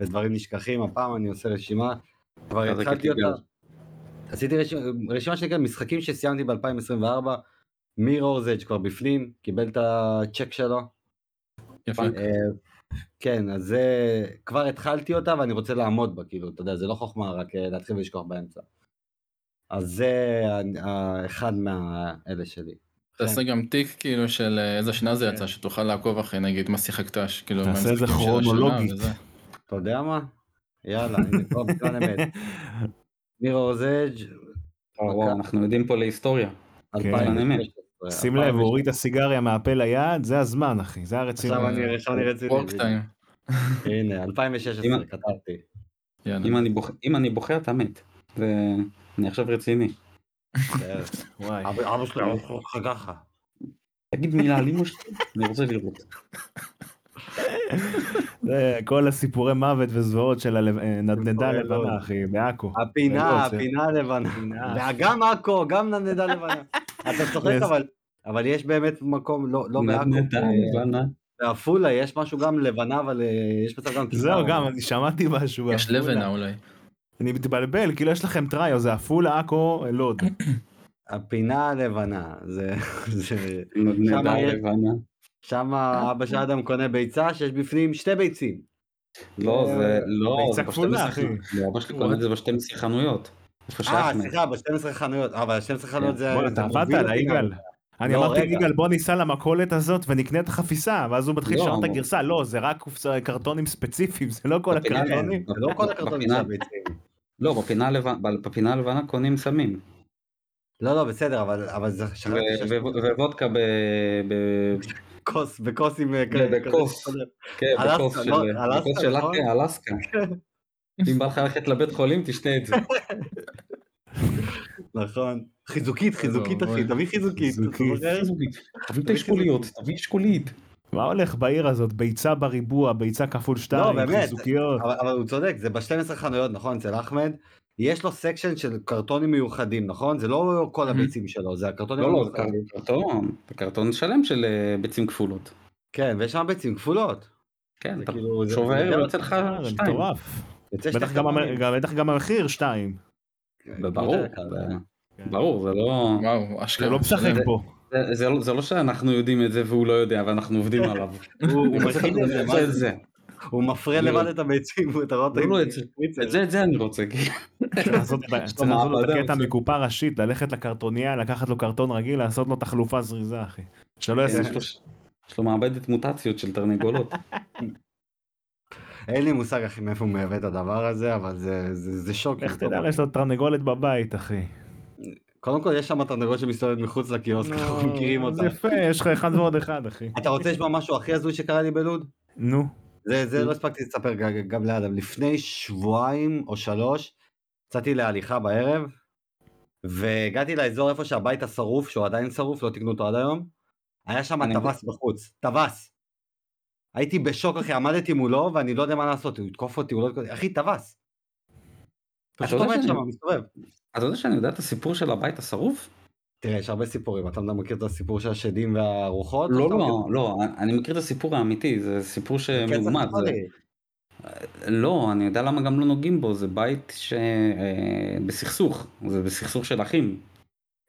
[SPEAKER 3] ודברים נשכחים, הפעם אני עושה רשימה, כבר
[SPEAKER 4] חזק
[SPEAKER 3] התחלתי
[SPEAKER 4] את יגאל.
[SPEAKER 3] אותה. עשיתי רשימה, רשימה שנקראת משחקים שסיימתי ב-2024, מירור's Edge כבר בפנים, קיבל את הצ'ק שלו.
[SPEAKER 1] יפה.
[SPEAKER 3] אה, כן, אז זה, כבר התחלתי אותה ואני רוצה לעמוד בה, כאילו, אתה יודע, זה לא חוכמה רק אה, להתחיל ולשכוח באמצע. אז זה ה- ה- אחד מהאלה שלי.
[SPEAKER 1] תעשה גם תיק כאילו של אה, איזה שנה זה
[SPEAKER 3] כן.
[SPEAKER 1] יצא, שתוכל לעקוב אחרי נגיד מה שיחקת, ש- כאילו,
[SPEAKER 2] תעשה
[SPEAKER 1] מהמשחקים
[SPEAKER 2] את זה
[SPEAKER 1] של השנה
[SPEAKER 2] כרונולוגית.
[SPEAKER 1] וזה.
[SPEAKER 3] אתה יודע מה? יאללה, הנה, כבר בזמן אמת. מירור's Edge,
[SPEAKER 4] וואו, וואו, אנחנו יודעים פה להיסטוריה.
[SPEAKER 2] כן.
[SPEAKER 3] 2016.
[SPEAKER 2] שים לב, הוא הוריד את הסיגריה מהפה ליד, זה הזמן אחי, זה הרצינות.
[SPEAKER 3] עכשיו אני עכשיו אני רציני.
[SPEAKER 1] Work time.
[SPEAKER 3] הנה, 2016
[SPEAKER 4] אם-
[SPEAKER 3] כתבתי.
[SPEAKER 1] יאללה.
[SPEAKER 4] אם אני בוח- אם אני בוחר, אתה מת. זה- אני עכשיו רציני.
[SPEAKER 3] אה,
[SPEAKER 2] וואי.
[SPEAKER 3] אבא אבא שלי עושה לך ככה.
[SPEAKER 4] תגיד מילה על אמא שלי, אני רוצה לראות.
[SPEAKER 2] זה כל הסיפורי מוות וזוועות של הלב- אה, נדנדה
[SPEAKER 3] סיפורי
[SPEAKER 2] לבנה
[SPEAKER 3] לא.
[SPEAKER 2] אחי, בעכו.
[SPEAKER 3] הפינה,
[SPEAKER 2] זה לא, זה-
[SPEAKER 3] הפינה הלבנה. גם עכו, גם נדנדה לבנה. אתה צוחק,
[SPEAKER 2] נס.
[SPEAKER 3] אבל... אבל יש באמת מקום, לא לא בעכו,
[SPEAKER 4] נתנה לבנה.
[SPEAKER 3] בעפולה יש משהו גם לבנה, אבל אה, יש מצב גם...
[SPEAKER 2] זהו גם, אני שמעתי משהו.
[SPEAKER 1] יש אה?
[SPEAKER 2] בעפולה.
[SPEAKER 1] לבנה אולי.
[SPEAKER 3] אה,
[SPEAKER 2] אני מתבלבל, כאילו יש לכם טריו, זה עפולה, עכו, לוד.
[SPEAKER 3] הפינה הלבנה, זה... זה-
[SPEAKER 4] נתנה
[SPEAKER 3] יש-
[SPEAKER 4] לבנה.
[SPEAKER 3] שם אבא של אדם קונה ביצה שיש בפנים שתי ביצים.
[SPEAKER 4] לא,
[SPEAKER 3] אה,
[SPEAKER 4] זה לא,
[SPEAKER 2] ביצה
[SPEAKER 4] זה בשתי
[SPEAKER 2] כפולה, אחי.
[SPEAKER 4] לא, אבא שלי קונה את זה בשתי חנויות. איפה
[SPEAKER 3] אה,
[SPEAKER 4] שאחמד.
[SPEAKER 3] סליחה, ב-12 חנויות. אה, ב-12 חנויות זה...
[SPEAKER 2] בואנה,
[SPEAKER 3] זה
[SPEAKER 2] אתה עבדת
[SPEAKER 3] מוביל
[SPEAKER 2] על
[SPEAKER 3] אותי גם.
[SPEAKER 2] היגאל. אני
[SPEAKER 3] לא,
[SPEAKER 2] אמרתי
[SPEAKER 3] רגע.
[SPEAKER 2] ליגאל בוא ניסע למכולת הזאת ונקנה את החפיסה ואז הוא מתחיל
[SPEAKER 4] לא,
[SPEAKER 2] לשנות את
[SPEAKER 4] אמרו.
[SPEAKER 2] הגרסה לא זה רק קופסה- קרטונים ספציפיים זה לא כל
[SPEAKER 4] בפינה
[SPEAKER 3] כן,
[SPEAKER 2] הקרטונים.
[SPEAKER 3] זה לא כל הקרטונים של
[SPEAKER 4] בפינה-
[SPEAKER 3] הביצים.
[SPEAKER 4] לא, בפינה הלבנה- בפינה הלבנה קונים סמים.
[SPEAKER 3] לא, לא, בסדר, אבל אבל זה... שכחתי
[SPEAKER 4] ו-
[SPEAKER 3] שיש
[SPEAKER 4] ו- ווודקה ב- ב-
[SPEAKER 3] כוס, בכוס עם... אה, כזה-
[SPEAKER 4] בכוס.
[SPEAKER 3] כזה-
[SPEAKER 4] כן,
[SPEAKER 3] אלסקה,
[SPEAKER 4] בכוס של
[SPEAKER 3] לא, אלסקה,
[SPEAKER 4] בכוס של
[SPEAKER 3] נכון?
[SPEAKER 4] לאטה, אלסקה. אם בא לך ללכת לבית חולים, תשתה את זה.
[SPEAKER 3] נכון.
[SPEAKER 4] אה,
[SPEAKER 3] חיזוקית,
[SPEAKER 4] לא,
[SPEAKER 3] חיזוקית,
[SPEAKER 1] אוי.
[SPEAKER 3] אחי, תביא חיזוקית. אתה
[SPEAKER 2] חיזוקית.
[SPEAKER 3] זוכר?
[SPEAKER 4] תביא את האשכוליות, תביא אשכולית.
[SPEAKER 2] מה הולך בעיר הזאת ביצה בריבוע ביצה כפול שתיים
[SPEAKER 3] באמת.
[SPEAKER 2] חיזוקיות.
[SPEAKER 3] אבל, אבל הוא צודק, זה ב-12 חנויות, נכון, אצל אחמד. יש לו סקשן של קרטונים מיוחדים, נכון? זה לא כל הביצים שלו, זה הקרטונים
[SPEAKER 4] לא, לא, זה
[SPEAKER 3] המיוחדים.
[SPEAKER 4] קרטון, זה קרטון שלם של אה, ביצים כפולות.
[SPEAKER 3] כן, ויש שם ביצים כפולות.
[SPEAKER 4] כן,
[SPEAKER 3] זה
[SPEAKER 4] אתה
[SPEAKER 3] כאילו... זה-
[SPEAKER 4] שובר
[SPEAKER 3] זה-
[SPEAKER 4] ויוצא לך
[SPEAKER 2] אה, זה
[SPEAKER 4] שתיים.
[SPEAKER 2] מטורף.
[SPEAKER 3] יוצא
[SPEAKER 2] בטח
[SPEAKER 3] שתי
[SPEAKER 2] גם
[SPEAKER 3] קרטונים.
[SPEAKER 2] המ- גם- בטח גם המחיר שתיים.
[SPEAKER 4] ברור,
[SPEAKER 3] יותר יקר,
[SPEAKER 4] זה-
[SPEAKER 2] כן.
[SPEAKER 4] ברור, זה לא...
[SPEAKER 1] וואו, אשכרה. אה,
[SPEAKER 2] זה לא משחק
[SPEAKER 1] שלם.
[SPEAKER 2] פה.
[SPEAKER 4] זה- זה לא- זה לא שאנחנו יודעים את זה והוא לא יודע ואנחנו עובדים עליו.
[SPEAKER 3] הוא- הוא
[SPEAKER 4] הוא
[SPEAKER 3] מפריע
[SPEAKER 4] מכין
[SPEAKER 3] לבד-
[SPEAKER 4] את זה, את זה.
[SPEAKER 3] הוא מפריע
[SPEAKER 4] לא.
[SPEAKER 3] לבד את הביצים, ואתה רואה אותו
[SPEAKER 4] לא,
[SPEAKER 3] עם
[SPEAKER 4] לא, את זה-
[SPEAKER 3] פריצר.
[SPEAKER 4] את זה- את זה אני רוצה.
[SPEAKER 2] צריך כן,
[SPEAKER 3] כן,
[SPEAKER 2] לעשות צריך לעשות לו את
[SPEAKER 4] מעבדה
[SPEAKER 3] אה,
[SPEAKER 2] הקטע
[SPEAKER 4] מצוין.
[SPEAKER 2] מקופה ראשית, ללכת לקרטוניה, לקחת לו קרטון רגיל, לעשות לו תחלופה זריזה, אחי.
[SPEAKER 3] כן,
[SPEAKER 2] שלא יעשה...
[SPEAKER 4] יש לו- יש לו מעבדת מוטציות של תרנגולות.
[SPEAKER 3] אין לי מושג אחי מאיפה הוא מייבא את הדבר הזה, אבל זה- זה זה שוק.
[SPEAKER 2] איך תדע, יש לו תרנגולת בבית, אחי.
[SPEAKER 3] קודם כל יש שם תרנגול שמסתובבת מחוץ
[SPEAKER 4] אה,
[SPEAKER 3] לקיוסק, אנחנו
[SPEAKER 2] נו,
[SPEAKER 3] מכירים אותה.
[SPEAKER 2] אז יפה, יש לך אחד ועוד אחד, אחי.
[SPEAKER 3] אתה רוצה לשמוע משהו הכי הזוי שקרה לי בלוד?
[SPEAKER 2] נו,
[SPEAKER 3] זה,
[SPEAKER 4] כן.
[SPEAKER 3] זה לא הספקתי לספר גם, גם לאדם. לפני שבועיים או שלוש, יצאתי להליכה בערב, והגעתי לאזור איפה שהבית השרוף, שהוא עדיין שרוף, לא תקנו אותו עד היום. היה שם
[SPEAKER 4] אני-
[SPEAKER 3] טווס בחוץ, טווס. הייתי בשוק, אחי, עמדתי מולו, ואני לא יודע מה לעשות, הוא יתקוף אותי, הוא לא יתקוף אותי, אחי, טווס.
[SPEAKER 4] אתה
[SPEAKER 3] פשוט
[SPEAKER 4] יודע
[SPEAKER 3] עומד
[SPEAKER 4] שאני-
[SPEAKER 3] שם, מסתובב.
[SPEAKER 4] אתה יודע שאני יודע את הסיפור של הבית השרוף?
[SPEAKER 3] תראה, יש הרבה סיפורים, אתה לא מכיר את הסיפור של השדים והרוחות?
[SPEAKER 4] לא,
[SPEAKER 3] אתה מכיר-
[SPEAKER 4] לא, לא, אני מכיר את הסיפור האמיתי, זה סיפור
[SPEAKER 3] כן, זה
[SPEAKER 4] שמאומת.
[SPEAKER 3] סיפור
[SPEAKER 4] זה-
[SPEAKER 3] לי.
[SPEAKER 4] לא, אני יודע למה גם לא נוגעים בו, זה בית שבסכסוך, זה בסכסוך של אחים,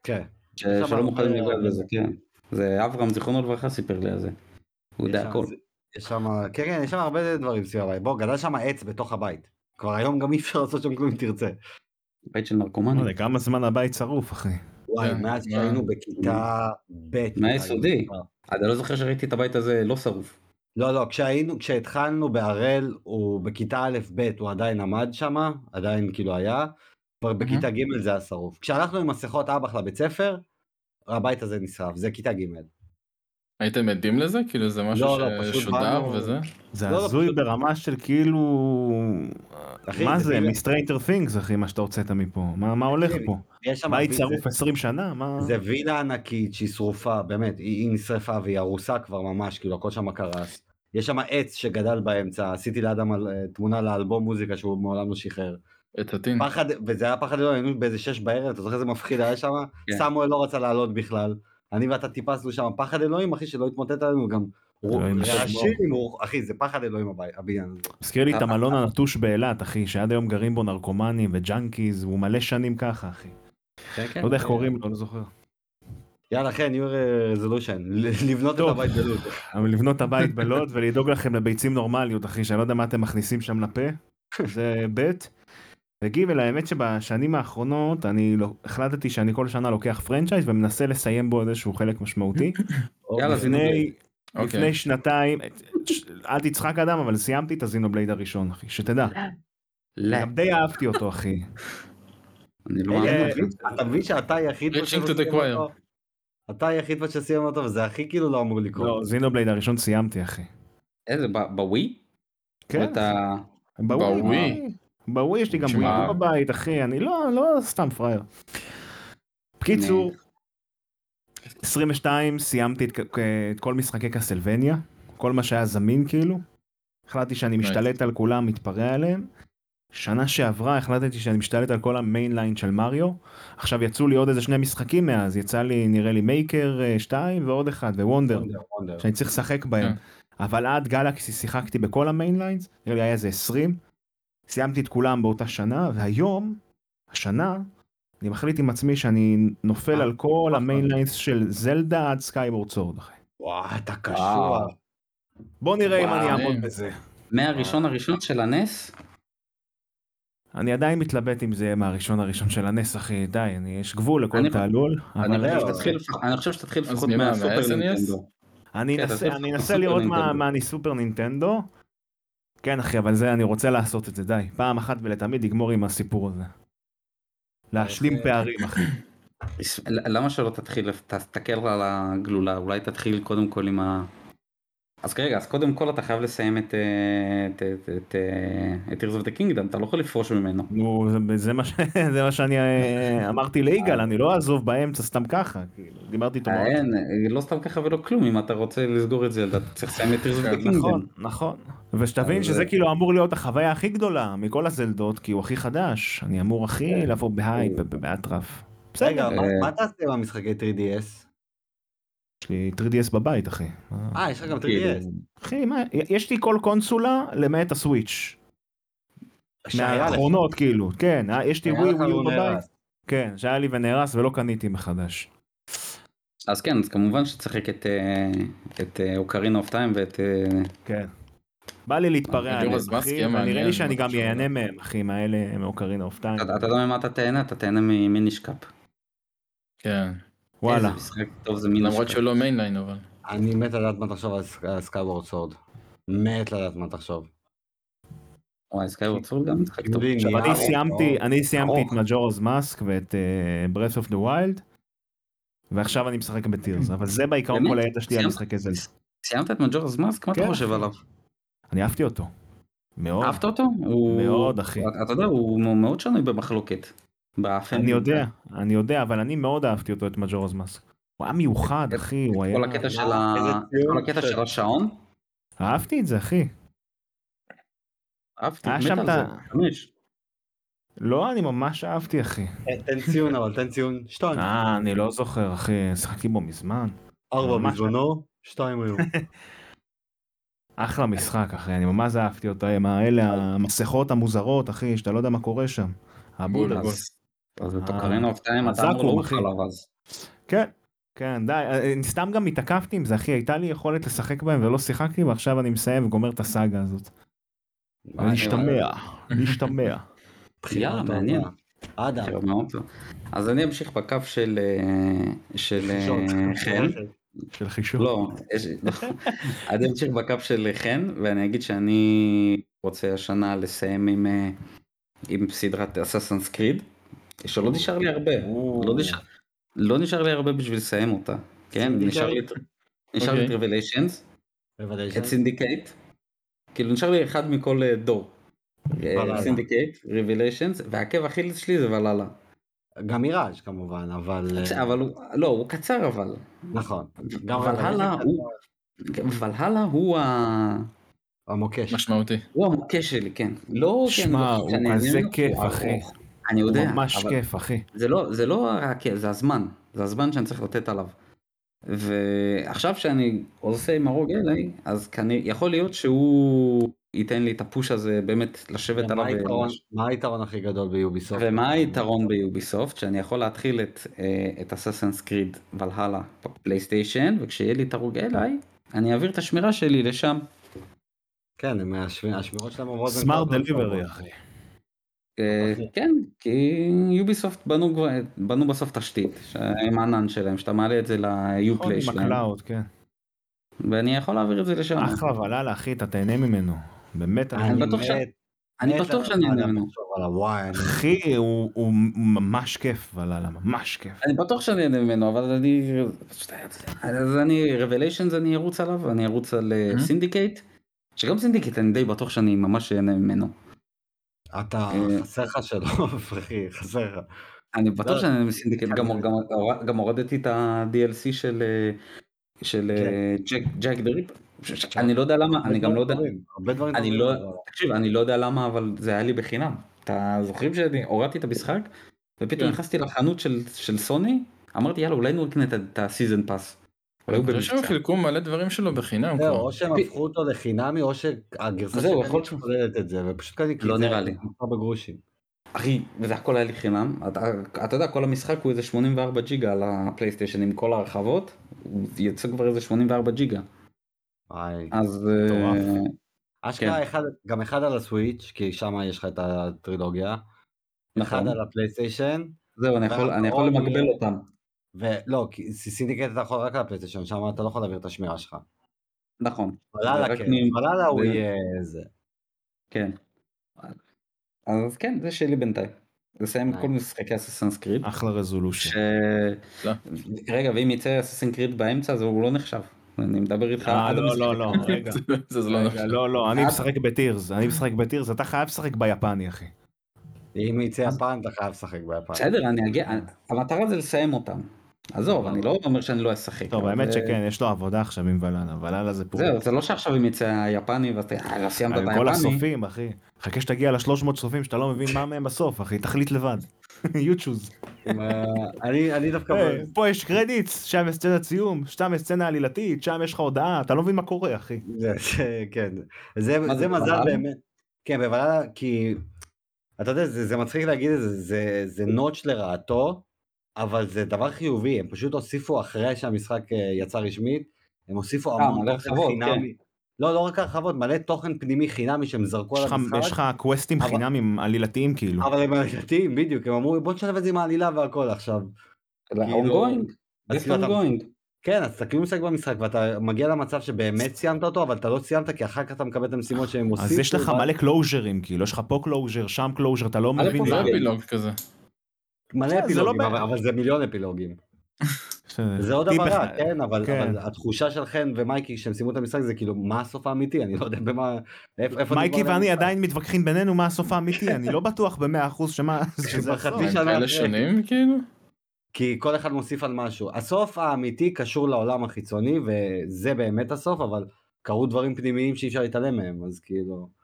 [SPEAKER 3] כן.
[SPEAKER 4] ש-
[SPEAKER 3] יש שם
[SPEAKER 4] שלא מוכנים
[SPEAKER 3] הרבה-
[SPEAKER 4] לגעת בזה, כן. זה אברהם, זיכרונו לברכה, סיפר לי על זה. הוא
[SPEAKER 3] יש
[SPEAKER 4] יודע
[SPEAKER 3] שם-
[SPEAKER 4] הכל.
[SPEAKER 3] יש שם, כן, כן, יש שם הרבה דברים סביב הבית. בוא, גדל שם עץ בתוך הבית. כבר היום גם אי אפשר לעשות שם כלום אם תרצה.
[SPEAKER 4] בית של נרקומנים.
[SPEAKER 2] וואלה, כמה זמן הבית שרוף, אחי.
[SPEAKER 3] וואי,
[SPEAKER 1] כן,
[SPEAKER 3] מאז
[SPEAKER 1] מה-
[SPEAKER 3] שהיינו בכיתה ב'. כאילו,
[SPEAKER 4] מהיסודי. אני לא זוכר שראיתי את הבית הזה לא שרוף.
[SPEAKER 3] לא, לא, כשהיינו, כשהתחלנו בהראל, הוא בכיתה א', ב', הוא עדיין עמד שם, עדיין כאילו היה. כבר בכיתה ג' זה היה שרוף. כשהלכנו עם מסכות אב"ח לבית ספר, הבית הזה נשרף, זה כיתה ג'.
[SPEAKER 1] הייתם עדים לזה? כאילו זה משהו
[SPEAKER 3] לא, לא, פשוט
[SPEAKER 1] ששודר
[SPEAKER 3] באנו-
[SPEAKER 1] וזה?
[SPEAKER 2] זה
[SPEAKER 3] לא, לא,
[SPEAKER 2] הזוי
[SPEAKER 3] פשוט-
[SPEAKER 2] ברמה של כאילו...
[SPEAKER 3] אחי,
[SPEAKER 2] מה
[SPEAKER 3] זה
[SPEAKER 2] זה,
[SPEAKER 3] טיל-
[SPEAKER 2] מסטרייטר פינגס, אחי, מה שאתה הוצאת מפה? מה מה הולך
[SPEAKER 3] תקשיב,
[SPEAKER 2] פה?
[SPEAKER 3] יש שם...
[SPEAKER 2] בית
[SPEAKER 3] זה-
[SPEAKER 2] שרוף 20 שנה? מה...
[SPEAKER 3] זה וילה ענקית שהיא שרופה, באמת, היא, היא נשרפה והיא הרוסה כבר ממש, כאילו הכל שם קרס. יש שם עץ שגדל באמצע, עשיתי לאדם על, אה, תמונה לאלבום מוזיקה שהוא מעולם לא שחרר.
[SPEAKER 1] את
[SPEAKER 2] כן.
[SPEAKER 1] הטין.
[SPEAKER 3] פחד, וזה היה פחד אלוהים, היינו באיזה שש בערב, אתה זוכר איזה מפחיד היה שם?
[SPEAKER 4] כן.
[SPEAKER 3] סמואל לא רצה לעלות בכלל. אני ואתה טיפסנו שם, פחד אלוהים, אחי, שלא יתמוטט עלינו גם.
[SPEAKER 2] אלוהים
[SPEAKER 3] רעשים, הוא- אחי, זה פחד אלוהים הבי- הבניין הזה.
[SPEAKER 2] מזכיר
[SPEAKER 3] אה,
[SPEAKER 2] לי את המלון הנטוש באילת, אחי, שעד היום גרים בו נרקומנים וג'אנקיז, והוא מלא שנים ככה, אחי.
[SPEAKER 4] כן,
[SPEAKER 2] לא
[SPEAKER 4] אה,
[SPEAKER 2] יודע איך קוראים לו, לא זוכר.
[SPEAKER 3] יאללה, חן, your אה, resolution, לבנות את
[SPEAKER 2] טוב.
[SPEAKER 3] הבית בלוד.
[SPEAKER 2] אבל לבנות את הבית בלוד ולדאוג לכם לביצים נורמליות, אחי, שאני לא יודע מה אתם מכניסים שם לפה, זה ב'. וג' האמת שבשנים האחרונות אני לא, החלטתי שאני כל שנה לוקח פרנצ'ייז ומנסה לסיים בו איזשהו חלק משמעותי.
[SPEAKER 4] יאללה, זה
[SPEAKER 2] לפני,
[SPEAKER 1] אוקיי.
[SPEAKER 2] לפני שנתיים, ש- אל תצחק אדם, אבל סיימתי את הזינובלייד הראשון, אחי, שתדע.
[SPEAKER 4] לא,
[SPEAKER 2] גם די אהבתי אותו, אחי.
[SPEAKER 4] אני לא
[SPEAKER 3] רגע,
[SPEAKER 4] מאמין לך.
[SPEAKER 3] אתה מבין- אתה מבין שאתה היחיד פה
[SPEAKER 1] Reaching
[SPEAKER 3] שלא
[SPEAKER 1] to the
[SPEAKER 3] סיים
[SPEAKER 1] choir.
[SPEAKER 3] אותו? אתה היחיד פה שסיים אותו, וזה הכי כאילו לא אמור לקרות.
[SPEAKER 2] לא, זינובלייד הראשון סיימתי, אחי.
[SPEAKER 4] איזה, ב- בווי?
[SPEAKER 2] כן.
[SPEAKER 4] או את ה-
[SPEAKER 1] בווי.
[SPEAKER 2] בווי יש לי גם
[SPEAKER 1] תשמע.
[SPEAKER 2] בווי בבית, אחי, אני לא, לא סתם פראייר. בקיצור, 22 סיימתי את, ק- את כל משחקי קסלבניה, כל מה שהיה זמין כאילו. החלטתי שאני משתלט על כולם, מתפרע עליהם. שנה שעברה החלטתי שאני משתלט על כל המיינליין של מריו. עכשיו יצאו לי עוד איזה שני משחקים מאז, יצא לי נראה לי מייקר 2 ועוד אחד ווונדר.
[SPEAKER 3] וונדר, וונדר.
[SPEAKER 2] שאני צריך לשחק
[SPEAKER 4] כן.
[SPEAKER 2] בהם. אבל עד גלקסי שיחקתי בכל המיינליינס, נראה לי היה איזה 20. סיימתי את כולם באותה שנה, והיום, השנה, אני מחליט עם עצמי שאני נופל
[SPEAKER 3] אה,
[SPEAKER 2] על כל
[SPEAKER 4] נכון.
[SPEAKER 3] אה,
[SPEAKER 2] המיינליינס של זלדה עד סקייבורד סורד. אחי.
[SPEAKER 3] וואו, אתה קשוח.
[SPEAKER 4] וואו.
[SPEAKER 2] בוא נראה אם
[SPEAKER 1] וואו,
[SPEAKER 2] אני אעמוד
[SPEAKER 1] אה.
[SPEAKER 2] בזה.
[SPEAKER 4] מהראשון הראשון של הנס?
[SPEAKER 2] אני עדיין מתלבט אם זה יהיה מהראשון הראשון של הנס, אחי, די, אני, יש גבול לכל
[SPEAKER 4] אני-
[SPEAKER 2] תעלול.
[SPEAKER 4] אני
[SPEAKER 2] אבל
[SPEAKER 4] חושב
[SPEAKER 3] זהו.
[SPEAKER 4] שתתחיל לפח- אני חושב שתתחיל
[SPEAKER 1] אז
[SPEAKER 4] לפחות
[SPEAKER 1] ממה,
[SPEAKER 4] מהסופר
[SPEAKER 1] מה-SNES?
[SPEAKER 4] נינטנדו.
[SPEAKER 2] אני
[SPEAKER 4] כן,
[SPEAKER 2] אנסה
[SPEAKER 4] אתה
[SPEAKER 2] אני
[SPEAKER 4] סופר
[SPEAKER 2] אנסה לראות מה
[SPEAKER 4] נינטנדו.
[SPEAKER 2] מה אני סופר נינטנדו. כן אחי אבל זה אני רוצה לעשות את זה די פעם אחת ולתמיד לגמור עם הסיפור הזה. להשלים
[SPEAKER 4] אה,
[SPEAKER 3] אוקיי.
[SPEAKER 2] פערים אחי.
[SPEAKER 4] למה שלא תתחיל, תסתכל על הגלולה, אולי תתחיל קודם כל עם ה... אז רגע, אז קודם כל אתה חייב לסיים את אה, את- את- את, אה, את Tears of the Kingdom, אתה לא יכול לפרוש ממנו.
[SPEAKER 2] נו, זה- זה מה ש- זה מה שאני אה, אמרתי ליגאל, אני לא אעזוב באמצע סתם ככה, כאילו, דיברתי איתו.
[SPEAKER 4] אה,
[SPEAKER 2] מאוד.
[SPEAKER 4] אין, אה, לא סתם ככה ולא כלום, אם אתה רוצה לסגור את זה, אתה צריך לסיים את Tears of the
[SPEAKER 2] נכון,
[SPEAKER 4] Kingdom.
[SPEAKER 2] נכון. ושתבין
[SPEAKER 4] אז- אה,
[SPEAKER 2] שזה כאילו אמור להיות החוויה הכי גדולה מכל הזלדות, כי הוא הכי חדש, אני אמור
[SPEAKER 4] כן.
[SPEAKER 2] הכי לבוא בהייפ, ב- ב- באטרף.
[SPEAKER 3] רגע,
[SPEAKER 2] בסדר,
[SPEAKER 3] מה-
[SPEAKER 4] אה.
[SPEAKER 3] מה תעשה עם המשחקי 3DS?
[SPEAKER 2] יש לי 3DS בבית, אחי. מה-
[SPEAKER 3] אה, יש לך גם
[SPEAKER 4] כאילו,
[SPEAKER 3] 3DS.
[SPEAKER 2] אחי, מה, יש לי כל קונסולה למעט הסוויץ'.
[SPEAKER 3] שהיה לך.
[SPEAKER 2] מהאחרונות כאילו, כן, אה, יש לי
[SPEAKER 3] היה
[SPEAKER 2] ווי
[SPEAKER 3] לך לא
[SPEAKER 2] ווי
[SPEAKER 3] והוא
[SPEAKER 2] בבית.
[SPEAKER 3] נהרס.
[SPEAKER 2] כן, שהיה לי ונהרס ולא קניתי מחדש.
[SPEAKER 4] אז כן, אז כמובן שתשחק את, אה, את אוקרינה אוף טיים ואת... אה,
[SPEAKER 2] כן. בא לי להתפרע
[SPEAKER 1] אה,
[SPEAKER 2] עליהם,
[SPEAKER 1] יורס בסקי
[SPEAKER 2] אחי,
[SPEAKER 1] היה
[SPEAKER 2] ונראה לי
[SPEAKER 1] מעניין,
[SPEAKER 2] שאני
[SPEAKER 1] מה
[SPEAKER 2] גם
[SPEAKER 1] קשור
[SPEAKER 2] ייהנה
[SPEAKER 1] אליו?
[SPEAKER 2] מהם, אחי, מהאלה מאוקרינה אוף טיים.
[SPEAKER 4] אתה אתה יודע ממה אתה תהנה? אתה תהנה ממינישקאפ.
[SPEAKER 1] כן.
[SPEAKER 2] וואלה.
[SPEAKER 4] איזה משחק טוב זה
[SPEAKER 1] למרות
[SPEAKER 4] מינישקאפ.
[SPEAKER 1] שהוא לא מיינליין אבל.
[SPEAKER 3] אני מת לדעת מה תחשוב על סק- על סקאוורד סורד. מת לדעת מה תחשוב.
[SPEAKER 4] וואי, סקייוורד סורד גם משחק טוב.
[SPEAKER 3] ליניארי,
[SPEAKER 2] עכשיו אני
[SPEAKER 3] ארוך,
[SPEAKER 2] סיימתי,
[SPEAKER 3] ארוך.
[SPEAKER 2] אני סיימתי את
[SPEAKER 3] ארוך.
[SPEAKER 2] מג'ורס מאסק ואת אה, ברס אוף דה ווילד, ועכשיו אני משחק בטירס, אבל זה בעיקרון
[SPEAKER 4] באמת?
[SPEAKER 2] כל הידע שלי על
[SPEAKER 4] סיימת?
[SPEAKER 2] משחקי זלד.
[SPEAKER 4] סיימת את מג'ורס מאסק? מה אתה
[SPEAKER 2] כן,
[SPEAKER 4] חושב
[SPEAKER 2] אחי.
[SPEAKER 4] עליו?
[SPEAKER 2] אני אהבתי אותו. מאוד.
[SPEAKER 4] אהבת אותו? הוא-
[SPEAKER 2] מאוד, אחי.
[SPEAKER 4] אתה- אתה יודע, הוא מאוד שנוי במחלוקת. באפן-
[SPEAKER 2] אני יודע, אני יודע, אבל אני מאוד אהבתי אותו, את מג'ורס מאסק. הוא היה מיוחד, אחי, הוא היה...
[SPEAKER 4] כל הקטע של ה-
[SPEAKER 3] איזה ציון
[SPEAKER 4] כל הקטע
[SPEAKER 3] של-
[SPEAKER 4] של השעון?
[SPEAKER 2] אהבתי את זה, אחי.
[SPEAKER 4] אהבתי,
[SPEAKER 2] היה
[SPEAKER 4] מת
[SPEAKER 2] שם
[SPEAKER 4] על
[SPEAKER 2] את
[SPEAKER 4] זה.
[SPEAKER 2] ה-
[SPEAKER 4] חמש.
[SPEAKER 2] לא, אני ממש אהבתי, אחי.
[SPEAKER 3] תן- תן ציון אבל, תן ציון. שתיים.
[SPEAKER 2] אה, אני לא זוכר, אחי, שחקתי בו מזמן.
[SPEAKER 3] ארבע
[SPEAKER 2] ממש.
[SPEAKER 3] בזמנו, שתיים היום.
[SPEAKER 2] אחלה משחק, אחי, אני ממש אהבתי אותו, עם האלה, המסכות המוזרות, אחי, שאתה לא יודע מה קורה שם. הבול.
[SPEAKER 1] בול.
[SPEAKER 4] אז- אז את
[SPEAKER 2] אה,
[SPEAKER 4] אוקרינה אוף טיים אתה אמור
[SPEAKER 2] הזקום,
[SPEAKER 4] לעוף
[SPEAKER 2] אחי.
[SPEAKER 4] עליו אז.
[SPEAKER 2] כן, כן, די, אני סתם גם התעכבתי עם זה, אחי, הייתה לי יכולת לשחק בהם ולא שיחקתי, ועכשיו אני מסיים וגומר את הסאגה הזאת. להשתמע, להשתמע.
[SPEAKER 4] יאללה, מעניין.
[SPEAKER 3] אדם.
[SPEAKER 4] טוב, מאוד טוב. אז אני אמשיך בקו של אה, של אה, חן.
[SPEAKER 2] של חישוב.
[SPEAKER 4] לא, יש- לא. אני אמשיך בקו של חן ואני אגיד שאני רוצה השנה לסיים עם אה, עם סדרת אססנס קריד שלא נשאר לי הרבה.
[SPEAKER 3] אוקיי.
[SPEAKER 4] לא נשאר- לא נשאר לי הרבה בשביל לסיים אותה. כן,
[SPEAKER 3] סינדיקייט.
[SPEAKER 4] נשאר לי נשאר לי את
[SPEAKER 1] אוקיי.
[SPEAKER 4] רבליישנס,
[SPEAKER 3] בוודאי
[SPEAKER 4] את
[SPEAKER 3] שאני.
[SPEAKER 4] סינדיקייט. כאילו נשאר לי אחד מכל אה, דור.
[SPEAKER 3] ולאלה.
[SPEAKER 4] סינדיקייט, רבליישנס, והעקב אכילס שלי זה ולאלה.
[SPEAKER 3] גם מיראז' כמובן, אבל... אה,
[SPEAKER 4] אבל הוא, לא, הוא קצר אבל.
[SPEAKER 3] נכון. גם
[SPEAKER 4] ולהלה
[SPEAKER 3] אבל-
[SPEAKER 4] הוא, ולהלה הוא, ה...
[SPEAKER 3] המוקש.
[SPEAKER 1] משמעותי.
[SPEAKER 4] הוא המוקש שלי, כן. לא, כן,
[SPEAKER 2] שמע,
[SPEAKER 4] לא
[SPEAKER 2] הוא
[SPEAKER 4] שאני
[SPEAKER 2] כזה
[SPEAKER 4] איננו,
[SPEAKER 2] כיף,
[SPEAKER 4] הוא
[SPEAKER 2] אחי.
[SPEAKER 4] ארוך. אני יודע,
[SPEAKER 2] ממש
[SPEAKER 4] אבל
[SPEAKER 2] כיף, אחי.
[SPEAKER 4] זה לא, זה לא רק, זה הזמן, זה הזמן שאני צריך לתת עליו. ועכשיו שאני עושה עם הרוג אליי, אז כנראה, יכול להיות שהוא ייתן לי את הפוש הזה באמת לשבת עליו. אה,
[SPEAKER 3] מה היתרון-
[SPEAKER 4] ולש-
[SPEAKER 3] מה היתרון הכי גדול ביוביסופט?
[SPEAKER 4] ומה היתרון ביוביסופט? שאני יכול להתחיל את, אה, את אססנס קריד ולהלה בפלייסטיישן, וכשיהיה לי את הרוג אליי, אני אעביר את השמירה שלי לשם.
[SPEAKER 3] כן, הם השמ- השמירות שלהם עוברות... בין
[SPEAKER 4] לא
[SPEAKER 2] סמארט
[SPEAKER 3] כל הדברים.
[SPEAKER 2] דליברי, אחי.
[SPEAKER 4] אה,
[SPEAKER 3] אוקיי.
[SPEAKER 4] כן, כי יוביסופט בנו, כבר- בנו בסוף תשתית שה- עם הענן שלהם, שאתה מעלה את זה
[SPEAKER 2] נכון,
[SPEAKER 4] ליופליי
[SPEAKER 2] עם
[SPEAKER 4] שלהם,
[SPEAKER 2] הקלאוד, כן.
[SPEAKER 4] ואני יכול להעביר את זה לשם.
[SPEAKER 2] אחלה ולאללה, אחי, אתה תהנה ממנו. באמת, אני-
[SPEAKER 3] אני
[SPEAKER 4] בטוח
[SPEAKER 3] מת-
[SPEAKER 4] ש- אני
[SPEAKER 3] מת
[SPEAKER 4] בטוח
[SPEAKER 3] לדעת
[SPEAKER 4] שאני
[SPEAKER 3] מה
[SPEAKER 4] אהנה
[SPEAKER 3] אדם
[SPEAKER 4] ממנו.
[SPEAKER 3] יחשוב עליו, וואי, אני-
[SPEAKER 2] אחי, הוא הוא ממש כיף ולאללה, ממש כיף.
[SPEAKER 4] אני בטוח שאני אהנה ממנו, אבל אני... פשוט היה- אז אני, רבליישנס אני ארוץ עליו, אני ארוץ על אה,
[SPEAKER 2] Mm-hmm.
[SPEAKER 1] Mhm.
[SPEAKER 4] סינדיקייט, שגם סינדיקייט אני די בטוח שאני ממש אהנה ממנו.
[SPEAKER 3] אתה
[SPEAKER 4] אה.
[SPEAKER 3] חסר לך שלום, אחי, חסר לך.
[SPEAKER 4] אני בטוח
[SPEAKER 3] לא.
[SPEAKER 4] שאני מסינדיקט, גם, גם, גם הורדתי את ה-DLC של, אה, של אה, ג'ק, ג'ק דריפ, אני לא יודע למה, אני גם לא יודע,
[SPEAKER 3] הרבה דברים
[SPEAKER 4] אני
[SPEAKER 3] טובים,
[SPEAKER 4] לא,
[SPEAKER 3] אבל-
[SPEAKER 4] תקשיב, אני לא יודע למה, אבל זה היה לי בחינם. אתה זוכרים שאני הורדתי את המשחק, ופתאום
[SPEAKER 1] כן.
[SPEAKER 4] נכנסתי לחנות של, של סוני, אמרתי יאללה אולי נקנה את ה- את הסיזן פאס. אולי הוא
[SPEAKER 1] אני חושב שהם
[SPEAKER 4] במבצע.
[SPEAKER 1] חילקו מלא דברים שלו בחינם כאילו.
[SPEAKER 3] זהו,
[SPEAKER 1] כבר.
[SPEAKER 3] או שהם הפכו אותו לחינמי, או שהגרסה
[SPEAKER 4] זהו,
[SPEAKER 3] שלהם
[SPEAKER 4] יכול להיות ש-
[SPEAKER 3] כוללת את זה, ופשוט כאן
[SPEAKER 4] לא נראה לי.
[SPEAKER 3] בגרושים.
[SPEAKER 4] אחי, זה הכל היה לי חינם, אתה, אתה יודע, כל המשחק הוא איזה 84 ג'יגה על הפלייסטיישן עם כל ההרחבות, הוא יוצא כבר איזה 84 ג'יגה.
[SPEAKER 3] וואי.
[SPEAKER 4] אז... אה,
[SPEAKER 2] מטורף.
[SPEAKER 4] כן.
[SPEAKER 3] אשכרה אחד, גם אחד על הסוויץ', כי שם יש לך את הטרילוגיה, אחד
[SPEAKER 4] נכון.
[SPEAKER 3] על הפלייסטיישן,
[SPEAKER 4] זהו, אני
[SPEAKER 2] אה,
[SPEAKER 4] יכול, אני יכול
[SPEAKER 3] והאחרון
[SPEAKER 4] למגבל
[SPEAKER 3] יהיה-
[SPEAKER 4] אותם.
[SPEAKER 3] ולא, כי סינדיקט אתה יכול רק על הפלייסטיישן, שם אתה לא יכול להעביר את השמירה שלך.
[SPEAKER 4] נכון,
[SPEAKER 3] מלאלה
[SPEAKER 4] רק
[SPEAKER 3] כן,
[SPEAKER 4] מי-
[SPEAKER 3] מלאלה הוא
[SPEAKER 4] ו-
[SPEAKER 3] יהיה זה.
[SPEAKER 4] כן. אז כן, זה שלי בינתיים. לסיים את כל
[SPEAKER 3] Nice.
[SPEAKER 4] משחקי אססנס קריד.
[SPEAKER 2] אה, אחלה רזולושן.
[SPEAKER 4] ש... רגע, ואם יצא אססנס קריד באמצע, אז הוא לא נחשב. אני מדבר איתך.
[SPEAKER 2] אה,
[SPEAKER 4] עד
[SPEAKER 2] לא,
[SPEAKER 4] המשחק.
[SPEAKER 2] לא, לא, רגע.
[SPEAKER 1] זה לא
[SPEAKER 2] רגע,
[SPEAKER 1] נכון.
[SPEAKER 2] לא, לא, אני
[SPEAKER 4] אה?
[SPEAKER 2] משחק בטירס, אני משחק בטירס, אתה חייב לשחק ביפני, אחי.
[SPEAKER 3] אם יצא יפן, אתה חייב לשחק ביפן.
[SPEAKER 4] בסדר, אני אגיע, המטרה זה לסיים אותם. עזוב, אני לא אומר שאני לא אשחק.
[SPEAKER 2] טוב,
[SPEAKER 4] אבל
[SPEAKER 2] האמת
[SPEAKER 4] זה-
[SPEAKER 2] שכן, יש לו עבודה עכשיו עם ולאנה, ולאנה זה פורט.
[SPEAKER 4] זהו, זה לא שעכשיו אם יצא היפני ואתה, אה, לא סיימת את
[SPEAKER 2] על כל
[SPEAKER 4] היפני.
[SPEAKER 2] הסופים, אחי. חכה שתגיע לשלוש מאות סופים שאתה לא מבין מה מהם בסוף, אחי, תחליט לבד. You choose.
[SPEAKER 3] עם ה- אני אני דווקא...
[SPEAKER 2] אה, פה יש קרדיטס, שם יש סצנת סיום, שם יש סצנה עלילתית, שם יש לך הודעה, אתה לא מבין מה קורה, אחי.
[SPEAKER 3] זה- זה- כן, זה,
[SPEAKER 4] מה,
[SPEAKER 3] זה
[SPEAKER 4] זה
[SPEAKER 3] מזל
[SPEAKER 4] בוואלה?
[SPEAKER 3] באמת. כן, בוודאי, כי אתה יודע, זה, זה מצחיק להגיד את זה, זה, זה נוטש לרעתו, אבל זה דבר חיובי, הם פשוט הוסיפו אחרי שהמשחק אה, יצא רשמית, הם הוסיפו
[SPEAKER 4] אה,
[SPEAKER 3] המון
[SPEAKER 4] מלא הרחבות,
[SPEAKER 2] כן.
[SPEAKER 3] לא, לא רק הרחבות, מלא תוכן פנימי חינמי שהם זרקו
[SPEAKER 2] יש
[SPEAKER 3] על
[SPEAKER 2] לך- יש
[SPEAKER 3] המשחק,
[SPEAKER 2] לך קווסטים
[SPEAKER 3] אבל-
[SPEAKER 2] חינמים עלילתיים כאילו.
[SPEAKER 3] אבל הם עלילתיים, בדיוק, הם אמרו בוא נשלב את זה עם העלילה והכל עכשיו. כאילו,
[SPEAKER 4] ongoing,
[SPEAKER 3] אז
[SPEAKER 4] יש
[SPEAKER 3] כאילו אתה-
[SPEAKER 4] ongoing.
[SPEAKER 3] כן, אז אתה כאילו משחק במשחק ואתה מגיע למצב שבאמת סיימת אותו, אבל אתה לא סיימת כי אחר כך אתה מקבל את המשימות שהם עושים.
[SPEAKER 2] אז יש לך מלא קלוז'רים כאילו, יש לך פה קלוז'ר, שם קלוז'ר, אתה לא
[SPEAKER 4] מלא
[SPEAKER 2] מבין.
[SPEAKER 1] זה
[SPEAKER 4] קלוז'רים.
[SPEAKER 2] מה.
[SPEAKER 1] אפילוג כזה.
[SPEAKER 3] מלא
[SPEAKER 2] בסדר, זה לא
[SPEAKER 3] אפילוגים,
[SPEAKER 2] בעיה.
[SPEAKER 3] אבל, אבל זה מיליון אפילוגים.
[SPEAKER 2] בסדר.
[SPEAKER 3] זה עוד
[SPEAKER 2] אה, טיפ
[SPEAKER 3] דבר רע,
[SPEAKER 2] אחד.
[SPEAKER 3] כן, אבל,
[SPEAKER 2] כן.
[SPEAKER 3] אבל התחושה של חן ומייקי כשהם סיימו את המשחק זה כאילו, מה הסוף האמיתי? אני לא יודע במה... איפה... איפה
[SPEAKER 2] מייקי
[SPEAKER 3] נגמר
[SPEAKER 2] ואני
[SPEAKER 3] המשחק.
[SPEAKER 2] עדיין מתווכחים בינינו מה הסוף האמיתי, אני לא בטוח במאה אחוז שמה שזה
[SPEAKER 3] כבר חצי
[SPEAKER 2] הסוף.
[SPEAKER 1] מה, הם
[SPEAKER 3] שנה
[SPEAKER 1] כאלה
[SPEAKER 3] אחרי.
[SPEAKER 1] שונים כאילו?
[SPEAKER 3] כי כל אחד מוסיף על משהו. הסוף האמיתי קשור לעולם החיצוני, וזה באמת הסוף, אבל קרו דברים פנימיים שאי אפשר להתעלם מהם, אז כאילו...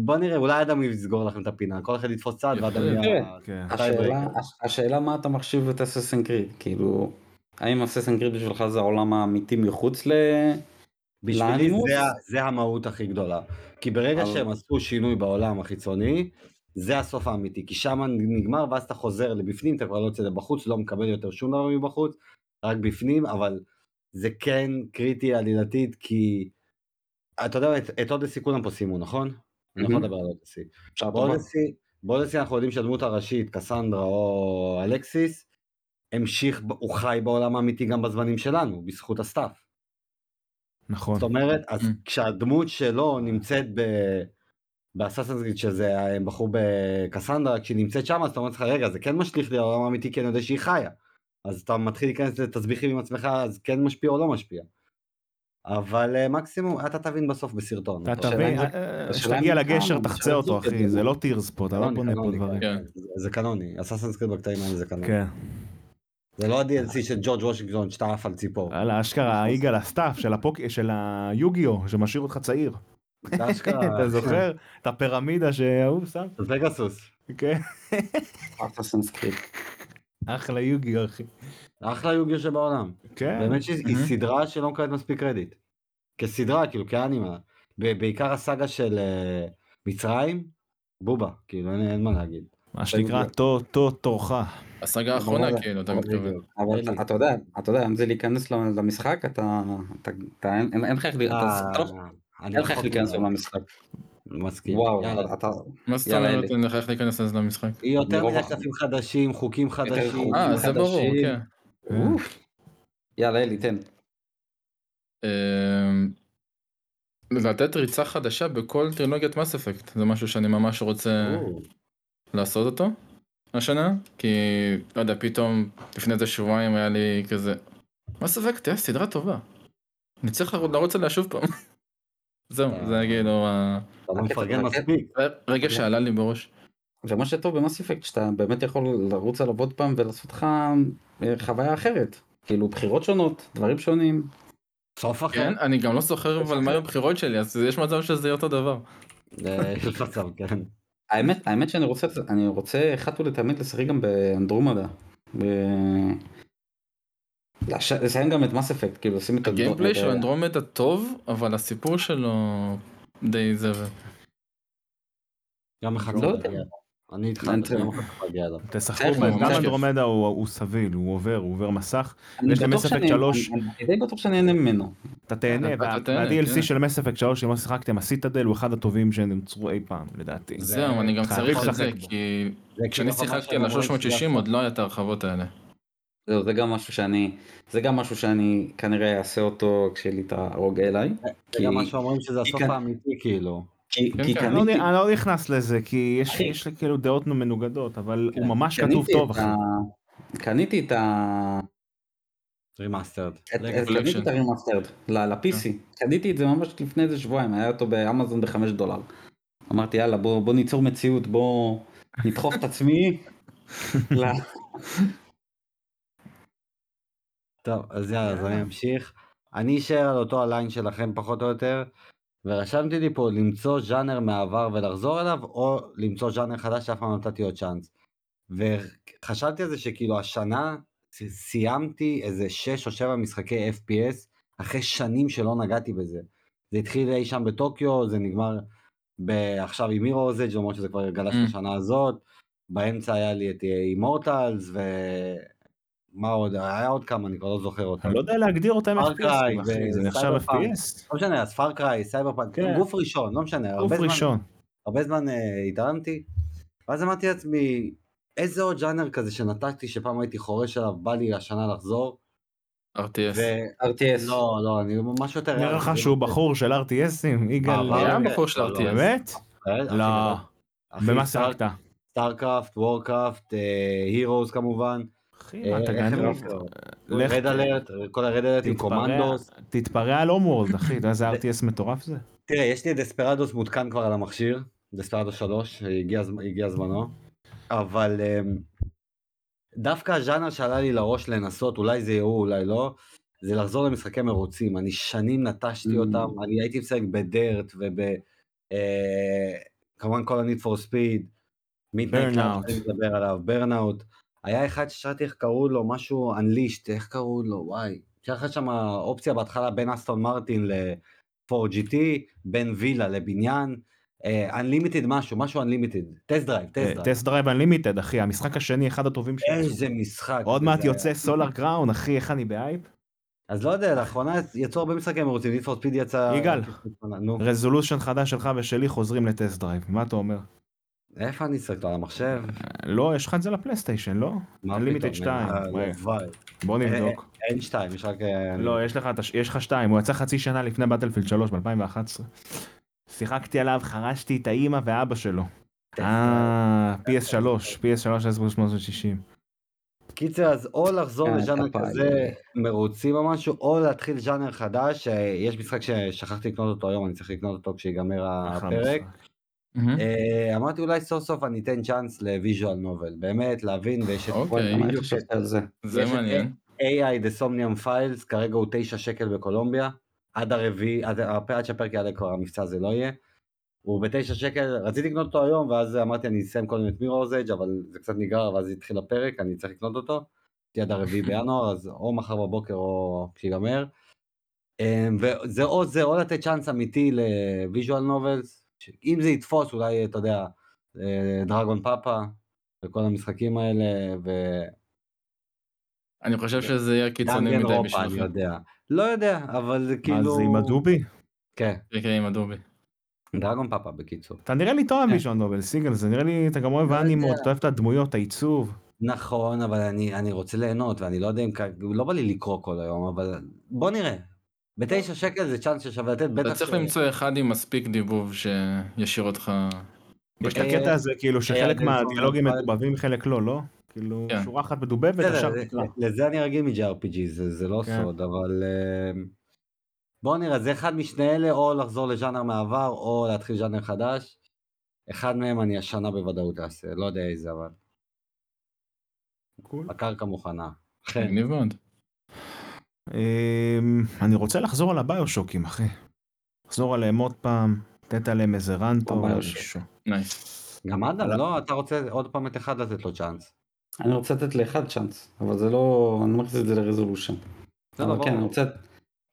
[SPEAKER 3] בוא נראה, אולי אדם יסגור לכם את הפינה, כל אחד יתפוס צעד
[SPEAKER 1] יפה.
[SPEAKER 3] ואדם יהיה...
[SPEAKER 4] כן.
[SPEAKER 2] כן.
[SPEAKER 4] השאלה- הש- השאלה מה אתה מחשיב את אססן קריד, כאילו, האם אססן קריד בשבילך זה העולם האמיתי מחוץ ל...
[SPEAKER 3] בשבילי
[SPEAKER 4] לאנימוס?
[SPEAKER 3] זה, ה- זה המהות הכי גדולה. כי ברגע
[SPEAKER 4] אבל-
[SPEAKER 3] שהם עשו שינוי בעולם החיצוני, זה הסוף האמיתי. כי שם נגמר, ואז אתה חוזר לבפנים, אתה כבר לא יוצא לבחוץ, לא מקבל יותר שום דבר מבחוץ, רק בפנים, אבל זה כן קריטי עלילתית, כי... אתה יודע, את, את אודסי כולם פה סיימו, נכון? אני יכול
[SPEAKER 4] מהמם.
[SPEAKER 3] לדבר על אודסי.
[SPEAKER 4] אפשר לומר.
[SPEAKER 3] באודסי, באודסי אנחנו יודעים שהדמות הראשית, קסנדרה או אלקסיס, המשיך, ב- הוא חי בעולם האמיתי גם בזמנים שלנו, בזכות הסטאפ.
[SPEAKER 2] נכון.
[SPEAKER 3] זאת אומרת, אז
[SPEAKER 1] Mm.
[SPEAKER 3] כשהדמות שלו נמצאת ב... באססנס גריד, שזה הם בחרו בקסנדרה, כשהיא נמצאת שם, אז אתה אומר לך, רגע, זה כן משליך לי על העולם האמיתי, כי אני יודע שהיא חיה. אז אתה מתחיל להיכנס לתסביכים עם עצמך, אז כן משפיע או לא משפיע. אבל אה, מקסימום, אתה תבין בסוף בסרטון.
[SPEAKER 2] אתה
[SPEAKER 4] השאלה
[SPEAKER 2] תבין,
[SPEAKER 4] אם זה-
[SPEAKER 2] אה, אה,
[SPEAKER 4] השאלה אם
[SPEAKER 2] כשתגיע
[SPEAKER 4] זה
[SPEAKER 2] לגשר
[SPEAKER 4] כאן,
[SPEAKER 2] תחצה
[SPEAKER 4] אפשר
[SPEAKER 2] אותו
[SPEAKER 4] לעשות את
[SPEAKER 2] אחי,
[SPEAKER 4] זה.
[SPEAKER 2] זה לא טירס פה, אתה לא
[SPEAKER 3] קנוני,
[SPEAKER 2] בונה פה
[SPEAKER 3] קנוני,
[SPEAKER 2] דברים.
[SPEAKER 1] כן.
[SPEAKER 3] זה- זה קנוני, אססנס גריד בקטעים האלה זה קנוני.
[SPEAKER 2] כן,
[SPEAKER 3] זה לא ה-DLC של ג'ורג' וושינגטון שאתה עף על ציפור.
[SPEAKER 2] על האשכרה היגאל הסטאפ של הפוק- של היוגיו שמשאיר אותך צעיר.
[SPEAKER 3] זה אשכרה-
[SPEAKER 2] אתה זוכר? את הפירמידה שההוא שם?
[SPEAKER 3] זה פגסוס.
[SPEAKER 2] כן.
[SPEAKER 4] אססן קריד.
[SPEAKER 2] אחלה יוגיו אחי.
[SPEAKER 3] אחלה יוגיו שבעולם.
[SPEAKER 2] כן.
[SPEAKER 3] באמת שהיא
[SPEAKER 1] מהמם.
[SPEAKER 3] סדרה שלא מקבלת מספיק קרדיט. כסדרה, כאילו, כאנימה. ב- בעיקר הסאגה של אה, מצרים, בובה, כאילו, אין, אין מה להגיד.
[SPEAKER 2] מה שנקרא תו תו תורך.
[SPEAKER 1] הסאגה האחרונה
[SPEAKER 4] אבל-
[SPEAKER 1] כאילו, אתה
[SPEAKER 4] אבל-
[SPEAKER 1] מתכוון.
[SPEAKER 4] אבל אתה- אתה יודע, אתה יודע, אם זה להיכנס ל- למשחק, אתה, אתה, אתה, אין אין- אין לך איך, אתה- אתה לא-
[SPEAKER 3] אה, אני
[SPEAKER 4] אין לך איך
[SPEAKER 3] רחוק
[SPEAKER 4] להיכנס
[SPEAKER 3] מאוד.
[SPEAKER 4] למשחק.
[SPEAKER 3] מסכים.
[SPEAKER 4] וואו,
[SPEAKER 3] כן. יאללה.
[SPEAKER 4] אתה,
[SPEAKER 1] מה זאת
[SPEAKER 4] יאללה,
[SPEAKER 1] אומרת,
[SPEAKER 4] אלי.
[SPEAKER 1] אין לך איך להיכנס לזה למשחק?
[SPEAKER 3] היא יותר
[SPEAKER 4] מרוב
[SPEAKER 3] מדי
[SPEAKER 4] הח-
[SPEAKER 3] כספים חדשים, חוקים חדשים.
[SPEAKER 4] חוקים.
[SPEAKER 1] אה, זה ברור,
[SPEAKER 4] חדשים.
[SPEAKER 1] כן.
[SPEAKER 4] אוף. יאללה אלי, תן.
[SPEAKER 1] אמ, לתת ריצה חדשה בכל טרילוגיית מס אפקט זה משהו שאני ממש רוצה
[SPEAKER 4] אה,
[SPEAKER 3] או,
[SPEAKER 1] לעשות אותו השנה כי לא יודע פתאום לפני איזה שבועיים היה לי כזה מס אפקט היה סדרה טובה. אני צריך לרוץ- לרוץ עליה שוב פעם. זהו
[SPEAKER 3] אה.
[SPEAKER 1] זה כאילו ה-
[SPEAKER 3] אתה לא
[SPEAKER 4] הקטע-
[SPEAKER 3] מפרגן
[SPEAKER 4] הקטע-
[SPEAKER 3] מספיק.
[SPEAKER 1] רגע
[SPEAKER 3] כן.
[SPEAKER 1] שעלה לי בראש.
[SPEAKER 4] ומה שטוב במס אפקט, שאתה באמת יכול לרוץ עליו עוד פעם ולעשות לך אה, חוויה אחרת. כאילו בחירות שונות, דברים שונים.
[SPEAKER 3] סוף אחר.
[SPEAKER 1] כן אני גם לא זוכר
[SPEAKER 3] אוקיי.
[SPEAKER 1] אבל מה היו הבחירות שלי אז יש מצב שזה יהיה אותו דבר.
[SPEAKER 3] אה, יש מצב, כן.
[SPEAKER 4] האמת, האמת שאני רוצה, אני רוצה אחת ולתמיד לשחק גם באנדרומדה. ב... לש- לסיים גם את מס אפקט, כאילו לשים את הדו-
[SPEAKER 1] הגיימפליי
[SPEAKER 4] את ה-
[SPEAKER 1] של אנדרומדה טוב אבל הסיפור שלו די זבל.
[SPEAKER 3] גם אחד
[SPEAKER 4] לא יודע.
[SPEAKER 3] מגיע. אני איתך,
[SPEAKER 4] אני
[SPEAKER 3] גם
[SPEAKER 4] צריך-
[SPEAKER 3] אחד לא מגיע אליו.
[SPEAKER 2] אה, תשחקו
[SPEAKER 4] צריך
[SPEAKER 2] בהם,
[SPEAKER 1] ממש
[SPEAKER 2] גם
[SPEAKER 1] כיף.
[SPEAKER 2] אנדרומדה הוא הוא סביל, הוא עובר, הוא עובר מסך.
[SPEAKER 4] אני
[SPEAKER 2] יש לי
[SPEAKER 4] בטוח
[SPEAKER 2] מס אפקט
[SPEAKER 4] שאני-
[SPEAKER 2] שלוש.
[SPEAKER 4] אני- אני די בטוח שאני אהנה ממנו.
[SPEAKER 2] אתה תהנה,
[SPEAKER 1] אתה
[SPEAKER 2] וה-
[SPEAKER 1] תהנה,
[SPEAKER 2] וה-DLC
[SPEAKER 1] כן.
[SPEAKER 2] של מס אפקט 3 שלא לא שיחקתם, הסיטדל הוא אחד הטובים שהם יוצרו אי פעם, לדעתי.
[SPEAKER 1] זהו אני גם
[SPEAKER 2] חייב
[SPEAKER 1] צריך את זה
[SPEAKER 2] לשחק בו.
[SPEAKER 1] כי
[SPEAKER 3] זה
[SPEAKER 1] כשאני
[SPEAKER 3] כאילו חבל
[SPEAKER 1] שיחקתי
[SPEAKER 3] שהם
[SPEAKER 1] על
[SPEAKER 3] אומרים
[SPEAKER 1] ה-360 עוד לא היה את ההרחבות האלה.
[SPEAKER 4] זהו, זה גם משהו שאני, זה גם משהו שאני כנראה אעשה אותו כשיהיה לי את ההרוג אליי.
[SPEAKER 3] זה גם
[SPEAKER 4] כי-
[SPEAKER 3] מה שאומרים שזה
[SPEAKER 4] כי
[SPEAKER 3] הסוף
[SPEAKER 4] כאן-
[SPEAKER 3] האמיתי, כאילו.
[SPEAKER 4] כי
[SPEAKER 1] כן,
[SPEAKER 4] כי
[SPEAKER 1] כן.
[SPEAKER 2] אני לא-
[SPEAKER 4] קניתי-
[SPEAKER 2] אני לא נכנס לזה, כי יש-
[SPEAKER 4] אחי.
[SPEAKER 2] יש לי כאילו דעות
[SPEAKER 1] כן.
[SPEAKER 2] מנוגדות, אבל הוא ממש
[SPEAKER 4] קניתי
[SPEAKER 2] כתוב
[SPEAKER 4] את
[SPEAKER 2] טוב,
[SPEAKER 4] ה-
[SPEAKER 2] אחי.
[SPEAKER 4] קניתי את ה...
[SPEAKER 3] רימאסטרד.
[SPEAKER 4] את- את-
[SPEAKER 3] לא
[SPEAKER 4] קניתי
[SPEAKER 1] Collection.
[SPEAKER 4] את לא, הרימאסטרד ל- ל-PC.
[SPEAKER 3] אה.
[SPEAKER 4] קניתי את זה ממש לפני איזה שבועיים, היה אותו באמזון בחמש דולר. אמרתי יאללה בוא בוא ניצור מציאות, בוא נדחוף את עצמי. ל-
[SPEAKER 3] טוב, אז יאללה, אז אני אמשיך. אני אשאר על אותו הליין שלכם פחות או יותר, ורשמתי לי פה למצוא ז'אנר מהעבר ולחזור אליו, או למצוא ז'אנר חדש שאף פעם לא נתתי עוד צ'אנס. וחשבתי על זה שכאילו השנה ס- סיימתי איזה 6 או 7 משחקי FPS, אחרי שנים שלא נגעתי בזה. זה התחיל אי שם בטוקיו, זה נגמר ב- עכשיו עם מירו אוזג' למרות שזה כבר גלש
[SPEAKER 1] Mm.
[SPEAKER 3] לשנה הזאת, באמצע היה לי את אימורטלס ו... מה עוד? היה עוד כמה, אני כבר לא זוכר אותם.
[SPEAKER 2] אני לא יודע להגדיר אותם
[SPEAKER 3] Far
[SPEAKER 2] FPS,
[SPEAKER 3] Cry
[SPEAKER 2] אחי,
[SPEAKER 3] ו-
[SPEAKER 2] זה נחשב
[SPEAKER 3] Cyberpunk.
[SPEAKER 2] FPS.
[SPEAKER 3] לא משנה, אז פאר קריי, סייבר פאנק,
[SPEAKER 2] כן.
[SPEAKER 3] גוף ראשון, לא משנה,
[SPEAKER 2] גוף
[SPEAKER 3] הרבה זמן,
[SPEAKER 2] ראשון.
[SPEAKER 3] הרבה זמן אה, התעלמתי, ואז אמרתי לעצמי, איזה עוד ז'אנר כזה שנתקתי שפעם הייתי חורש עליו, בא לי השנה לחזור,
[SPEAKER 1] RTS.
[SPEAKER 3] ולא,
[SPEAKER 4] RTS.
[SPEAKER 3] לא, אני משהו יותר...
[SPEAKER 2] נראה לך שהוא בחור של RTSים, יגאל?
[SPEAKER 3] אה,
[SPEAKER 1] היה
[SPEAKER 3] אוקיי.
[SPEAKER 1] בחור של
[SPEAKER 3] לא, לא,
[SPEAKER 1] RTS.
[SPEAKER 2] באמת?
[SPEAKER 3] אה, אחי,
[SPEAKER 2] לא.
[SPEAKER 3] אחי,
[SPEAKER 2] במה
[SPEAKER 3] סטאר-
[SPEAKER 2] שיחקת?
[SPEAKER 3] סטארקראפט, וורקראפט, אה, הירוס כמובן,
[SPEAKER 2] אחי,
[SPEAKER 3] אה,
[SPEAKER 2] מה אתה
[SPEAKER 3] איך הם
[SPEAKER 2] גנב?
[SPEAKER 3] נקראו?
[SPEAKER 2] לך
[SPEAKER 3] רד
[SPEAKER 2] ת-
[SPEAKER 3] אלרט, כל הרד אלרט עם
[SPEAKER 2] תתפרע-
[SPEAKER 3] קומנדוס,
[SPEAKER 2] תתפרע על הומוורד, אחי, אתה יודע איזה RTS מטורף זה?
[SPEAKER 3] תראה, יש לי את דספרדוס מותקן כבר על המכשיר, דספרדוס 3, הגיע, הז- הגיע זמנו, אבל אמ, דווקא הז'אנר שעלה לי לראש לנסות, אולי זה יהיו, אולי לא, זה לחזור למשחקי מרוצים. אני שנים נטשתי
[SPEAKER 4] Mm.
[SPEAKER 3] אותם, אני הייתי משחק בדרט וב... אה, כמובן כל ה-need for speed, מידנייט
[SPEAKER 2] Burnout.
[SPEAKER 3] שאני מדבר עליו, ברנאוט. היה אחד ששאלתי איך קראו לו, משהו Unleashed, איך קראו לו, וואי. שהיה לך שם אופציה בהתחלה בין אסטון מרטין ל-4GT, בין וילה לבניין, אה, Unlimited משהו, משהו Unlimited, טסט דרייב, טסט דרייב.
[SPEAKER 2] טסט דרייב אנלימיטד, אחי, המשחק השני, אחד הטובים שלי.
[SPEAKER 3] איזה משחק.
[SPEAKER 2] עוד
[SPEAKER 3] זה
[SPEAKER 2] מעט
[SPEAKER 3] היה.
[SPEAKER 2] יוצא סולר קראון, אחי, איך אני בהייפ?
[SPEAKER 3] אז לא יודע, לאחרונה יצאו הרבה משחקים מרוצים, ניד פור ספיד יצא...
[SPEAKER 2] יגאל.
[SPEAKER 3] נו,
[SPEAKER 2] רזולושן חדש שלך ושלי חוזרים לטסט דרייב, מה אתה אומר?
[SPEAKER 3] איפה אני אשחק? על המחשב?
[SPEAKER 2] לא, יש לך את זה לפלייסטיישן, לא?
[SPEAKER 3] מה
[SPEAKER 2] Unlimited
[SPEAKER 3] פתאום,
[SPEAKER 2] שתיים,
[SPEAKER 3] אה,
[SPEAKER 2] מה?
[SPEAKER 3] הלוואי.
[SPEAKER 2] בוא
[SPEAKER 3] אה,
[SPEAKER 2] נבדוק.
[SPEAKER 3] אין שתיים, יש רק... אה,
[SPEAKER 2] לא, יש לך, את הש- יש לך שתיים, הוא יצא חצי שנה לפני בטלפילד 3 ב-2011. שיחקתי עליו, חרשתי את האימא ואבא שלו.
[SPEAKER 3] טסט דרייב.
[SPEAKER 2] אה, PS3, PS3 1860.
[SPEAKER 3] קיצר, אז או לחזור
[SPEAKER 4] אה,
[SPEAKER 3] לז'אנר
[SPEAKER 4] כפיים.
[SPEAKER 3] לא כזה מרוצים או משהו, או להתחיל ז'אנר חדש, אה, יש משחק ששכחתי לקנות אותו היום, אני צריך לקנות אותו כשיגמר
[SPEAKER 2] אחלה
[SPEAKER 3] אה, הפרק.
[SPEAKER 2] משחק.
[SPEAKER 1] מהמם.
[SPEAKER 3] אה, אמרתי אולי סוף סוף אני אתן צ'אנס לוויז'ואל נובל, באמת להבין, ויש את
[SPEAKER 1] אוקיי.
[SPEAKER 4] וואי, מה
[SPEAKER 3] בדיוק
[SPEAKER 4] חשבת על זה?
[SPEAKER 1] זה
[SPEAKER 3] יש את
[SPEAKER 1] מעניין.
[SPEAKER 3] AI The Somnium Files, כרגע הוא 9 שקל בקולומביה, עד הרביעי, עד, הפ- עד שהפרק יעלה כבר המבצע הזה לא יהיה. הוא בתשע שקל, רציתי לקנות אותו היום, ואז אמרתי אני אסיים קודם את מירו אוזג' אבל זה קצת ניגר, ואז התחיל הפרק, אני צריך לקנות אותו. תהיה עד הרביעי בינואר, אז או מחר בבוקר או כשיגמר. אמ, וזה או זה, או לתת צ'אנס אמיתי לוויז'ואל נובלס, אם זה יתפוס אולי, אתה יודע, אה, דרגון פאפה, וכל המשחקים האלה, ו...
[SPEAKER 1] אני חושב שזה יהיה קיצוני
[SPEAKER 3] דנגן
[SPEAKER 1] מדי
[SPEAKER 3] רופה, אה, אני
[SPEAKER 1] בשבילך.
[SPEAKER 3] יודע. לא יודע, אבל זה כאילו...
[SPEAKER 2] מה זה עם הדובי?
[SPEAKER 3] כן,
[SPEAKER 1] כן, כן, עם הדובי.
[SPEAKER 3] דרגון פאפה בקיצור.
[SPEAKER 2] אתה נראה לי טוב עם ויז'ון נובל סיגל, זה נראה לי, אתה גם אוהב
[SPEAKER 3] כן. לא יודע.
[SPEAKER 2] האנימות, אתה אוהב את הדמויות, העיצוב.
[SPEAKER 3] נכון, אבל אני, אני רוצה ליהנות, ואני לא יודע אם... כ- לא בא לי לקרוא כל היום, אבל בוא נראה. בתשע שקל זה צ'אנס ששווה לתת, בטח...
[SPEAKER 1] אתה צריך
[SPEAKER 3] ש-
[SPEAKER 1] למצוא אחד עם מספיק דיבוב שישאיר אותך...
[SPEAKER 3] כן.
[SPEAKER 2] יש את
[SPEAKER 3] אה,
[SPEAKER 2] הקטע הזה, כאילו,
[SPEAKER 3] היה
[SPEAKER 2] שחלק
[SPEAKER 3] דלפון
[SPEAKER 2] מהדיאלוגים
[SPEAKER 3] נפל.
[SPEAKER 2] מדובבים, חלק לא, לא? כאילו,
[SPEAKER 1] כן.
[SPEAKER 2] שורה אחת מדובבת,
[SPEAKER 3] בסדר,
[SPEAKER 2] עכשיו
[SPEAKER 3] זה-
[SPEAKER 2] נקרא.
[SPEAKER 3] לזה אני רגיל מ-JRPG, זה, זה לא
[SPEAKER 2] כן.
[SPEAKER 3] סוד, אבל... אמ, בוא נראה, זה אחד משני אלה, או לחזור לז'אנר מעבר, או להתחיל ז'אנר חדש. אחד מהם אני השנה בוודאות אעשה, לא יודע איזה, אבל...
[SPEAKER 2] קול.
[SPEAKER 3] הקרקע מוכנה. כן.
[SPEAKER 1] מגניב מאוד.
[SPEAKER 2] אמ, אני רוצה לחזור על הביושוקים, אחי. לחזור עליהם עוד פעם, לתת עליהם איזה רן טוב.
[SPEAKER 4] הביושוק.
[SPEAKER 2] משהו.
[SPEAKER 3] כן.
[SPEAKER 1] נייס.
[SPEAKER 3] גם אדם,
[SPEAKER 4] אבל-
[SPEAKER 3] לא, אתה רוצה עוד פעם את אחד לתת לו צ'אנס.
[SPEAKER 4] אני רוצה לתת לאחד צ'אנס, אבל זה לא, אני לא מכניס את זה לרזולושן.
[SPEAKER 3] לא, לא,
[SPEAKER 4] אבל כן,
[SPEAKER 3] ברור.
[SPEAKER 4] אני רוצה...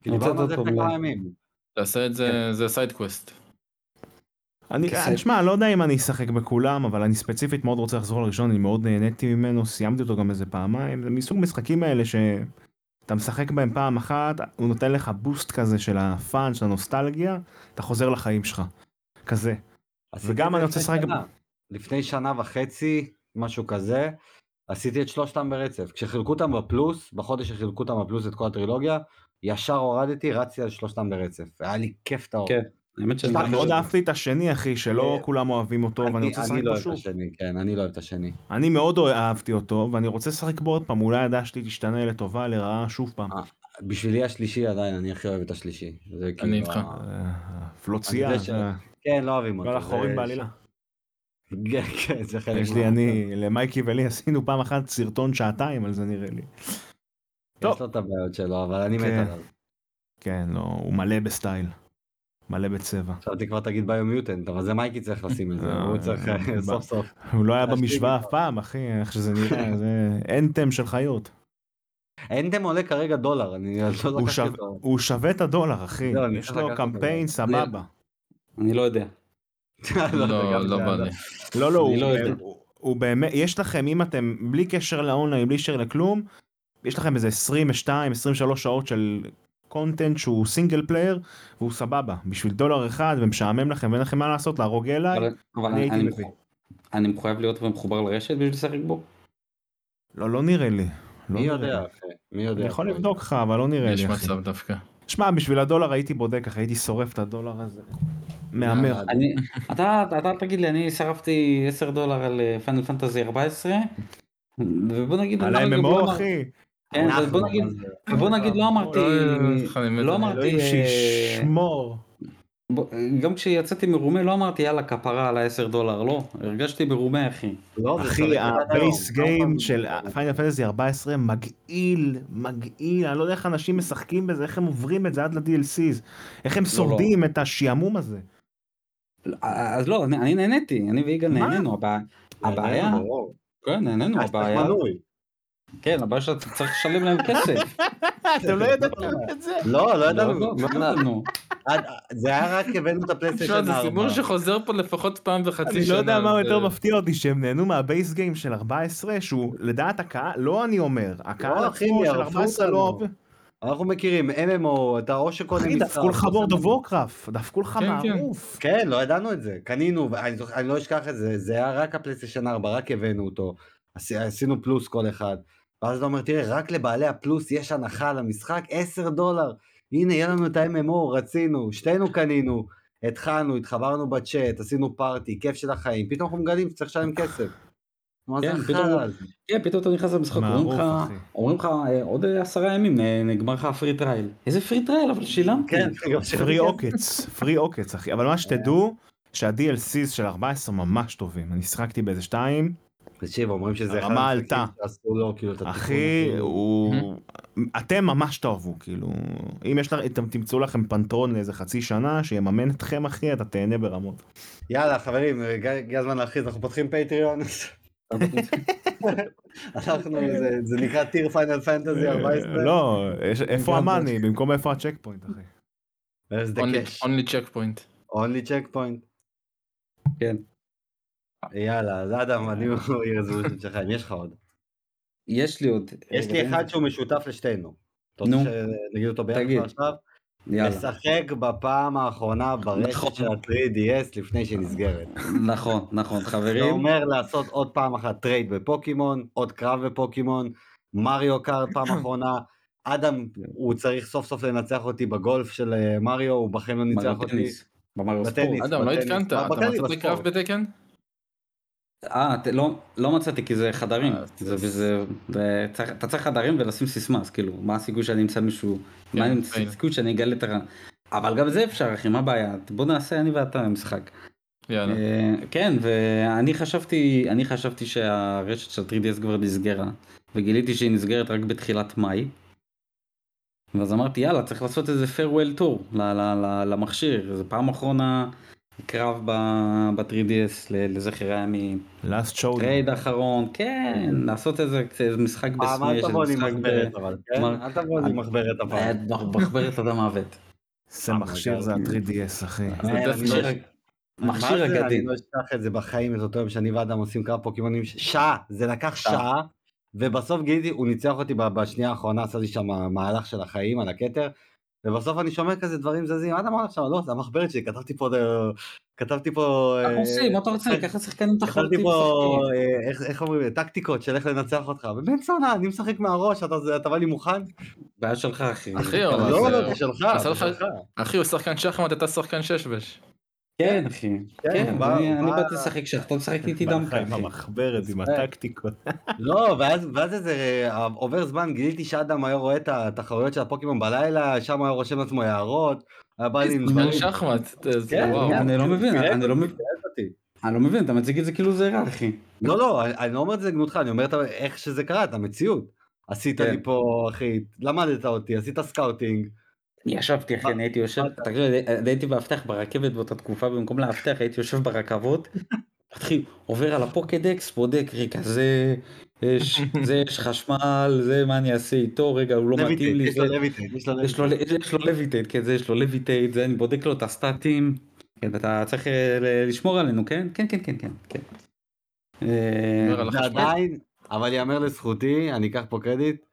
[SPEAKER 3] כי דיברנו על זה
[SPEAKER 4] אותו
[SPEAKER 3] לפני
[SPEAKER 4] ב-
[SPEAKER 3] כמה ימים.
[SPEAKER 1] תעשה את
[SPEAKER 3] כן.
[SPEAKER 1] זה, זה סייד קווסט.
[SPEAKER 2] אני,
[SPEAKER 4] כסף.
[SPEAKER 2] אה, תשמע, אני לא יודע אם אני אשחק בכולם, אבל אני ספציפית מאוד רוצה לחזור לראשון, אני מאוד נהניתי ממנו, סיימתי אותו גם איזה פעמיים, זה מסוג משחקים האלה שאתה משחק בהם פעם אחת, הוא נותן לך בוסט כזה של הפאן, של הנוסטלגיה, אתה חוזר לחיים שלך. כזה.
[SPEAKER 3] עשיתי
[SPEAKER 2] וגם
[SPEAKER 3] את זה
[SPEAKER 2] אני רוצה
[SPEAKER 3] לפני
[SPEAKER 2] לשחק
[SPEAKER 3] שנה. לפני שנה וחצי, משהו כזה, עשיתי את שלושתם ברצף. כשחילקו אותם בפלוס, בחודש שחילקו אותם בפלוס את כל הטרילוגיה, ישר הורדתי, רצתי על שלושתם ברצף. היה לי כיף טהור.
[SPEAKER 4] כן. האמת שאני
[SPEAKER 3] שמע,
[SPEAKER 2] מאוד
[SPEAKER 4] לא-
[SPEAKER 2] אהבתי את השני, אחי, שלא
[SPEAKER 3] אה,
[SPEAKER 2] כולם אוהבים אותו, ואני
[SPEAKER 3] אני
[SPEAKER 2] רוצה
[SPEAKER 3] אני
[SPEAKER 2] לשחק
[SPEAKER 3] לא
[SPEAKER 2] בו
[SPEAKER 3] אוהב
[SPEAKER 2] שוב.
[SPEAKER 3] את השני, כן, אני לא אוהב את השני.
[SPEAKER 2] אני מאוד אוה- אהבתי אותו, ואני רוצה לשחק בו עוד פעם, אולי הדעה שלי תשתנה לטובה, לרעה, שוב פעם.
[SPEAKER 3] אה, בשבילי השלישי עדיין, אני הכי אוהב את השלישי. זה כאילו
[SPEAKER 1] איתך.
[SPEAKER 3] ה-
[SPEAKER 2] אה, פלוציה,
[SPEAKER 3] אני יודע ש-
[SPEAKER 2] אה,
[SPEAKER 3] כן, לא אוהבים אותו.
[SPEAKER 2] לא
[SPEAKER 3] זה-
[SPEAKER 2] לחורים בעלילה.
[SPEAKER 3] כן, כן, זה חלק
[SPEAKER 2] יש לי,
[SPEAKER 3] מה-
[SPEAKER 2] אני, למייקי ולי עשינו פעם אחת סרטון שעתיים על זה נראה לי. טוב.
[SPEAKER 3] יש לו את הבעיות שלו, אבל אני מת
[SPEAKER 2] כן.
[SPEAKER 3] עליו.
[SPEAKER 2] כן, לא, הוא מלא בסטייל. מלא בצבע.
[SPEAKER 3] חשבתי כבר תגיד ביומיוטנט, אבל זה מייקי צריך לשים את זה,
[SPEAKER 2] אה,
[SPEAKER 3] הוא צריך
[SPEAKER 2] אה,
[SPEAKER 3] סוף סוף.
[SPEAKER 2] הוא לא היה
[SPEAKER 3] להשתיק
[SPEAKER 2] במשוואה אף
[SPEAKER 3] אותו.
[SPEAKER 2] פעם, אחי, איך שזה נראה, זה אנתם של חיות.
[SPEAKER 3] אנדם עולה כרגע דולר, אני עוד לא
[SPEAKER 2] הוא
[SPEAKER 3] לקחתי
[SPEAKER 2] שווה-
[SPEAKER 3] אותו.
[SPEAKER 2] הוא שווה את הדולר, אחי.
[SPEAKER 3] לא, אני
[SPEAKER 2] יש
[SPEAKER 3] צריך
[SPEAKER 2] לו
[SPEAKER 3] לקחת אותו
[SPEAKER 2] קמפיין סבבה.
[SPEAKER 4] אני לא יודע.
[SPEAKER 3] לא, זה
[SPEAKER 1] לא,
[SPEAKER 3] גם
[SPEAKER 1] לא
[SPEAKER 3] זה,
[SPEAKER 1] בא לי.
[SPEAKER 2] לא, לא,
[SPEAKER 4] אני
[SPEAKER 2] הוא
[SPEAKER 4] לא יודע.
[SPEAKER 2] באמת- הוא- הוא באמת, יש לכם, אם אתם, בלי קשר לאונליין, בלי קשר לכלום, יש לכם איזה 22, 23 שעות של קונטנט שהוא סינגל פלייר, והוא סבבה. בשביל דולר אחד ומשעמם לכם ואין לכם מה לעשות, להרוג אליי.
[SPEAKER 4] אבל- אבל
[SPEAKER 2] אני
[SPEAKER 4] אני-
[SPEAKER 2] הייתי
[SPEAKER 4] אני
[SPEAKER 2] מביא.
[SPEAKER 4] מחו- אני מחויב להיות מחובר לרשת בשביל לשחק בו?
[SPEAKER 2] לא, לא נראה לי. לא
[SPEAKER 3] מי
[SPEAKER 2] נראה
[SPEAKER 3] יודע,
[SPEAKER 2] לי.
[SPEAKER 3] אחי? מי יודע?
[SPEAKER 2] אני יכול לבדוק לך, אבל לא נראה
[SPEAKER 1] יש
[SPEAKER 2] לי, אחי.
[SPEAKER 1] מצב דווקא.
[SPEAKER 2] שמע, בשביל הדולר הייתי בודק, אחי, הייתי שורף את הדולר הזה. מהמר.
[SPEAKER 4] אני, אתה, אתה תגיד לי, אני שרפתי 10 דולר על אה, פאנל פנטזי 14, ובוא נגיד,
[SPEAKER 2] על
[SPEAKER 4] לא- לא
[SPEAKER 2] ה-MMO,
[SPEAKER 4] אמר-
[SPEAKER 2] אחי.
[SPEAKER 4] כן, אבל בוא נגיד, בוא נגיד, לא אמרתי,
[SPEAKER 1] אה, אני מת
[SPEAKER 4] לא
[SPEAKER 1] עליו.
[SPEAKER 4] אמרתי,
[SPEAKER 2] אלוהים
[SPEAKER 4] אה,
[SPEAKER 2] שישמור.
[SPEAKER 4] בוא- גם כשיצאתי מרומה לא אמרתי יאללה כפרה על ה-10 דולר, לא, הרגשתי מרומה אחי.
[SPEAKER 3] לא,
[SPEAKER 2] אחי, הבייס גיים של פיינל פנטזי 14 מגעיל, מגעיל, אני לא יודע איך אנשים משחקים בזה, איך הם עוברים את זה עד ל-DLCs, איך הם
[SPEAKER 1] לא,
[SPEAKER 2] שורדים את השעמום הזה.
[SPEAKER 4] אז לא, אני אני נהניתי, אני ויגאל
[SPEAKER 2] מה?
[SPEAKER 4] נהנינו, הבע- הבעיה,
[SPEAKER 2] אה,
[SPEAKER 4] כן
[SPEAKER 3] לא,
[SPEAKER 4] נהנינו, הבעיה, כן הבעיה שאתה צריך לשלם להם כסף.
[SPEAKER 2] אתם לא ידעתם את זה?
[SPEAKER 3] לא, לא
[SPEAKER 4] לא, לא,
[SPEAKER 3] ידענו.
[SPEAKER 4] לא ידענו.
[SPEAKER 3] עד- זה היה רק הבאנו את הפלייסטיישן
[SPEAKER 1] תשמע,
[SPEAKER 3] 4.
[SPEAKER 1] זה סיפור
[SPEAKER 3] אה.
[SPEAKER 1] שחוזר פה לפחות פעם בחצי שנה.
[SPEAKER 2] אני לא יודע מה
[SPEAKER 1] זה-
[SPEAKER 2] יותר מפתיע אותי, שהם נהנו מהבייס גיים של 14, שהוא לדעת הקהל, לא אני אומר, הקהל
[SPEAKER 3] אחי,
[SPEAKER 2] עצמו של
[SPEAKER 3] יערפו
[SPEAKER 2] 14 לא
[SPEAKER 3] אותנו.
[SPEAKER 2] אוהב.
[SPEAKER 3] אנחנו מכירים MMO, אתה או שקונה
[SPEAKER 2] אחי, דפקו לך וורד אוף וורקראפט, דפקו לך
[SPEAKER 1] כן, כן.
[SPEAKER 2] מערוף.
[SPEAKER 3] כן, לא ידענו את זה. קנינו, ואני זוכ- אני לא אשכח את זה, זה היה רק הפלייסטיישן 4, רק הבאנו אותו. עשי- עשינו פלוס כל אחד. ואז אתה אומר, תראה, רק לבעלי הפלוס יש הנחה על המשחק, 10 דולר. הנה, יהיה לנו את ה-MMO, רצינו, שתינו קנינו, התחלנו, התחברנו בצ'אט, עשינו פארטי, כיף של החיים, פתאום אנחנו מגלים שצריך לשלם כסף. מה זה
[SPEAKER 4] כן,
[SPEAKER 3] החרא
[SPEAKER 4] פתאום-
[SPEAKER 3] הזה?
[SPEAKER 4] כן, פתאום אתה נכנס למשחק, אומרים
[SPEAKER 2] מערוף,
[SPEAKER 4] לך,
[SPEAKER 2] אחי.
[SPEAKER 4] אומרים לך "אה, עוד עשרה ימים אה, נגמר לך הפרי טרייל. איזה פרי טרייל אבל שילמתי.
[SPEAKER 3] כן,
[SPEAKER 2] פרי אוקיי. עוקץ, פרי עוקץ אחי, אבל מה שתדעו שה-DLCs של 14 ממש טובים, אני שיחקתי באיזה שתיים,
[SPEAKER 3] תקשיב, אומרים שזה
[SPEAKER 2] הרמה
[SPEAKER 3] המשחקים
[SPEAKER 2] עלתה.
[SPEAKER 3] שעשו לו, כאילו, את התיקון.
[SPEAKER 2] אחי הוא, אתם ממש תאהבו, כאילו, אם יש לכם, אתם תמצאו לכם פנטרון לאיזה חצי שנה, שיממן אתכם אחי, אתה תהנה ברמות.
[SPEAKER 3] יאללה, חברים, הגיע הזמן להכריז, אנחנו פותחים פטריון. אנחנו, זה- זה נקרא טיר פיינל
[SPEAKER 4] אה,
[SPEAKER 3] פנטזי 14.
[SPEAKER 2] אה, לא, יש- איפה המאני, במקום איפה הצ'ק פוינט אחי.
[SPEAKER 3] Where's the
[SPEAKER 1] Only-
[SPEAKER 3] cash?
[SPEAKER 1] only checkpoint.
[SPEAKER 3] Only checkpoint.
[SPEAKER 4] כן.
[SPEAKER 3] יאללה, אז אדם, אני מעיר רזולוציות שלך, אם יש לך עוד.
[SPEAKER 4] יש לי עוד. אה,
[SPEAKER 3] יש לי אחד שהוא משותף לשתינו. אתה רוצה
[SPEAKER 4] נו.
[SPEAKER 3] שנגיד אותו ביחד
[SPEAKER 4] תגיד.
[SPEAKER 3] כבר עכשיו?
[SPEAKER 4] יאללה.
[SPEAKER 3] לשחק בפעם האחרונה ברשת
[SPEAKER 4] נכון.
[SPEAKER 3] של ה-3DS לפני שהיא נסגרת.
[SPEAKER 4] נכון, נכון,
[SPEAKER 3] זה
[SPEAKER 4] חברים.
[SPEAKER 3] אומר לעשות עוד פעם אחת טרייד בפוקימון, עוד קרב בפוקימון, מריו קארט פעם אחרונה, אדם,
[SPEAKER 4] כן.
[SPEAKER 3] הוא צריך סוף סוף לנצח אותי בגולף של אה, מריו, הוא בחיים לא ניצח
[SPEAKER 4] מריו
[SPEAKER 3] אותי.
[SPEAKER 4] טניס. במריו
[SPEAKER 3] בטניס.
[SPEAKER 4] ספורט.
[SPEAKER 1] אדם, לא
[SPEAKER 3] בטניס,
[SPEAKER 1] עדכנת, אתה
[SPEAKER 3] בטניס,
[SPEAKER 1] מצאת
[SPEAKER 3] בספורט.
[SPEAKER 1] קרב בתקן?
[SPEAKER 4] אה, ת- לא- לא מצאתי כי זה חדרים.
[SPEAKER 1] אה,
[SPEAKER 4] זה- וזה- זה- צריך- אתה צריך חדרים ולשים סיסמה, אז כאילו, מה הסיכוי שאני אמצא מישהו? מה
[SPEAKER 1] כן,
[SPEAKER 4] הסיכוי שאני אגלה את הרע? אבל גם זה אפשר, אחי, מה הבעיה? בוא נעשה אני ואתה משחק.
[SPEAKER 1] יאללה.
[SPEAKER 4] אה, כן, ואני חשבתי, אני חשבתי שהרשת של 3DS כבר נסגרה, וגיליתי שהיא נסגרת רק בתחילת מאי. ואז אמרתי, יאללה, צריך לעשות איזה farewell tour ל- ל- ל- למכשיר, זו פעם אחרונה קרב ב- ב-3DS ל- לזכר הימים,
[SPEAKER 2] last show.
[SPEAKER 4] טרייד אחרון, כן, לעשות איזה איזה משחק
[SPEAKER 3] פעם, אל
[SPEAKER 4] בסמי,
[SPEAKER 3] תבוא לי עם מחברת, אבל כן?
[SPEAKER 4] כלומר,
[SPEAKER 3] אל תבוא לי עם
[SPEAKER 4] אה, אני- אה,
[SPEAKER 3] מחברת הפעם.
[SPEAKER 4] מחברת עד המוות.
[SPEAKER 3] אה,
[SPEAKER 2] זה מכשיר זה ה-3DS אחי.
[SPEAKER 1] זה
[SPEAKER 4] אה,
[SPEAKER 1] death
[SPEAKER 4] מכשיר-
[SPEAKER 1] note.
[SPEAKER 4] מכשיר
[SPEAKER 3] מה זה?
[SPEAKER 4] אגדי.
[SPEAKER 3] אני לא אשכח את זה בחיים, את אותו יום שאני ואדם עושים קרב פוקימונים, ש- שעה, זה
[SPEAKER 4] אה.
[SPEAKER 3] לקח שעה, ובסוף גיליתי, הוא ניצח אותי ב- בשנייה האחרונה, עשה לי שם מהלך של החיים על הכתר, ובסוף אני שומע כזה דברים זזים, עד אמרנו עכשיו, לא, זה המחברת שלי, כתבתי פה, אה, כתבתי פה, אה,
[SPEAKER 4] ככה עושים, מה אתה רוצה? ככה שחקנים
[SPEAKER 3] כתבתי
[SPEAKER 4] תחרותיים
[SPEAKER 3] פה,
[SPEAKER 4] משחקים.
[SPEAKER 3] אה, איך- איך אומרים, טקטיקות של איך לנצח אותך, ובן סונה, אני משחק מהראש, אתה אתה בא לי מוכן?
[SPEAKER 4] בעיה שלך אחי.
[SPEAKER 1] אחי,
[SPEAKER 4] אתה
[SPEAKER 1] אבל
[SPEAKER 4] לא-
[SPEAKER 3] לא,
[SPEAKER 1] זה-
[SPEAKER 3] לא, זה שלך,
[SPEAKER 1] עשה
[SPEAKER 3] זה
[SPEAKER 1] לך-
[SPEAKER 3] שלך.
[SPEAKER 1] אחי, הוא שחקן שחמט, אתה שחקן ששבש.
[SPEAKER 4] כן אחי. כן,
[SPEAKER 3] בא-
[SPEAKER 4] אני אני
[SPEAKER 3] בא-
[SPEAKER 4] באתי לשחק כשאתה משחק איתי דמקה
[SPEAKER 2] עם
[SPEAKER 4] אחי.
[SPEAKER 2] המחברת, עם
[SPEAKER 4] אה.
[SPEAKER 3] מצטער.
[SPEAKER 2] הטקטיקות.
[SPEAKER 3] לא, ואז, ואז איזה אה, עובר זמן, גיליתי שאדם היה רואה את התחרויות של הפוקימון בלילה, שם היה רושם לעצמו הערות, היה בא לי עם
[SPEAKER 1] שחקן
[SPEAKER 3] דברים.
[SPEAKER 1] שחמט. זה- זה-
[SPEAKER 3] לא. כן,
[SPEAKER 1] וואו.
[SPEAKER 4] אני לא מבין,
[SPEAKER 3] כן,
[SPEAKER 4] אני לא מבין.
[SPEAKER 3] אוהב אותי.
[SPEAKER 4] אני לא מבין, אתה מציג את זה כאילו זה רע אחי.
[SPEAKER 3] לא, לא, אני- אני לא אומר את זה לגנותך, אני אומר את ה- איך שזה קרה, את המציאות. עשית
[SPEAKER 4] כן.
[SPEAKER 3] לי פה, אחי, למדת אותי, עשית סקאוטינג.
[SPEAKER 4] אני ישבתי אחי,
[SPEAKER 3] מה-
[SPEAKER 4] אני הייתי יושב,
[SPEAKER 3] מה אתה-
[SPEAKER 4] תקשיב, אני- אני הייתי מאבטח ברכבת באותה תקופה, במקום לאבטח הייתי יושב ברכבות, מתחיל, עובר על הפוקדקס, בודק, רגע, זה, יש, זה יש חשמל, זה מה אני אעשה איתו, רגע, הוא לא
[SPEAKER 3] לויטט,
[SPEAKER 4] מתאים לי,
[SPEAKER 3] יש לו
[SPEAKER 4] זה-
[SPEAKER 3] לויטט, יש לו
[SPEAKER 4] יש לו
[SPEAKER 3] לויטט.
[SPEAKER 4] יש לו לויטייט, כן, זה יש לו לויטייט, זה, אני בודק לו את הסטטים, כן, אתה צריך אה, ל- לשמור עלינו, כן? כן, כן, כן, כן, כן. אה,
[SPEAKER 1] עובר על
[SPEAKER 3] זה
[SPEAKER 1] החשמל.
[SPEAKER 3] עדיין, אבל ייאמר לזכותי, אני אקח פה קרדיט.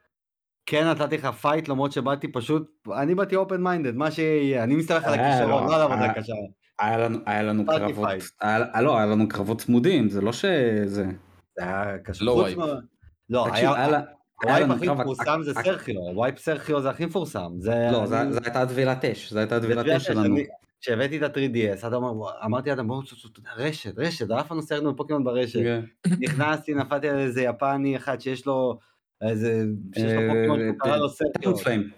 [SPEAKER 3] כן נתתי לך פייט למרות שבאתי פשוט, אני באתי אופן מיינדד, מה שיהיה, אני מסתמך על
[SPEAKER 4] אה,
[SPEAKER 3] הכישרון,
[SPEAKER 4] לא,
[SPEAKER 3] לא על עבודה
[SPEAKER 4] אה.
[SPEAKER 3] קשה.
[SPEAKER 4] היה לנו- היה לנו
[SPEAKER 3] באתי
[SPEAKER 4] קרבות,
[SPEAKER 3] פייט.
[SPEAKER 4] היה- לא, היה לנו קרבות צמודים, זה לא שזה,
[SPEAKER 3] זה היה קשה.
[SPEAKER 1] לא
[SPEAKER 3] חוץ
[SPEAKER 1] וייפ.
[SPEAKER 3] מה- לא,
[SPEAKER 4] תקשיב,
[SPEAKER 3] היה...
[SPEAKER 4] היה לה- היה
[SPEAKER 3] הווייפ
[SPEAKER 4] לנו
[SPEAKER 3] הכי
[SPEAKER 4] קרב-
[SPEAKER 3] מפורסם זה
[SPEAKER 4] הק-
[SPEAKER 3] סרחיו, הווייפ סרחיו זה הכי מפורסם. זה...
[SPEAKER 4] לא, זה
[SPEAKER 3] אני-
[SPEAKER 4] זה הייתה טבילת אש, זה הייתה
[SPEAKER 3] זה
[SPEAKER 4] טבילת
[SPEAKER 3] טבילת
[SPEAKER 4] אש שלנו.
[SPEAKER 3] אני- כשהבאתי את ה-3DS, אתה אומר, אמרתי לאדם, בואו, צאו, צאו, צאו, רשת, רשת, על אף פעם לא סיירנו בפוקימון ברשת.
[SPEAKER 4] כן.
[SPEAKER 3] נכנסתי, נפלתי על איזה יפני אחד שיש לו איזה, שיש לו
[SPEAKER 4] אה,
[SPEAKER 3] פוקימון שהוא
[SPEAKER 4] ת-
[SPEAKER 3] קרא לו סרחיו.
[SPEAKER 4] טלון פליים.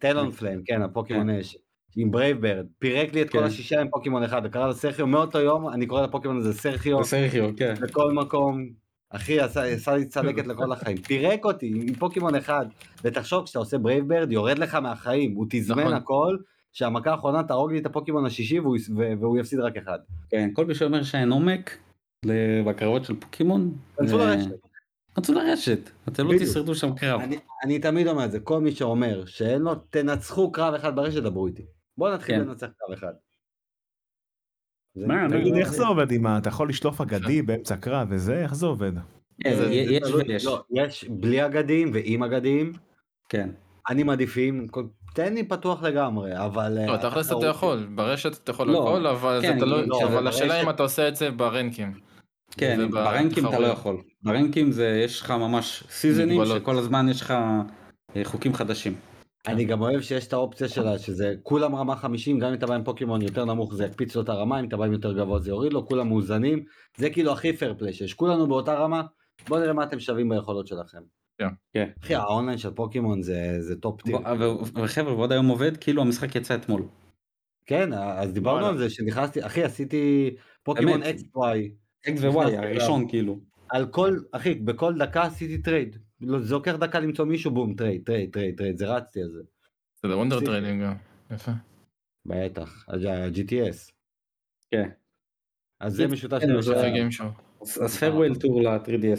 [SPEAKER 3] טלון פליים, כן, הפוקימון אש. עם ברייברד, פירק לי את כל
[SPEAKER 4] כן.
[SPEAKER 3] השישה עם פוקימון אחד, וקרא לו סרחיו, מאותו יום אני קורא לפוקימון הזה סרחיו,
[SPEAKER 4] זה סרחיו, כן.
[SPEAKER 3] בכל מקום. אחי, עשה עשה לי צלקת לכל החיים. פירק אותי עם פוקימון אחד. ותחשוב, כשאתה עושה ברייברד, יורד לך מהחיים. הוא תזמן
[SPEAKER 1] נכון.
[SPEAKER 3] הכל, שהמכה האחרונה תהרוג לי את הפוקימון השישי והוא יס- ו- והוא יפסיד רק אחד.
[SPEAKER 4] כן, כל מי שאומר שאין עומק ל- בקרבות של פוקימון,
[SPEAKER 3] כנסו
[SPEAKER 4] אה,
[SPEAKER 3] לרשת.
[SPEAKER 4] כנסו לרשת, אתם לא
[SPEAKER 3] בדיוק.
[SPEAKER 4] תשרדו שם קרב.
[SPEAKER 3] אני- אני תמיד אומר את זה, כל מי שאומר שאין לו, תנצחו קרב אחד ברשת, דברו איתי. בואו נתחיל
[SPEAKER 4] כן.
[SPEAKER 3] לנצח קרב אחד. זה-
[SPEAKER 4] מה,
[SPEAKER 3] זה-
[SPEAKER 2] תגיד,
[SPEAKER 4] לא,
[SPEAKER 2] איך זה עובד עם ה... אתה יכול לשלוף אגדי באמצע קרב וזה, איך זה עובד?
[SPEAKER 4] אה,
[SPEAKER 3] זה- זה
[SPEAKER 4] יש
[SPEAKER 3] תלוי-
[SPEAKER 4] ויש.
[SPEAKER 3] לא, יש בלי אגדים ועם אגדים.
[SPEAKER 4] כן.
[SPEAKER 3] אני מעדיפים, כל- תן לי פתוח לגמרי, אבל... אה,
[SPEAKER 1] לא, תכלס אתה יכול, ברשת אתה יכול
[SPEAKER 4] לא.
[SPEAKER 1] הכל, אבל זה
[SPEAKER 4] כן,
[SPEAKER 1] תלוי,
[SPEAKER 3] לא,
[SPEAKER 1] אבל
[SPEAKER 3] אבל
[SPEAKER 1] השאלה
[SPEAKER 3] ברשת-
[SPEAKER 1] אם אתה עושה את זה ברנקים.
[SPEAKER 4] כן,
[SPEAKER 1] זה
[SPEAKER 4] ברנקים אתה לא
[SPEAKER 1] בתחרויות.
[SPEAKER 4] יכול. ברנקים זה, יש לך ממש סיזנים,
[SPEAKER 1] מגבלות.
[SPEAKER 4] שכל הזמן יש לך אה, חוקים חדשים.
[SPEAKER 3] אני גם אוהב שיש את האופציה שלה, שזה כולם רמה 50, גם אם אתה בא עם פוקימון יותר נמוך זה יקפיץ לו את הרמה, אם אתה בא עם יותר גבוה זה יוריד לו, כולם מאוזנים, זה כאילו הכי פייר פליי שיש, כולנו באותה רמה, בואו נראה מה אתם שווים ביכולות שלכם.
[SPEAKER 1] כן.
[SPEAKER 4] כן.
[SPEAKER 3] אחי, האונליין של פוקימון זה, זה טופ טיר.
[SPEAKER 4] ו- ו- וחבר'ה, ועוד היום עובד, כאילו המשחק יצא אתמול.
[SPEAKER 3] כן, אז דיברנו
[SPEAKER 2] וואלה.
[SPEAKER 3] על זה שנכנסתי, אחי עשיתי פוקימון
[SPEAKER 4] באמת?
[SPEAKER 3] אקס וואי,
[SPEAKER 4] אקס ווואי,
[SPEAKER 3] נכנס
[SPEAKER 4] הראשון כאילו.
[SPEAKER 3] על כל, אחי, בכל דקה עשיתי טרייד, לא, זה לוקח דקה למצוא מישהו, בום, טרייד, טרייד, טרייד, טרייד, זה רצתי על זה.
[SPEAKER 1] זה וונדר
[SPEAKER 3] זה-
[SPEAKER 1] טריילים גם. יפה.
[SPEAKER 3] בטח, ה-GTS.
[SPEAKER 4] כן.
[SPEAKER 3] אז זה משותף
[SPEAKER 4] כן,
[SPEAKER 3] למה
[SPEAKER 4] זה
[SPEAKER 3] שהיה.
[SPEAKER 1] זה גיימשו.
[SPEAKER 4] אז אז farewell tour ל-3DS.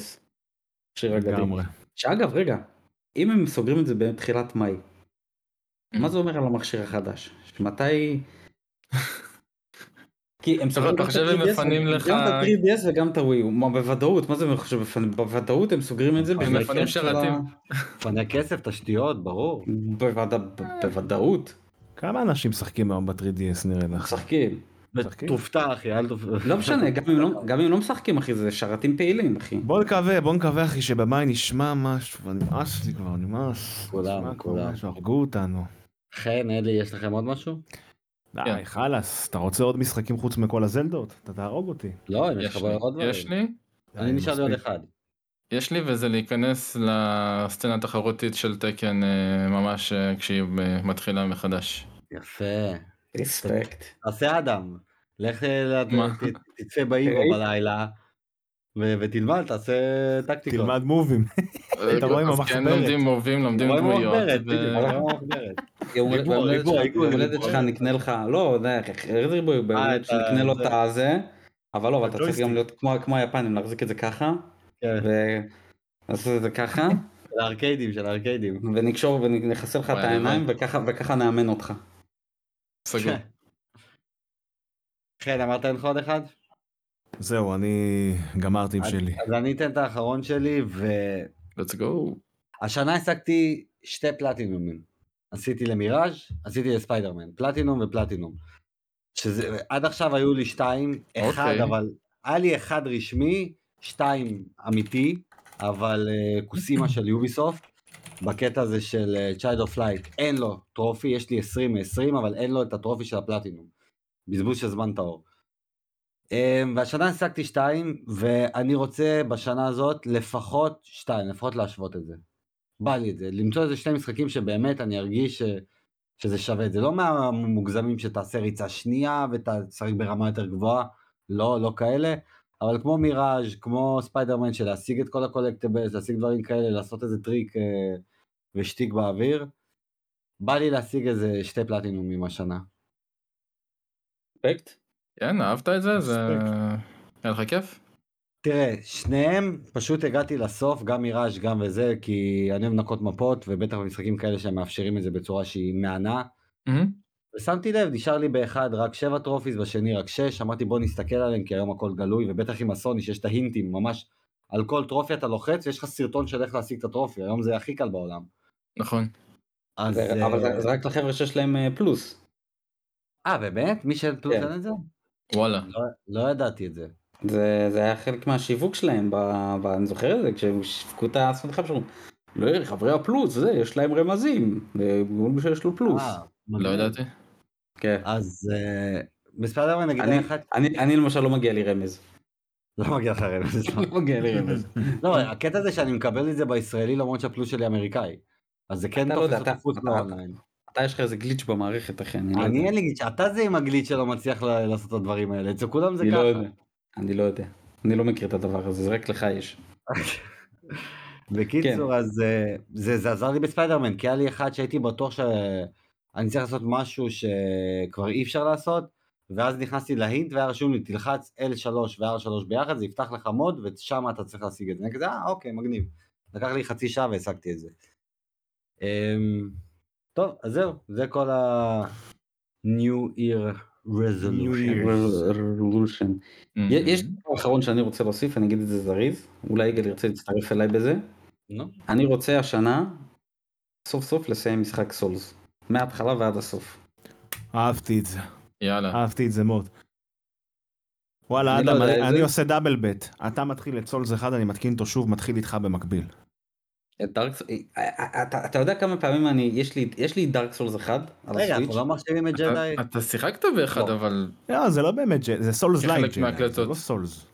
[SPEAKER 4] שיר אגדי.
[SPEAKER 2] לגמרי.
[SPEAKER 4] שאגב, רגע, אם הם סוגרים את זה בתחילת מאי,
[SPEAKER 1] Mm.
[SPEAKER 4] מה זה אומר על המכשיר החדש? שמתי... כי הם סוגרים
[SPEAKER 1] אתה
[SPEAKER 4] גם את
[SPEAKER 1] חושב הם
[SPEAKER 4] ה-3DS,
[SPEAKER 1] מפנים לך-
[SPEAKER 4] גם את ה-3DS וגם את הווי, מה, בוודאות, מה זה הם חושבים? בפנ- בוודאות הם סוגרים את זה. בשביל
[SPEAKER 1] מפנים
[SPEAKER 4] הכיף של ה-
[SPEAKER 1] שרתים.
[SPEAKER 3] פני כסף, תשתיות, ברור.
[SPEAKER 4] בוודא- ב- בוודאות.
[SPEAKER 2] כמה אנשים משחקים היום ב-3DS נראה לך?
[SPEAKER 4] משחקים.
[SPEAKER 2] משחקים?
[SPEAKER 3] תופתע אחי, אל תופתע.
[SPEAKER 4] לא משנה, גם אם לא- גם אם לא משחקים אחי, זה שרתים פעילים אחי.
[SPEAKER 2] בוא נקווה, בוא נקווה אחי שבמאי נשמע משהו, אבל נמאס לי כבר, נמאס.
[SPEAKER 3] כולם,
[SPEAKER 2] נשמע כבר
[SPEAKER 3] כולם.
[SPEAKER 2] משהו, הרגו אותנו.
[SPEAKER 3] חן, אלי, יש לכם עוד משהו?
[SPEAKER 2] די, חלאס, אתה רוצה עוד משחקים חוץ מכל הזלדות? אתה תהרוג אותי.
[SPEAKER 3] לא, אם יש
[SPEAKER 1] יש
[SPEAKER 3] לך
[SPEAKER 1] לי,
[SPEAKER 3] עוד דברים.
[SPEAKER 1] יש לי,
[SPEAKER 3] אני
[SPEAKER 2] די,
[SPEAKER 3] נשאר לי עוד
[SPEAKER 2] מספיק.
[SPEAKER 3] אחד.
[SPEAKER 1] יש לי, וזה להיכנס לסצנה התחרותית של תקן אה, ממש אה, כשהיא אה, מתחילה מחדש.
[SPEAKER 3] יפה.
[SPEAKER 4] ריספקט.
[SPEAKER 3] תעשה אדם. לך ל-
[SPEAKER 1] מה?
[SPEAKER 3] ת- תצא באיבו
[SPEAKER 4] אוקיי.
[SPEAKER 3] בלילה, ו- ותלמד, תעשה טקטיקות.
[SPEAKER 2] תלמד מובים. אתה רואה עם
[SPEAKER 1] אז כן,
[SPEAKER 2] המחברת.
[SPEAKER 1] לומדים מובים, לומדים
[SPEAKER 3] רואה מה
[SPEAKER 1] דמויות.
[SPEAKER 3] מחברת,
[SPEAKER 1] ו-
[SPEAKER 3] בדיוק, רואה מה מחברת.
[SPEAKER 4] יום
[SPEAKER 3] ריבוע,
[SPEAKER 4] הולדת
[SPEAKER 3] ריבוע,
[SPEAKER 4] שלך-
[SPEAKER 3] ריבוע,
[SPEAKER 4] יום הולדת
[SPEAKER 3] ריבוע.
[SPEAKER 4] שלך נקנה לך, לא, די, איך- איך ריבוע, יום הולדת
[SPEAKER 3] אתה-
[SPEAKER 4] שנקנה לו
[SPEAKER 3] זה-
[SPEAKER 4] את הזה, אבל לא, אבל אתה צריך
[SPEAKER 2] הג'ויסטיק.
[SPEAKER 4] גם להיות כמו- כמו היפנים, להחזיק את זה ככה,
[SPEAKER 3] כן,
[SPEAKER 4] ולעשות את זה ככה,
[SPEAKER 3] של הארקיידים, של הארקיידים.
[SPEAKER 4] ונקשור ונכסה לך את
[SPEAKER 1] וואי,
[SPEAKER 4] העיניים,
[SPEAKER 3] לא-
[SPEAKER 4] וככה- וככה נאמן אותך.
[SPEAKER 1] סגור.
[SPEAKER 3] חן, אמרת אין לך עוד אחד?
[SPEAKER 2] זהו, אני גמרתי עם
[SPEAKER 3] אז-
[SPEAKER 2] שלי.
[SPEAKER 3] אז אני אתן את האחרון שלי, ו...
[SPEAKER 1] let's go.
[SPEAKER 3] השנה השגתי שתי פלטינומים. עשיתי למיראז', עשיתי לספיידרמן, פלטינום ופלטינום. שזה, עד עכשיו היו לי שתיים, אחד
[SPEAKER 1] אוקיי.
[SPEAKER 3] אבל, היה לי אחד רשמי, שתיים אמיתי, אבל אה, כוסימה של יוביסופט, בקטע הזה של אה, צ'ייד אוף לייט, אין לו טרופי, יש לי 20 מ-20, אבל אין לו את הטרופי של הפלטינום. בזבוז של זמן טהור. אה, והשנה השגתי שתיים, ואני רוצה בשנה הזאת לפחות שתיים, לפחות להשוות את זה. בא לי את זה, למצוא איזה שני משחקים שבאמת אני ארגיש ש... שזה שווה את זה. לא מהמוגזמים שתעשה ריצה שנייה ותשחק ברמה יותר גבוהה, לא, לא כאלה, אבל כמו מיראז', כמו ספיידרמן, של להשיג את כל הקולקטבלס, להשיג דברים כאלה, לעשות איזה טריק אה, ושטיק באוויר, בא לי להשיג איזה שתי פלטינומים השנה.
[SPEAKER 4] פקט?
[SPEAKER 1] כן, אהבת את זה? זה...
[SPEAKER 2] מספיק.
[SPEAKER 1] היה לך כיף?
[SPEAKER 3] תראה, שניהם, פשוט הגעתי לסוף, גם מיראז' גם וזה, כי אני אוהב לנקות מפות, ובטח במשחקים כאלה שהם מאפשרים את זה בצורה שהיא מהנה.
[SPEAKER 1] מהמם.
[SPEAKER 3] ושמתי לב, נשאר לי באחד רק שבע טרופיס, בשני רק שש, אמרתי בוא נסתכל עליהם, כי היום הכל גלוי, ובטח עם הסוני שיש את ההינטים, ממש על כל טרופי אתה לוחץ, ויש לך סרטון של איך להשיג את הטרופי, היום זה הכי קל בעולם.
[SPEAKER 1] נכון.
[SPEAKER 3] אז...
[SPEAKER 4] זה- אבל זה-
[SPEAKER 3] אה,
[SPEAKER 4] זה רק לחבר'ה שיש להם אה, פלוס.
[SPEAKER 3] אה, באמת? מי שאין פלוס
[SPEAKER 4] כן.
[SPEAKER 3] אין את זה?
[SPEAKER 1] וואלה.
[SPEAKER 3] לא- לא ידעתי את זה.
[SPEAKER 4] זה זה היה חלק מהשיווק שלהם, ב- ב- אני זוכר את זה, כשהם שיווקו את הסמכה שלהם. לא, חברי הפלוס, זה, יש להם רמזים. זה מול מי שיש לו פלוס.
[SPEAKER 3] אה,
[SPEAKER 1] לא
[SPEAKER 3] מגניב.
[SPEAKER 1] ידעתי.
[SPEAKER 4] כן.
[SPEAKER 3] אז... אה, בספיידרמן נגיד
[SPEAKER 4] אני-
[SPEAKER 3] היה אחד...
[SPEAKER 4] אני אני למשל לא מגיע לי רמז.
[SPEAKER 3] לא מגיע לך רמז. לא.
[SPEAKER 4] לא מגיע לי רמז.
[SPEAKER 3] לא, הקטע זה שאני מקבל את זה בישראלי למרות שהפלוס שלי אמריקאי. אז זה
[SPEAKER 4] אתה
[SPEAKER 3] כן
[SPEAKER 4] לא
[SPEAKER 3] תופס
[SPEAKER 4] יודע,
[SPEAKER 3] אותי
[SPEAKER 4] אתה-
[SPEAKER 3] חוץ
[SPEAKER 4] אתה-
[SPEAKER 3] מהאונליין.
[SPEAKER 4] אתה יש לך איזה גליץ' במערכת, אחי. אני לא
[SPEAKER 3] אני
[SPEAKER 4] יודע.
[SPEAKER 3] אין לי גיץ', אתה זה עם הגליץ' שלא מצליח ל- לעשות את הדברים האלה, אצל כולם זה
[SPEAKER 4] אני לא
[SPEAKER 3] ככה.
[SPEAKER 4] יודע. אני לא יודע. אני לא מכיר את הדבר הזה, זה רק לך יש. כן.
[SPEAKER 3] בקיצור, אז אה, זה זה עזר לי בספיידרמן, כי היה לי אחד שהייתי בטוח שאני צריך לעשות משהו שכבר אי אפשר לעשות, ואז נכנסתי להינט והיה רשום לי, תלחץ L3 ו-R3 ביחד, זה יפתח לך מוד, ושם אתה צריך להשיג את זה. אני כזה, אה, אוקיי, מגניב. לקח לי חצי שעה והשגתי את זה. אמ, טוב, אז זהו, זה כל ה... New Year Resolution.
[SPEAKER 4] Revolution.
[SPEAKER 1] מהמם.
[SPEAKER 4] יש
[SPEAKER 3] Mm-hmm.
[SPEAKER 4] דבר אחרון שאני רוצה להוסיף, אני אגיד את זה זריז, אולי יגאל ירצה להצטרף אליי בזה.
[SPEAKER 3] נו,
[SPEAKER 4] אני רוצה השנה, סוף סוף לסיים משחק סולס. מההתחלה ועד הסוף.
[SPEAKER 2] אהבתי את זה,
[SPEAKER 1] יאללה.
[SPEAKER 2] אהבתי את זה מאוד. וואלה,
[SPEAKER 4] אני
[SPEAKER 2] אדם,
[SPEAKER 4] לא יודע
[SPEAKER 2] אני-
[SPEAKER 4] את
[SPEAKER 2] אני
[SPEAKER 4] זה.
[SPEAKER 2] עושה דאבל בט. אתה מתחיל את סולס אחד, אני מתקין אותו שוב, מתחיל איתך במקביל.
[SPEAKER 4] את דארק סולס, אה, אתה אתה יודע כמה פעמים אני, יש לי- יש לי דארק סולס אחד על
[SPEAKER 3] רגע,
[SPEAKER 4] הסוויץ',
[SPEAKER 3] אנחנו לא מחשיבים את ג'די?
[SPEAKER 1] אתה- אתה שיחקת באחד
[SPEAKER 4] לא.
[SPEAKER 1] אבל
[SPEAKER 2] לא, זה לא באמת, ג'י- זה סולס
[SPEAKER 1] כחלק
[SPEAKER 2] לייט, ג'י, זה
[SPEAKER 1] מההקלטות.
[SPEAKER 2] לא סולס.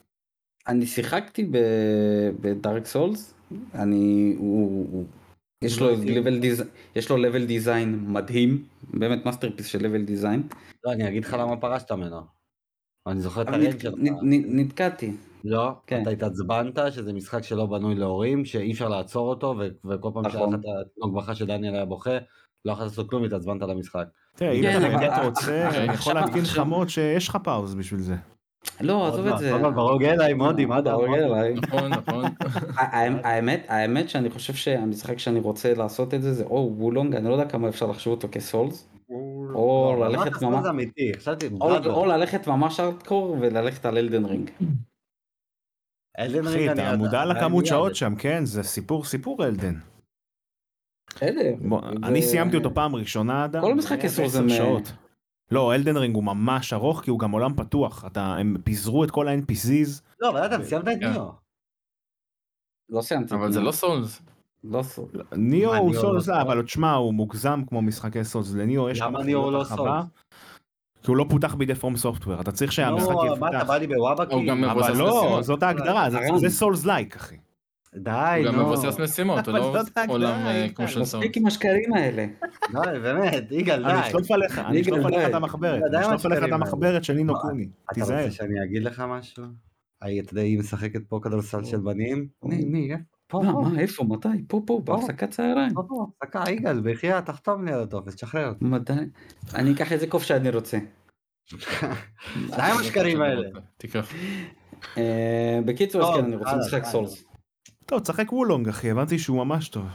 [SPEAKER 4] אני שיחקתי ב- בדארק סולס, אני, הוא, הוא- יש לו
[SPEAKER 3] לא הייתי-
[SPEAKER 4] level design- יש לו level design מדהים, באמת מאסטרפיס של level design,
[SPEAKER 3] לא, אני אגיד לך למה פרשת ממנו. אני זוכר את
[SPEAKER 4] אבל
[SPEAKER 3] הרנט
[SPEAKER 4] נתק-
[SPEAKER 3] שלך.
[SPEAKER 4] כן. נ- נ- נתקעתי,
[SPEAKER 3] לא,
[SPEAKER 4] כן.
[SPEAKER 3] אתה התעצבנת שזה משחק שלא בנוי להורים, שאי אפשר לעצור אותו, ו- וכל פעם שהיה לך
[SPEAKER 4] נכון.
[SPEAKER 3] את התינוק בכה שדניאל היה בוכה, לא יכולת לעשות כלום, התעצבנת על המשחק.
[SPEAKER 2] תראה, אם
[SPEAKER 4] כן,
[SPEAKER 2] אתה
[SPEAKER 4] אבל-
[SPEAKER 2] באמת רוצה,
[SPEAKER 1] אה,
[SPEAKER 2] אני יכול
[SPEAKER 4] עכשיו-
[SPEAKER 2] להתקין לך
[SPEAKER 4] עכשיו-
[SPEAKER 2] מוד שיש לך פאוז בשביל זה.
[SPEAKER 4] לא עזוב את זה,
[SPEAKER 3] עוד מעט ברוג אליי מודים, עד
[SPEAKER 4] ברוג אליי.
[SPEAKER 1] נכון נכון.
[SPEAKER 4] הא- האמת, האמת שאני חושב שהמשחק שאני רוצה לעשות את זה זה או וולונג, אני לא יודע כמה אפשר לחשוב אותו כסולס, או ללכת ממש-
[SPEAKER 3] זה אמיתי, חשבתי,
[SPEAKER 4] או-
[SPEAKER 3] בראדר.
[SPEAKER 4] או ללכת ממש ארטקור וללכת על אלדן רינג.
[SPEAKER 3] אלדן
[SPEAKER 2] אחי,
[SPEAKER 3] רינג, אני-
[SPEAKER 2] אתה מודע
[SPEAKER 3] אני-
[SPEAKER 2] לכמות
[SPEAKER 3] אני-
[SPEAKER 2] שעות שם, כן? זה סיפור, סיפור אלדן.
[SPEAKER 4] בסדר.
[SPEAKER 2] בוא,
[SPEAKER 4] זה-
[SPEAKER 2] אני סיימתי אותו פעם ראשונה, אדם.
[SPEAKER 4] כל משחק
[SPEAKER 2] היה
[SPEAKER 4] אסור
[SPEAKER 2] בעשר
[SPEAKER 4] זה מ-
[SPEAKER 2] שעות. לא, אלדן רינג הוא ממש ארוך, כי הוא גם עולם פתוח. אתה, הם פיזרו את כל ה-NPCs.
[SPEAKER 3] לא, אבל אדם, סיימת את
[SPEAKER 1] כן.
[SPEAKER 3] ניו.
[SPEAKER 4] לא סיימתי.
[SPEAKER 1] אבל זה לא סולס.
[SPEAKER 4] לא סול.
[SPEAKER 2] ניאו
[SPEAKER 3] מה,
[SPEAKER 2] הוא
[SPEAKER 3] ניאו
[SPEAKER 2] סולס,
[SPEAKER 3] לא
[SPEAKER 2] לא,
[SPEAKER 3] סולס?
[SPEAKER 2] אבל תשמע, הוא מוגזם כמו משחקי סולס. לניאו יש
[SPEAKER 3] למה
[SPEAKER 2] כמה
[SPEAKER 3] ניאו הוא
[SPEAKER 2] חבילות
[SPEAKER 3] לא
[SPEAKER 2] הרחבה,
[SPEAKER 3] סולס?
[SPEAKER 2] כי הוא לא פותח בידי פרום סופטוור. אתה צריך שהמשחק
[SPEAKER 3] נו, מה, אתה
[SPEAKER 2] יפותח.
[SPEAKER 3] בא לי בוואבקי?
[SPEAKER 1] הוא גם מבוסס
[SPEAKER 2] אבל לא,
[SPEAKER 1] משימות.
[SPEAKER 2] זאת ההגדרה, זה-
[SPEAKER 4] הרם.
[SPEAKER 2] זה סולס לייק, אחי.
[SPEAKER 3] די,
[SPEAKER 1] הוא גם
[SPEAKER 3] נו.
[SPEAKER 1] מבוסס משימות, הוא
[SPEAKER 2] אבל
[SPEAKER 1] לא
[SPEAKER 2] זאת ההגדרה,
[SPEAKER 1] עולם אה,
[SPEAKER 2] איתן,
[SPEAKER 1] כמו של סולס.
[SPEAKER 4] מספיק עם השקרים האלה.
[SPEAKER 3] די, באמת, יגאל,
[SPEAKER 2] אני
[SPEAKER 3] די.
[SPEAKER 2] אשלוף עליך, אני
[SPEAKER 4] אני
[SPEAKER 2] אשלוף
[SPEAKER 4] גם
[SPEAKER 2] עליך
[SPEAKER 4] די.
[SPEAKER 2] את המחברת.
[SPEAKER 3] אתה יודע
[SPEAKER 2] אני
[SPEAKER 3] מה
[SPEAKER 2] אשלוף עליך את
[SPEAKER 3] השקרים
[SPEAKER 2] המחברת של נינו
[SPEAKER 3] מה,
[SPEAKER 2] קוני.
[SPEAKER 3] אתה
[SPEAKER 2] תיזהר.
[SPEAKER 3] רוצה שאני אגיד לך משהו? היי, אתה יודע, היא משחקת פה כדורסל של בנים? מי, מי, אה? פה,
[SPEAKER 4] מה,
[SPEAKER 3] פה.
[SPEAKER 4] לא, מה, איפה, מתי? פה, פה, בהפסקת צהריים.
[SPEAKER 3] בוא, בוא, חכה, יגאל, בחייאת, תחתום לי על הטופס, תשחרר.
[SPEAKER 4] מתי? אני אקח איזה קוף שאני רוצה.
[SPEAKER 3] די עם השקרים האלה.
[SPEAKER 1] תיקח.
[SPEAKER 4] אה, בקיצור,
[SPEAKER 3] טוב,
[SPEAKER 4] אז כן, אני רוצה
[SPEAKER 3] הלאה,
[SPEAKER 4] משחק
[SPEAKER 3] הלאה.
[SPEAKER 4] סולס.
[SPEAKER 2] טוב, תשחק וולונג, אחי, הבנתי שהוא ממש טוב.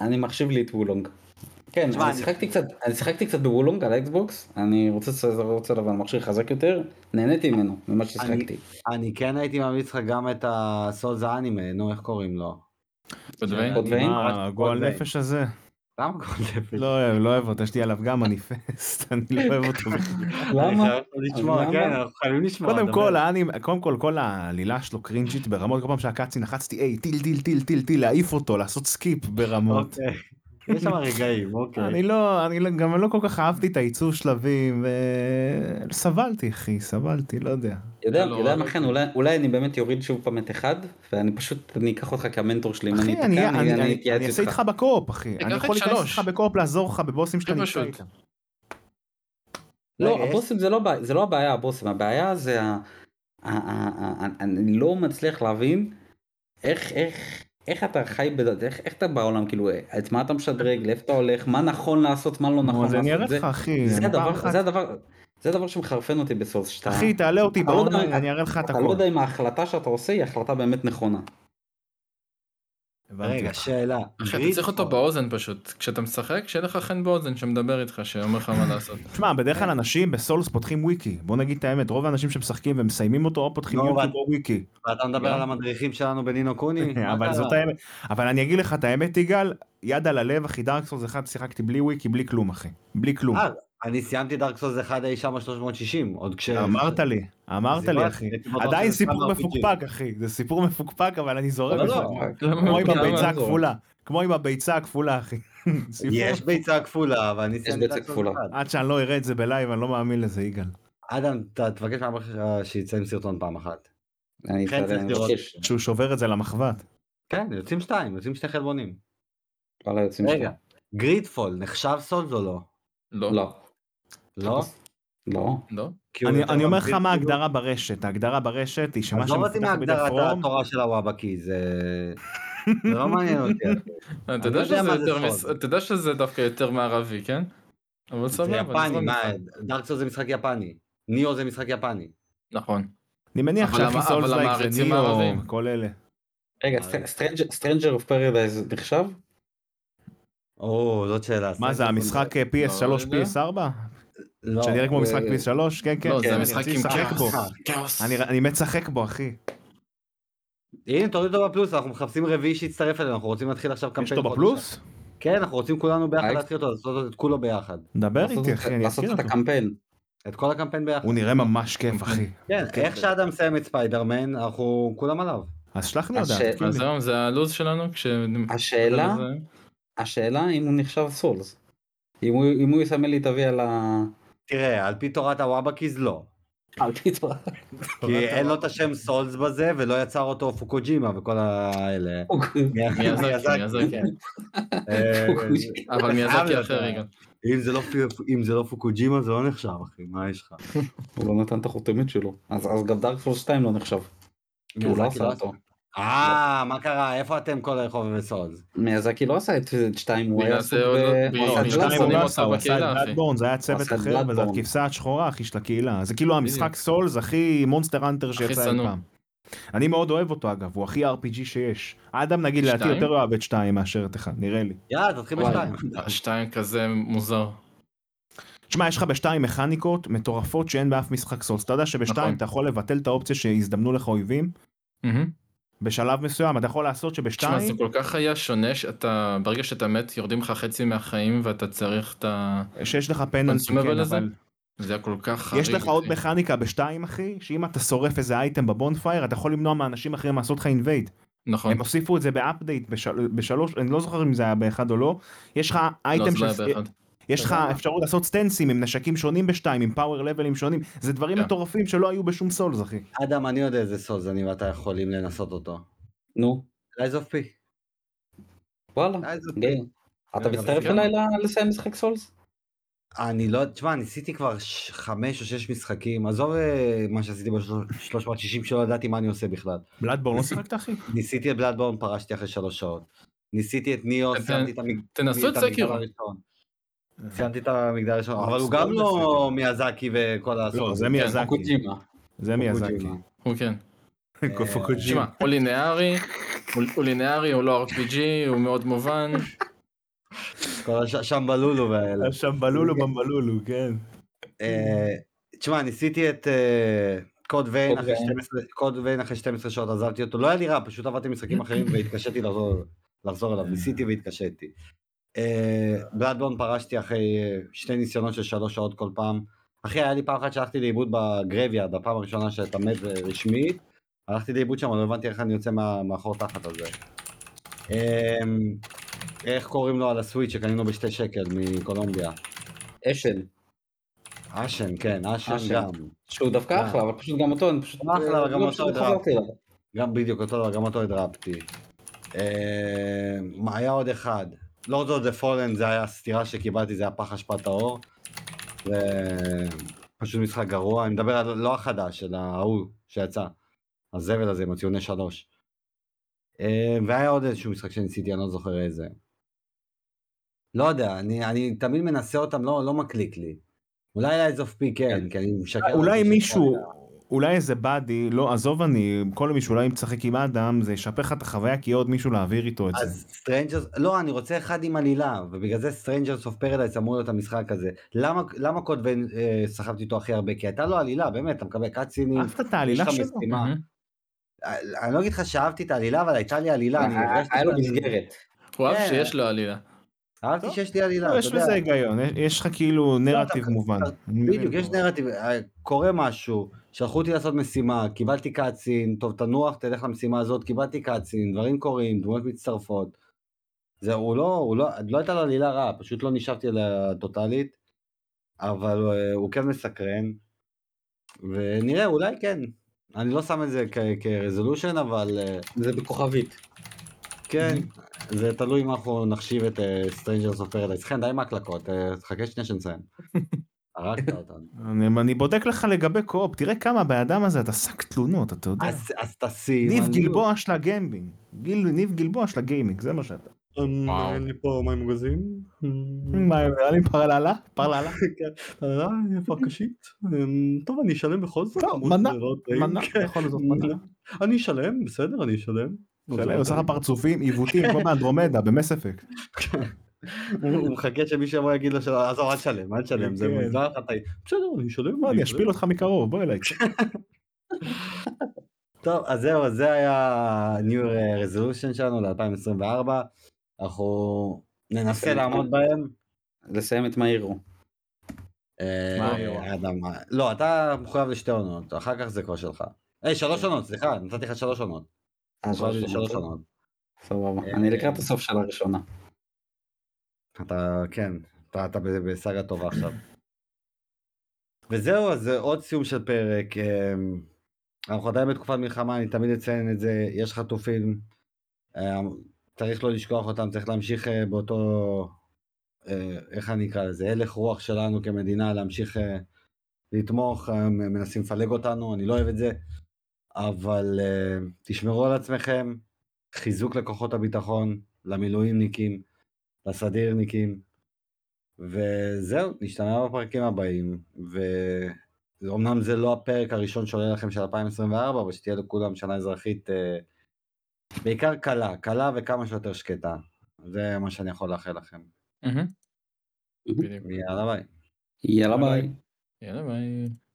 [SPEAKER 4] אני מחשיב לי את וולונג. כן,
[SPEAKER 3] תשמע,
[SPEAKER 4] אני
[SPEAKER 3] אני-
[SPEAKER 4] שיחקתי קצת, אני שיחקתי קצת בוולונג על אקסבוקס, אני רוצה, רוצה אבל מכשיר חזק יותר, נהניתי ממנו, ממה ששיחקתי.
[SPEAKER 3] אני כן הייתי ממליץ לך גם את הסולז האנימה, נו, איך קוראים לו?
[SPEAKER 1] עוד דברים?
[SPEAKER 4] עוד דברים?
[SPEAKER 2] אה, מה,
[SPEAKER 3] ממש
[SPEAKER 2] הגועל
[SPEAKER 3] מאוד
[SPEAKER 2] נפש הזה?
[SPEAKER 3] למה גולדפל?
[SPEAKER 2] לא, לא אוהב אותו, יש לי עליו גם מניפסט, אני לא אוהב אותו.
[SPEAKER 3] אני
[SPEAKER 4] למה?
[SPEAKER 3] חייב לשמוע,
[SPEAKER 4] למה?
[SPEAKER 3] כן, אנחנו חייבים לשמוע.
[SPEAKER 2] קודם
[SPEAKER 3] דבר.
[SPEAKER 2] כל, אה, האנים, קודם כל, כל העלילה שלו קרינג'ית ברמות, כל פעם שהקצי נחצתי, היי, טיל, טיל, טיל, טיל, טיל, להעיף אותו, לעשות סקיפ ברמות.
[SPEAKER 3] אוקיי. יש שם רגעים, אוקיי.
[SPEAKER 2] אני לא, אני לא- גם לא כל כך אהבתי את העיצוב שלבים, ו- סבלתי, אחי, סבלתי, לא יודע.
[SPEAKER 4] יודע,
[SPEAKER 1] לא,
[SPEAKER 4] יודע
[SPEAKER 1] לא.
[SPEAKER 4] מה כן, אולי- אולי אני באמת יוריד שוב פעם את אחד, ואני פשוט, אני אקח אותך כמנטור שלי, אם אני
[SPEAKER 2] אחי, אני-
[SPEAKER 4] אתקע,
[SPEAKER 2] אני-
[SPEAKER 4] אני
[SPEAKER 2] אני אני
[SPEAKER 4] אתייעץ
[SPEAKER 2] אעשה איתך
[SPEAKER 4] איתך.
[SPEAKER 2] בקו-אופ, אחי.
[SPEAKER 1] תיקח
[SPEAKER 2] אני
[SPEAKER 1] את
[SPEAKER 2] יכול להיכנס
[SPEAKER 1] שלוש.
[SPEAKER 2] איתך בקו-אופ, לעזור לך בבוסים שאתה
[SPEAKER 1] הכי
[SPEAKER 2] נמצא
[SPEAKER 1] פשוט.
[SPEAKER 2] איתם.
[SPEAKER 4] לא,
[SPEAKER 3] רגע, יש-
[SPEAKER 4] הבוסים זה לא הבע- זה לא הבעיה, הבוסים, הבעיה זה ה... ה- ה- ה- ה- אני לא מצליח להבין איך, איך, איך אתה חי, בד- איך איך אתה בעולם, כאילו, את מה אתה משדרג, לאיפה אתה הולך, מה נכון לעשות, מה לא נכון
[SPEAKER 2] אז
[SPEAKER 4] לעשות.
[SPEAKER 2] אני אראה לך, אחי.
[SPEAKER 4] זה
[SPEAKER 2] אני פעם
[SPEAKER 4] הדבר,
[SPEAKER 2] אחת-
[SPEAKER 4] זה הדבר, זה הדבר שמחרפן אותי בסורס, שאתה,
[SPEAKER 2] אחי, תעלה אותי
[SPEAKER 4] אתה לא יודע-
[SPEAKER 2] באונליין, אני אראה לך את
[SPEAKER 4] אתה לא
[SPEAKER 2] הכל.
[SPEAKER 4] יודע אם ההחלטה שאתה עושה היא החלטה באמת נכונה.
[SPEAKER 2] לא, הבנתי
[SPEAKER 3] רגע,
[SPEAKER 2] אותך.
[SPEAKER 3] שאלה.
[SPEAKER 1] אחי, אתה צריך
[SPEAKER 3] לא.
[SPEAKER 1] אותו באוזן פשוט. כשאתה משחק, שיהיה לך חן באוזן שמדבר איתך, שאומר לך מה לעשות.
[SPEAKER 2] תשמע, בדרך כלל אנשים בסולס פותחים וויקי. בוא נגיד את האמת, רוב האנשים שמשחקים ומסיימים אותו, או פותחים
[SPEAKER 4] לא,
[SPEAKER 3] נו,
[SPEAKER 2] יוטיוב
[SPEAKER 3] אבל-
[SPEAKER 2] או וויקי.
[SPEAKER 3] ואתה מדבר על המדריכים שלנו בנינו קוני? מה
[SPEAKER 2] אבל
[SPEAKER 4] לא-
[SPEAKER 3] קרה?
[SPEAKER 2] זאת האמת. אבל אני אגיד לך את האמת, יגאל, יד על הלב, אחי, דארק סולס אחד שיחקתי בלי וויקי, בלי כלום, אחי. בלי כלום.
[SPEAKER 3] אה, אני סיימתי דארק סולס 1 אי שם 360, עוד כש...
[SPEAKER 2] אמרת לי, אמרת
[SPEAKER 3] זה
[SPEAKER 2] לי,
[SPEAKER 3] לא-
[SPEAKER 2] אחי.
[SPEAKER 3] הייתי בטוח
[SPEAKER 2] עדיין
[SPEAKER 3] שזה סתם
[SPEAKER 2] סיפור
[SPEAKER 3] RPG.
[SPEAKER 2] מפוקפק, אחי. זה סיפור מפוקפק, אבל אני זורק.
[SPEAKER 3] לא,
[SPEAKER 2] את זה.
[SPEAKER 3] לא.
[SPEAKER 1] למה-
[SPEAKER 2] כמו עם
[SPEAKER 1] למה-
[SPEAKER 2] הביצה הכפולה. כמו עם הביצה הכפולה, אחי. סיפור.
[SPEAKER 3] יש ביצה כפולה, אבל אני סיימתי
[SPEAKER 4] ביצה
[SPEAKER 3] דארק סולס
[SPEAKER 4] כפולה.
[SPEAKER 3] 1.
[SPEAKER 2] עד שאני לא אראה את זה בלייב, אני לא מאמין לזה, יגאל.
[SPEAKER 3] אדם, ת- תבקש מהאבא שלך שיצא עם סרטון פעם אחת.
[SPEAKER 4] אני
[SPEAKER 3] כן, צריך
[SPEAKER 4] אני
[SPEAKER 3] לראות.
[SPEAKER 4] מבקש.
[SPEAKER 2] שהוא שובר את זה למחבת.
[SPEAKER 3] כן, יוצאים שתיים, יוצאים שני חלבונים.
[SPEAKER 4] וואלה, יוצאים
[SPEAKER 3] רגע, גרידפול נחשב סולס או לא?
[SPEAKER 1] לא.
[SPEAKER 4] שתיים. לא.
[SPEAKER 3] לא?
[SPEAKER 4] לא.
[SPEAKER 1] לא.
[SPEAKER 3] כי הוא
[SPEAKER 2] אני,
[SPEAKER 3] יותר
[SPEAKER 2] אני אומר לך
[SPEAKER 3] מגריד
[SPEAKER 2] מה
[SPEAKER 3] כאילו. לא
[SPEAKER 2] ההגדרה ברשת, ההגדרה ברשת היא שמה
[SPEAKER 3] עזוב אותי
[SPEAKER 2] שמפותח בידי
[SPEAKER 3] מהגדרת
[SPEAKER 2] פרום,
[SPEAKER 3] התורה של הוואבקי, זה... זה לא מעניין אותי.
[SPEAKER 1] אה, אתה
[SPEAKER 3] לא
[SPEAKER 1] יודע
[SPEAKER 3] יודע
[SPEAKER 1] שזה
[SPEAKER 3] מה זה
[SPEAKER 1] יותר
[SPEAKER 3] סוד.
[SPEAKER 1] מס- אתה יודע שזה דווקא יותר מערבי, כן? אבל
[SPEAKER 3] זה
[SPEAKER 1] סבבה. לא
[SPEAKER 3] יפני,
[SPEAKER 2] לא
[SPEAKER 1] נזרום
[SPEAKER 3] מה,
[SPEAKER 1] איתך.
[SPEAKER 3] דארק סולס זה משחק יפני. ניאו זה משחק יפני.
[SPEAKER 1] נכון.
[SPEAKER 2] אני מניח
[SPEAKER 1] אבל
[SPEAKER 2] שהכי
[SPEAKER 1] המ- אבל
[SPEAKER 2] סולזלייק זה
[SPEAKER 1] המעריצים
[SPEAKER 2] ניאו,
[SPEAKER 1] הערבים.
[SPEAKER 2] כל אלה.
[SPEAKER 4] רגע,
[SPEAKER 3] אה.
[SPEAKER 4] סטרנג'ר אוף פרדייז נחשב?
[SPEAKER 3] או, זאת שאלה.
[SPEAKER 2] מה זה, המשחק אה,
[SPEAKER 1] לא
[SPEAKER 2] PS3,
[SPEAKER 1] יודע.
[SPEAKER 2] PS4?
[SPEAKER 3] לא, אה,
[SPEAKER 2] שנראה כמו
[SPEAKER 4] זה-
[SPEAKER 2] משחק PS3? כן, כן.
[SPEAKER 1] לא,
[SPEAKER 2] כן,
[SPEAKER 1] זה
[SPEAKER 2] אני
[SPEAKER 1] משחק
[SPEAKER 2] רציתי
[SPEAKER 1] עם
[SPEAKER 2] לשחק בו.
[SPEAKER 1] כאוס. כאוס.
[SPEAKER 2] אני- אני מצחק בו, אחי.
[SPEAKER 3] הנה, תוריד אותו בפלוס, אנחנו מחפשים רביעי שיצטרף אלינו, אנחנו רוצים להתחיל עכשיו קמפיין.
[SPEAKER 2] יש אותו
[SPEAKER 3] חודש.
[SPEAKER 2] בפלוס?
[SPEAKER 3] כן, אנחנו רוצים כולנו ביחד
[SPEAKER 4] היי.
[SPEAKER 3] להתחיל אותו, לעשות את כולו ביחד.
[SPEAKER 2] דבר
[SPEAKER 4] לעשות
[SPEAKER 2] איתי,
[SPEAKER 4] את-
[SPEAKER 2] אחי, אני
[SPEAKER 4] לעשות
[SPEAKER 2] אזכיר
[SPEAKER 4] את
[SPEAKER 2] אותו. לא,
[SPEAKER 4] הקמפיין.
[SPEAKER 3] את כל הקמפיין ביחד.
[SPEAKER 2] הוא נראה ממש כיף, אחי.
[SPEAKER 3] כן,
[SPEAKER 1] אוקיי.
[SPEAKER 4] כן,
[SPEAKER 3] איך
[SPEAKER 4] כן.
[SPEAKER 3] שאדם מסיים את ספיידרמן, אנחנו כולם עליו.
[SPEAKER 2] אז שלח לי
[SPEAKER 4] אז
[SPEAKER 2] הודעה,
[SPEAKER 4] ש-
[SPEAKER 2] תתקין
[SPEAKER 1] אז
[SPEAKER 2] לי.
[SPEAKER 1] זהו, זה הלו"ז שלנו. כש-
[SPEAKER 2] לא,
[SPEAKER 4] השאלה,
[SPEAKER 1] זה-
[SPEAKER 4] השאלה אם הוא נחשב סולס. אם הוא- אם הוא יסמן לי תביא על ה...
[SPEAKER 3] תראה, על פי תורת הוואבקיז לא.
[SPEAKER 4] על קיצור.
[SPEAKER 3] כי אין לו את השם סולס בזה, ולא יצר אותו פוקוג'ימה וכל האלה.
[SPEAKER 1] מיאזקי, מיאזקי.
[SPEAKER 3] אה,
[SPEAKER 1] אבל
[SPEAKER 3] אני חייב
[SPEAKER 1] מיאזקי
[SPEAKER 3] לדעת.
[SPEAKER 1] אחר רגע.
[SPEAKER 3] אם זה לא פי- אם זה לא פוקוג'ימה זה לא נחשב, אחי, מה יש לך?
[SPEAKER 4] הוא לא נתן את החותמת שלו. אז אז גם דארק פורס 2 לא נחשב. כי הוא לא
[SPEAKER 3] מיאזקי
[SPEAKER 4] עשה אותו.
[SPEAKER 3] אה, מה קרה? איפה אתם כל הרחוב וסולס?
[SPEAKER 4] מיאזקי לא עשה את 2, הוא היה
[SPEAKER 1] בגלל
[SPEAKER 4] עסוק
[SPEAKER 1] זה עוד
[SPEAKER 4] ב-
[SPEAKER 1] לא-
[SPEAKER 4] הוא
[SPEAKER 1] בגלל
[SPEAKER 4] עשה את
[SPEAKER 1] זה
[SPEAKER 4] גלאסון.
[SPEAKER 1] שמים
[SPEAKER 2] הוא
[SPEAKER 1] אותה
[SPEAKER 2] עשה, הוא עשה
[SPEAKER 1] בקהילה,
[SPEAKER 2] את
[SPEAKER 1] אחי.
[SPEAKER 2] בלאדבורן, זה היה צוות
[SPEAKER 4] עשה את
[SPEAKER 2] אחר, וזו
[SPEAKER 4] בלאדבורן.
[SPEAKER 2] הכבשה השחורה, אחי, של הקהילה. זה כאילו המשחק סולס הכי מונסטר אנטר
[SPEAKER 1] הכי
[SPEAKER 2] שיצא אי
[SPEAKER 1] שנוא.
[SPEAKER 2] פעם. אני מאוד אוהב אותו אגב, הוא הכי RPG שיש. אדם נגיד לדעתי
[SPEAKER 1] שתיים?
[SPEAKER 2] יותר אוהב את שתיים מאשר את אחד, נראה לי.
[SPEAKER 3] יאללה, תתחיל
[SPEAKER 4] וואי.
[SPEAKER 3] בשתיים.
[SPEAKER 1] השתיים אה, כזה מוזר.
[SPEAKER 2] תשמע, יש לך בשתיים מכניקות מטורפות שאין באף משחק סולס. אתה יודע שבשתיים
[SPEAKER 1] נכון.
[SPEAKER 2] אתה יכול לבטל את האופציה שיזדמנו לך אויבים.
[SPEAKER 1] מהמם.
[SPEAKER 2] בשלב מסוים אתה יכול לעשות
[SPEAKER 1] תשמע, זה
[SPEAKER 2] שבשתיים,
[SPEAKER 1] כל כך היה שונה שאתה, ברגע שאתה מת, יורדים לך חצי מהחיים ואתה צריך את ה...
[SPEAKER 2] שיש לך פננס,
[SPEAKER 1] קונסומבל
[SPEAKER 2] כן,
[SPEAKER 1] לזה?
[SPEAKER 2] אבל
[SPEAKER 1] זה היה כל כך חריג.
[SPEAKER 2] יש לך עוד
[SPEAKER 1] אחי.
[SPEAKER 2] מכניקה בשתיים, אחי, שאם אתה שורף איזה אייטם בבונפייר, אתה יכול למנוע מאנשים אחרים לעשות לך אינווייד.
[SPEAKER 1] נכון.
[SPEAKER 2] הם הוסיפו את זה באפדייט בשל... בשלוש, אני לא זוכר אם זה היה באחד או לא. יש לך
[SPEAKER 1] לא,
[SPEAKER 2] אייטם
[SPEAKER 1] זה
[SPEAKER 2] של...
[SPEAKER 1] לא היה באחד. אה.
[SPEAKER 2] יש לך אפשרות לעשות סטנסים עם נשקים שונים בשתיים, עם פאוור לבלים שונים. זה דברים
[SPEAKER 1] כן.
[SPEAKER 2] מטורפים שלא היו בשום סולס, אחי.
[SPEAKER 3] אדם, אני יודע איזה סולס אני ואתה יכולים לנסות אותו.
[SPEAKER 4] נו,
[SPEAKER 3] לייז אוף פי.
[SPEAKER 4] וואלה.
[SPEAKER 3] לייז אוף
[SPEAKER 2] כן.
[SPEAKER 4] גיי.
[SPEAKER 3] פי.
[SPEAKER 4] אתה מצטרף
[SPEAKER 1] גם-
[SPEAKER 4] אליי ל- לסיים משחק סולס?
[SPEAKER 3] אני לא, תשמע, ניסיתי כבר ש- חמש או שש משחקים, עזוב אה, מה שעשיתי ב-360 שלא ידעתי מה אני עושה בכלל.
[SPEAKER 2] בלאדבורן לא שיחקת, אחי?
[SPEAKER 3] ניסיתי את בלאדבורן, פרשתי אחרי שלוש שעות. ניסיתי את ניאו,
[SPEAKER 1] אתה-
[SPEAKER 3] סיימתי את המג-
[SPEAKER 1] תנסו את
[SPEAKER 3] את המגדל
[SPEAKER 1] סקירו.
[SPEAKER 3] הראשון. סיימתי את המגדל הראשון, אבל הוא
[SPEAKER 2] סתם
[SPEAKER 3] גם לא
[SPEAKER 2] בסדר.
[SPEAKER 3] מיאזקי וכל
[SPEAKER 2] לא,
[SPEAKER 3] הסוף.
[SPEAKER 2] זה
[SPEAKER 1] כן.
[SPEAKER 2] מיאזקי.
[SPEAKER 4] קוג'ימה.
[SPEAKER 2] זה מיאזקי.
[SPEAKER 3] קוג'ימה.
[SPEAKER 1] הוא כן.
[SPEAKER 2] קופוקוג'ימה.
[SPEAKER 1] תשמע, הוא לינארי, הוא- הוא לינארי, הוא לא RPG, הוא מאוד מובן.
[SPEAKER 3] כל הש- שם בלולו והאלה.
[SPEAKER 2] שם בלולו במבלולו, כן.
[SPEAKER 3] אה, תשמע, ניסיתי את אה, קוד ויין
[SPEAKER 4] קוד
[SPEAKER 3] אחרי
[SPEAKER 4] ויין.
[SPEAKER 3] 12 קוד ויין אחרי 12 שעות, עזבתי
[SPEAKER 4] אה.
[SPEAKER 3] אותו, לא היה לי רע, פשוט עבדתי משחקים אחרים והתקשיתי לחזור- לחזור אליו, ניסיתי והתקשיתי. בלאדבון פרשתי אחרי אה, שני ניסיונות של שלוש שעות כל פעם. אחי, היה לי פעם אחת שהלכתי לאיבוד בגרביארד, הפעם הראשונה שאתה מת אה, רשמית. הלכתי לאיבוד שם, לא הבנתי איך אני יוצא מה- מהחור תחת הזה. אה, איך קוראים לו על הסוויץ' שקנינו בשתי שקל מקולומביה?
[SPEAKER 4] אשל,
[SPEAKER 3] אשן, כן, אשן
[SPEAKER 4] אשן.
[SPEAKER 3] גם.
[SPEAKER 4] שהוא דווקא
[SPEAKER 3] אה.
[SPEAKER 4] אחלה, אבל פשוט גם אותו, אני פשוט...
[SPEAKER 3] אחלה, אבל גם
[SPEAKER 4] לא,
[SPEAKER 3] אותו
[SPEAKER 4] פשוט לא
[SPEAKER 3] הדרפתי.
[SPEAKER 4] חזרתי אליו.
[SPEAKER 3] גם בדיוק אותו דבר, גם אותו הדרפתי. אה, מה היה עוד אחד? לא לורד אוף דה פולן זה היה הסתירה שקיבלתי, זה היה פח אשפת האור. זה פשוט משחק גרוע, אני מדבר על לא החדש, אלא ההוא שיצא. הזבל הזה עם הציוני שלוש. אה, והיה עוד איזשהו משחק שניסיתי, אני לא זוכר איזה. לא יודע, אני, אני תמיד מנסה אותם, לא, לא מקליק לי. אולי לייטס אוף פי כן, כי אני משקר.
[SPEAKER 2] אולי
[SPEAKER 3] לעצמי
[SPEAKER 2] מישהו,
[SPEAKER 3] שכבר-
[SPEAKER 2] אולי איזה באדי, לא, עזוב אני, כל מישהו, אולי אם תשחק עם אדם, זה ישפר לך את החוויה, כי יהיה עוד מישהו להעביר איתו את זה.
[SPEAKER 3] אז
[SPEAKER 4] אוקיי.
[SPEAKER 3] סטרנג'רס, לא, אני רוצה אחד עם עלילה, ובגלל זה סטרנג'רס אוף פרדייס אמור להיות המשחק הזה. למה, למה קודבן אה, סחבתי איתו הכי הרבה? כי הייתה לו עלילה, באמת, אתה מקבל קאצינים,
[SPEAKER 2] אהבת את
[SPEAKER 3] יש
[SPEAKER 2] העלילה
[SPEAKER 3] לך
[SPEAKER 2] שלו?
[SPEAKER 3] משימה.
[SPEAKER 1] מהמם.
[SPEAKER 3] אה, אני לא אגיד לך שאהבתי את העלילה, אבל הייתה לי עלילה, אני הרגשתי
[SPEAKER 4] אה, היה לו
[SPEAKER 3] שאני-
[SPEAKER 4] מסגרת.
[SPEAKER 1] הוא אהב
[SPEAKER 3] כן.
[SPEAKER 1] שיש לו עלילה.
[SPEAKER 3] אהבתי
[SPEAKER 2] טוב.
[SPEAKER 3] שיש לי עלילה,
[SPEAKER 2] לא,
[SPEAKER 3] אתה
[SPEAKER 2] יש
[SPEAKER 3] יודע. לא
[SPEAKER 2] בזה היגיון, יש- יש לך כאילו נרטיב
[SPEAKER 3] אתה-
[SPEAKER 2] מובן. אני מבין.
[SPEAKER 3] בדיוק, יש נרטיב, אה, קורה משהו, שלחו אותי לעשות משימה, קיבלתי קאצין, טוב תנוח, תלך למשימה הזאת, קיבלתי קאצין, דברים קורים, דמויות מצטרפות. זה, הוא לא, הוא לא, לא הייתה לו עלילה רעה, פשוט לא נשאבתי אליה טוטאלית, אבל אה, הוא כן מסקרן, ונראה, אולי כן. אני לא שם את זה כ- כרזולושן, אבל אה,
[SPEAKER 4] זה בכוכבית.
[SPEAKER 3] כן, זה תלוי אם אנחנו נחשיב את אה, סטרנג'רס אוף פרדייס. חן, די עם ההקלקות, אה, חכה שנייה שנסיים. הרגת אותנו.
[SPEAKER 2] אני אני בודק לך לגבי קו-אופ, תראה כמה באדם הזה, אתה שק תלונות, אתה יודע.
[SPEAKER 3] אז אז תשים.
[SPEAKER 2] אה. ניב
[SPEAKER 3] אני- לא-
[SPEAKER 2] גלבוע של הגיימינג. גיל- ניב גלבוע של הגיימינג, זה מה שאתה.
[SPEAKER 1] וואו.
[SPEAKER 5] אין לי אמ, פה מים מוגזים.
[SPEAKER 2] מה, נראה לי פרללה? פרללה?
[SPEAKER 3] כן.
[SPEAKER 5] אה, איפה הקשית? אמ, טוב, אני אשלם בכל זאת.
[SPEAKER 2] טוב,
[SPEAKER 5] למרות
[SPEAKER 2] מנה,
[SPEAKER 5] שזה לא טעים.
[SPEAKER 2] מנה,
[SPEAKER 5] כן,
[SPEAKER 2] יכול לזאת
[SPEAKER 3] לא,
[SPEAKER 2] מנה. אוקיי,
[SPEAKER 5] מנה. אני אשלם, בסדר, אני אשלם.
[SPEAKER 2] שאלה, היא עושה לך פרצופים, עיוותים, כמו באנדרומדה, במס אפקט.
[SPEAKER 3] הוא הוא מחכה שמישהו יבוא יגיד לו שלא, עזוב, אל תשלם, אל תשלם, זה
[SPEAKER 2] כן.
[SPEAKER 3] לא היה לך טעים.
[SPEAKER 5] בסדר, אני אשלם.
[SPEAKER 2] בוא, לא, אני
[SPEAKER 5] אשלם.
[SPEAKER 2] אשפיל אותך מקרוב, בוא אליי.
[SPEAKER 3] טוב, אז זהו, אז זה היה ה-New Resolution שלנו ל-2024. אנחנו
[SPEAKER 2] אוקיי.
[SPEAKER 3] ננסה לעמוד בהם.
[SPEAKER 4] לסיים את מאירו.
[SPEAKER 3] אה,
[SPEAKER 1] מה היום?
[SPEAKER 3] אדם, מה- לא, אתה מחויב לשתי עונות, אחר כך זה כבר שלך. היי, שלוש
[SPEAKER 2] כן.
[SPEAKER 3] עונות, סליחה, נתתי לך שלוש עונות. מחויב לשלוש עונות.
[SPEAKER 4] סבבה.
[SPEAKER 3] אה,
[SPEAKER 4] אני לקראת הסוף של הראשונה.
[SPEAKER 3] אתה, כן, אתה, אתה ב- בסאגה טובה עכשיו. וזהו, אז זה עוד סיום של פרק. אמ, אנחנו עדיין בתקופת מלחמה, אני תמיד אציין את זה, יש חטופים, אמ, צריך לא לשכוח אותם, צריך להמשיך אה, באותו, אה, איך אני אקרא לזה, הלך רוח שלנו כמדינה, להמשיך אה, לתמוך, אה, מנסים לפלג אותנו, אני לא אוהב את זה, אבל אה, תשמרו על עצמכם, חיזוק לכוחות הביטחון, למילואימניקים, לסדירניקים, וזהו, נשתמע בפרקים הבאים, ואומנם זה לא הפרק הראשון שעולה לכם של 2024, אבל שתהיה לכולם שנה אזרחית אה, בעיקר קלה, קלה וכמה שיותר שקטה. זה מה שאני יכול לאחל לכם.
[SPEAKER 1] מהמם. בדיוק.
[SPEAKER 3] יאללה ביי.
[SPEAKER 4] יאללה
[SPEAKER 1] ביי.
[SPEAKER 4] ביי.
[SPEAKER 1] יאללה ביי.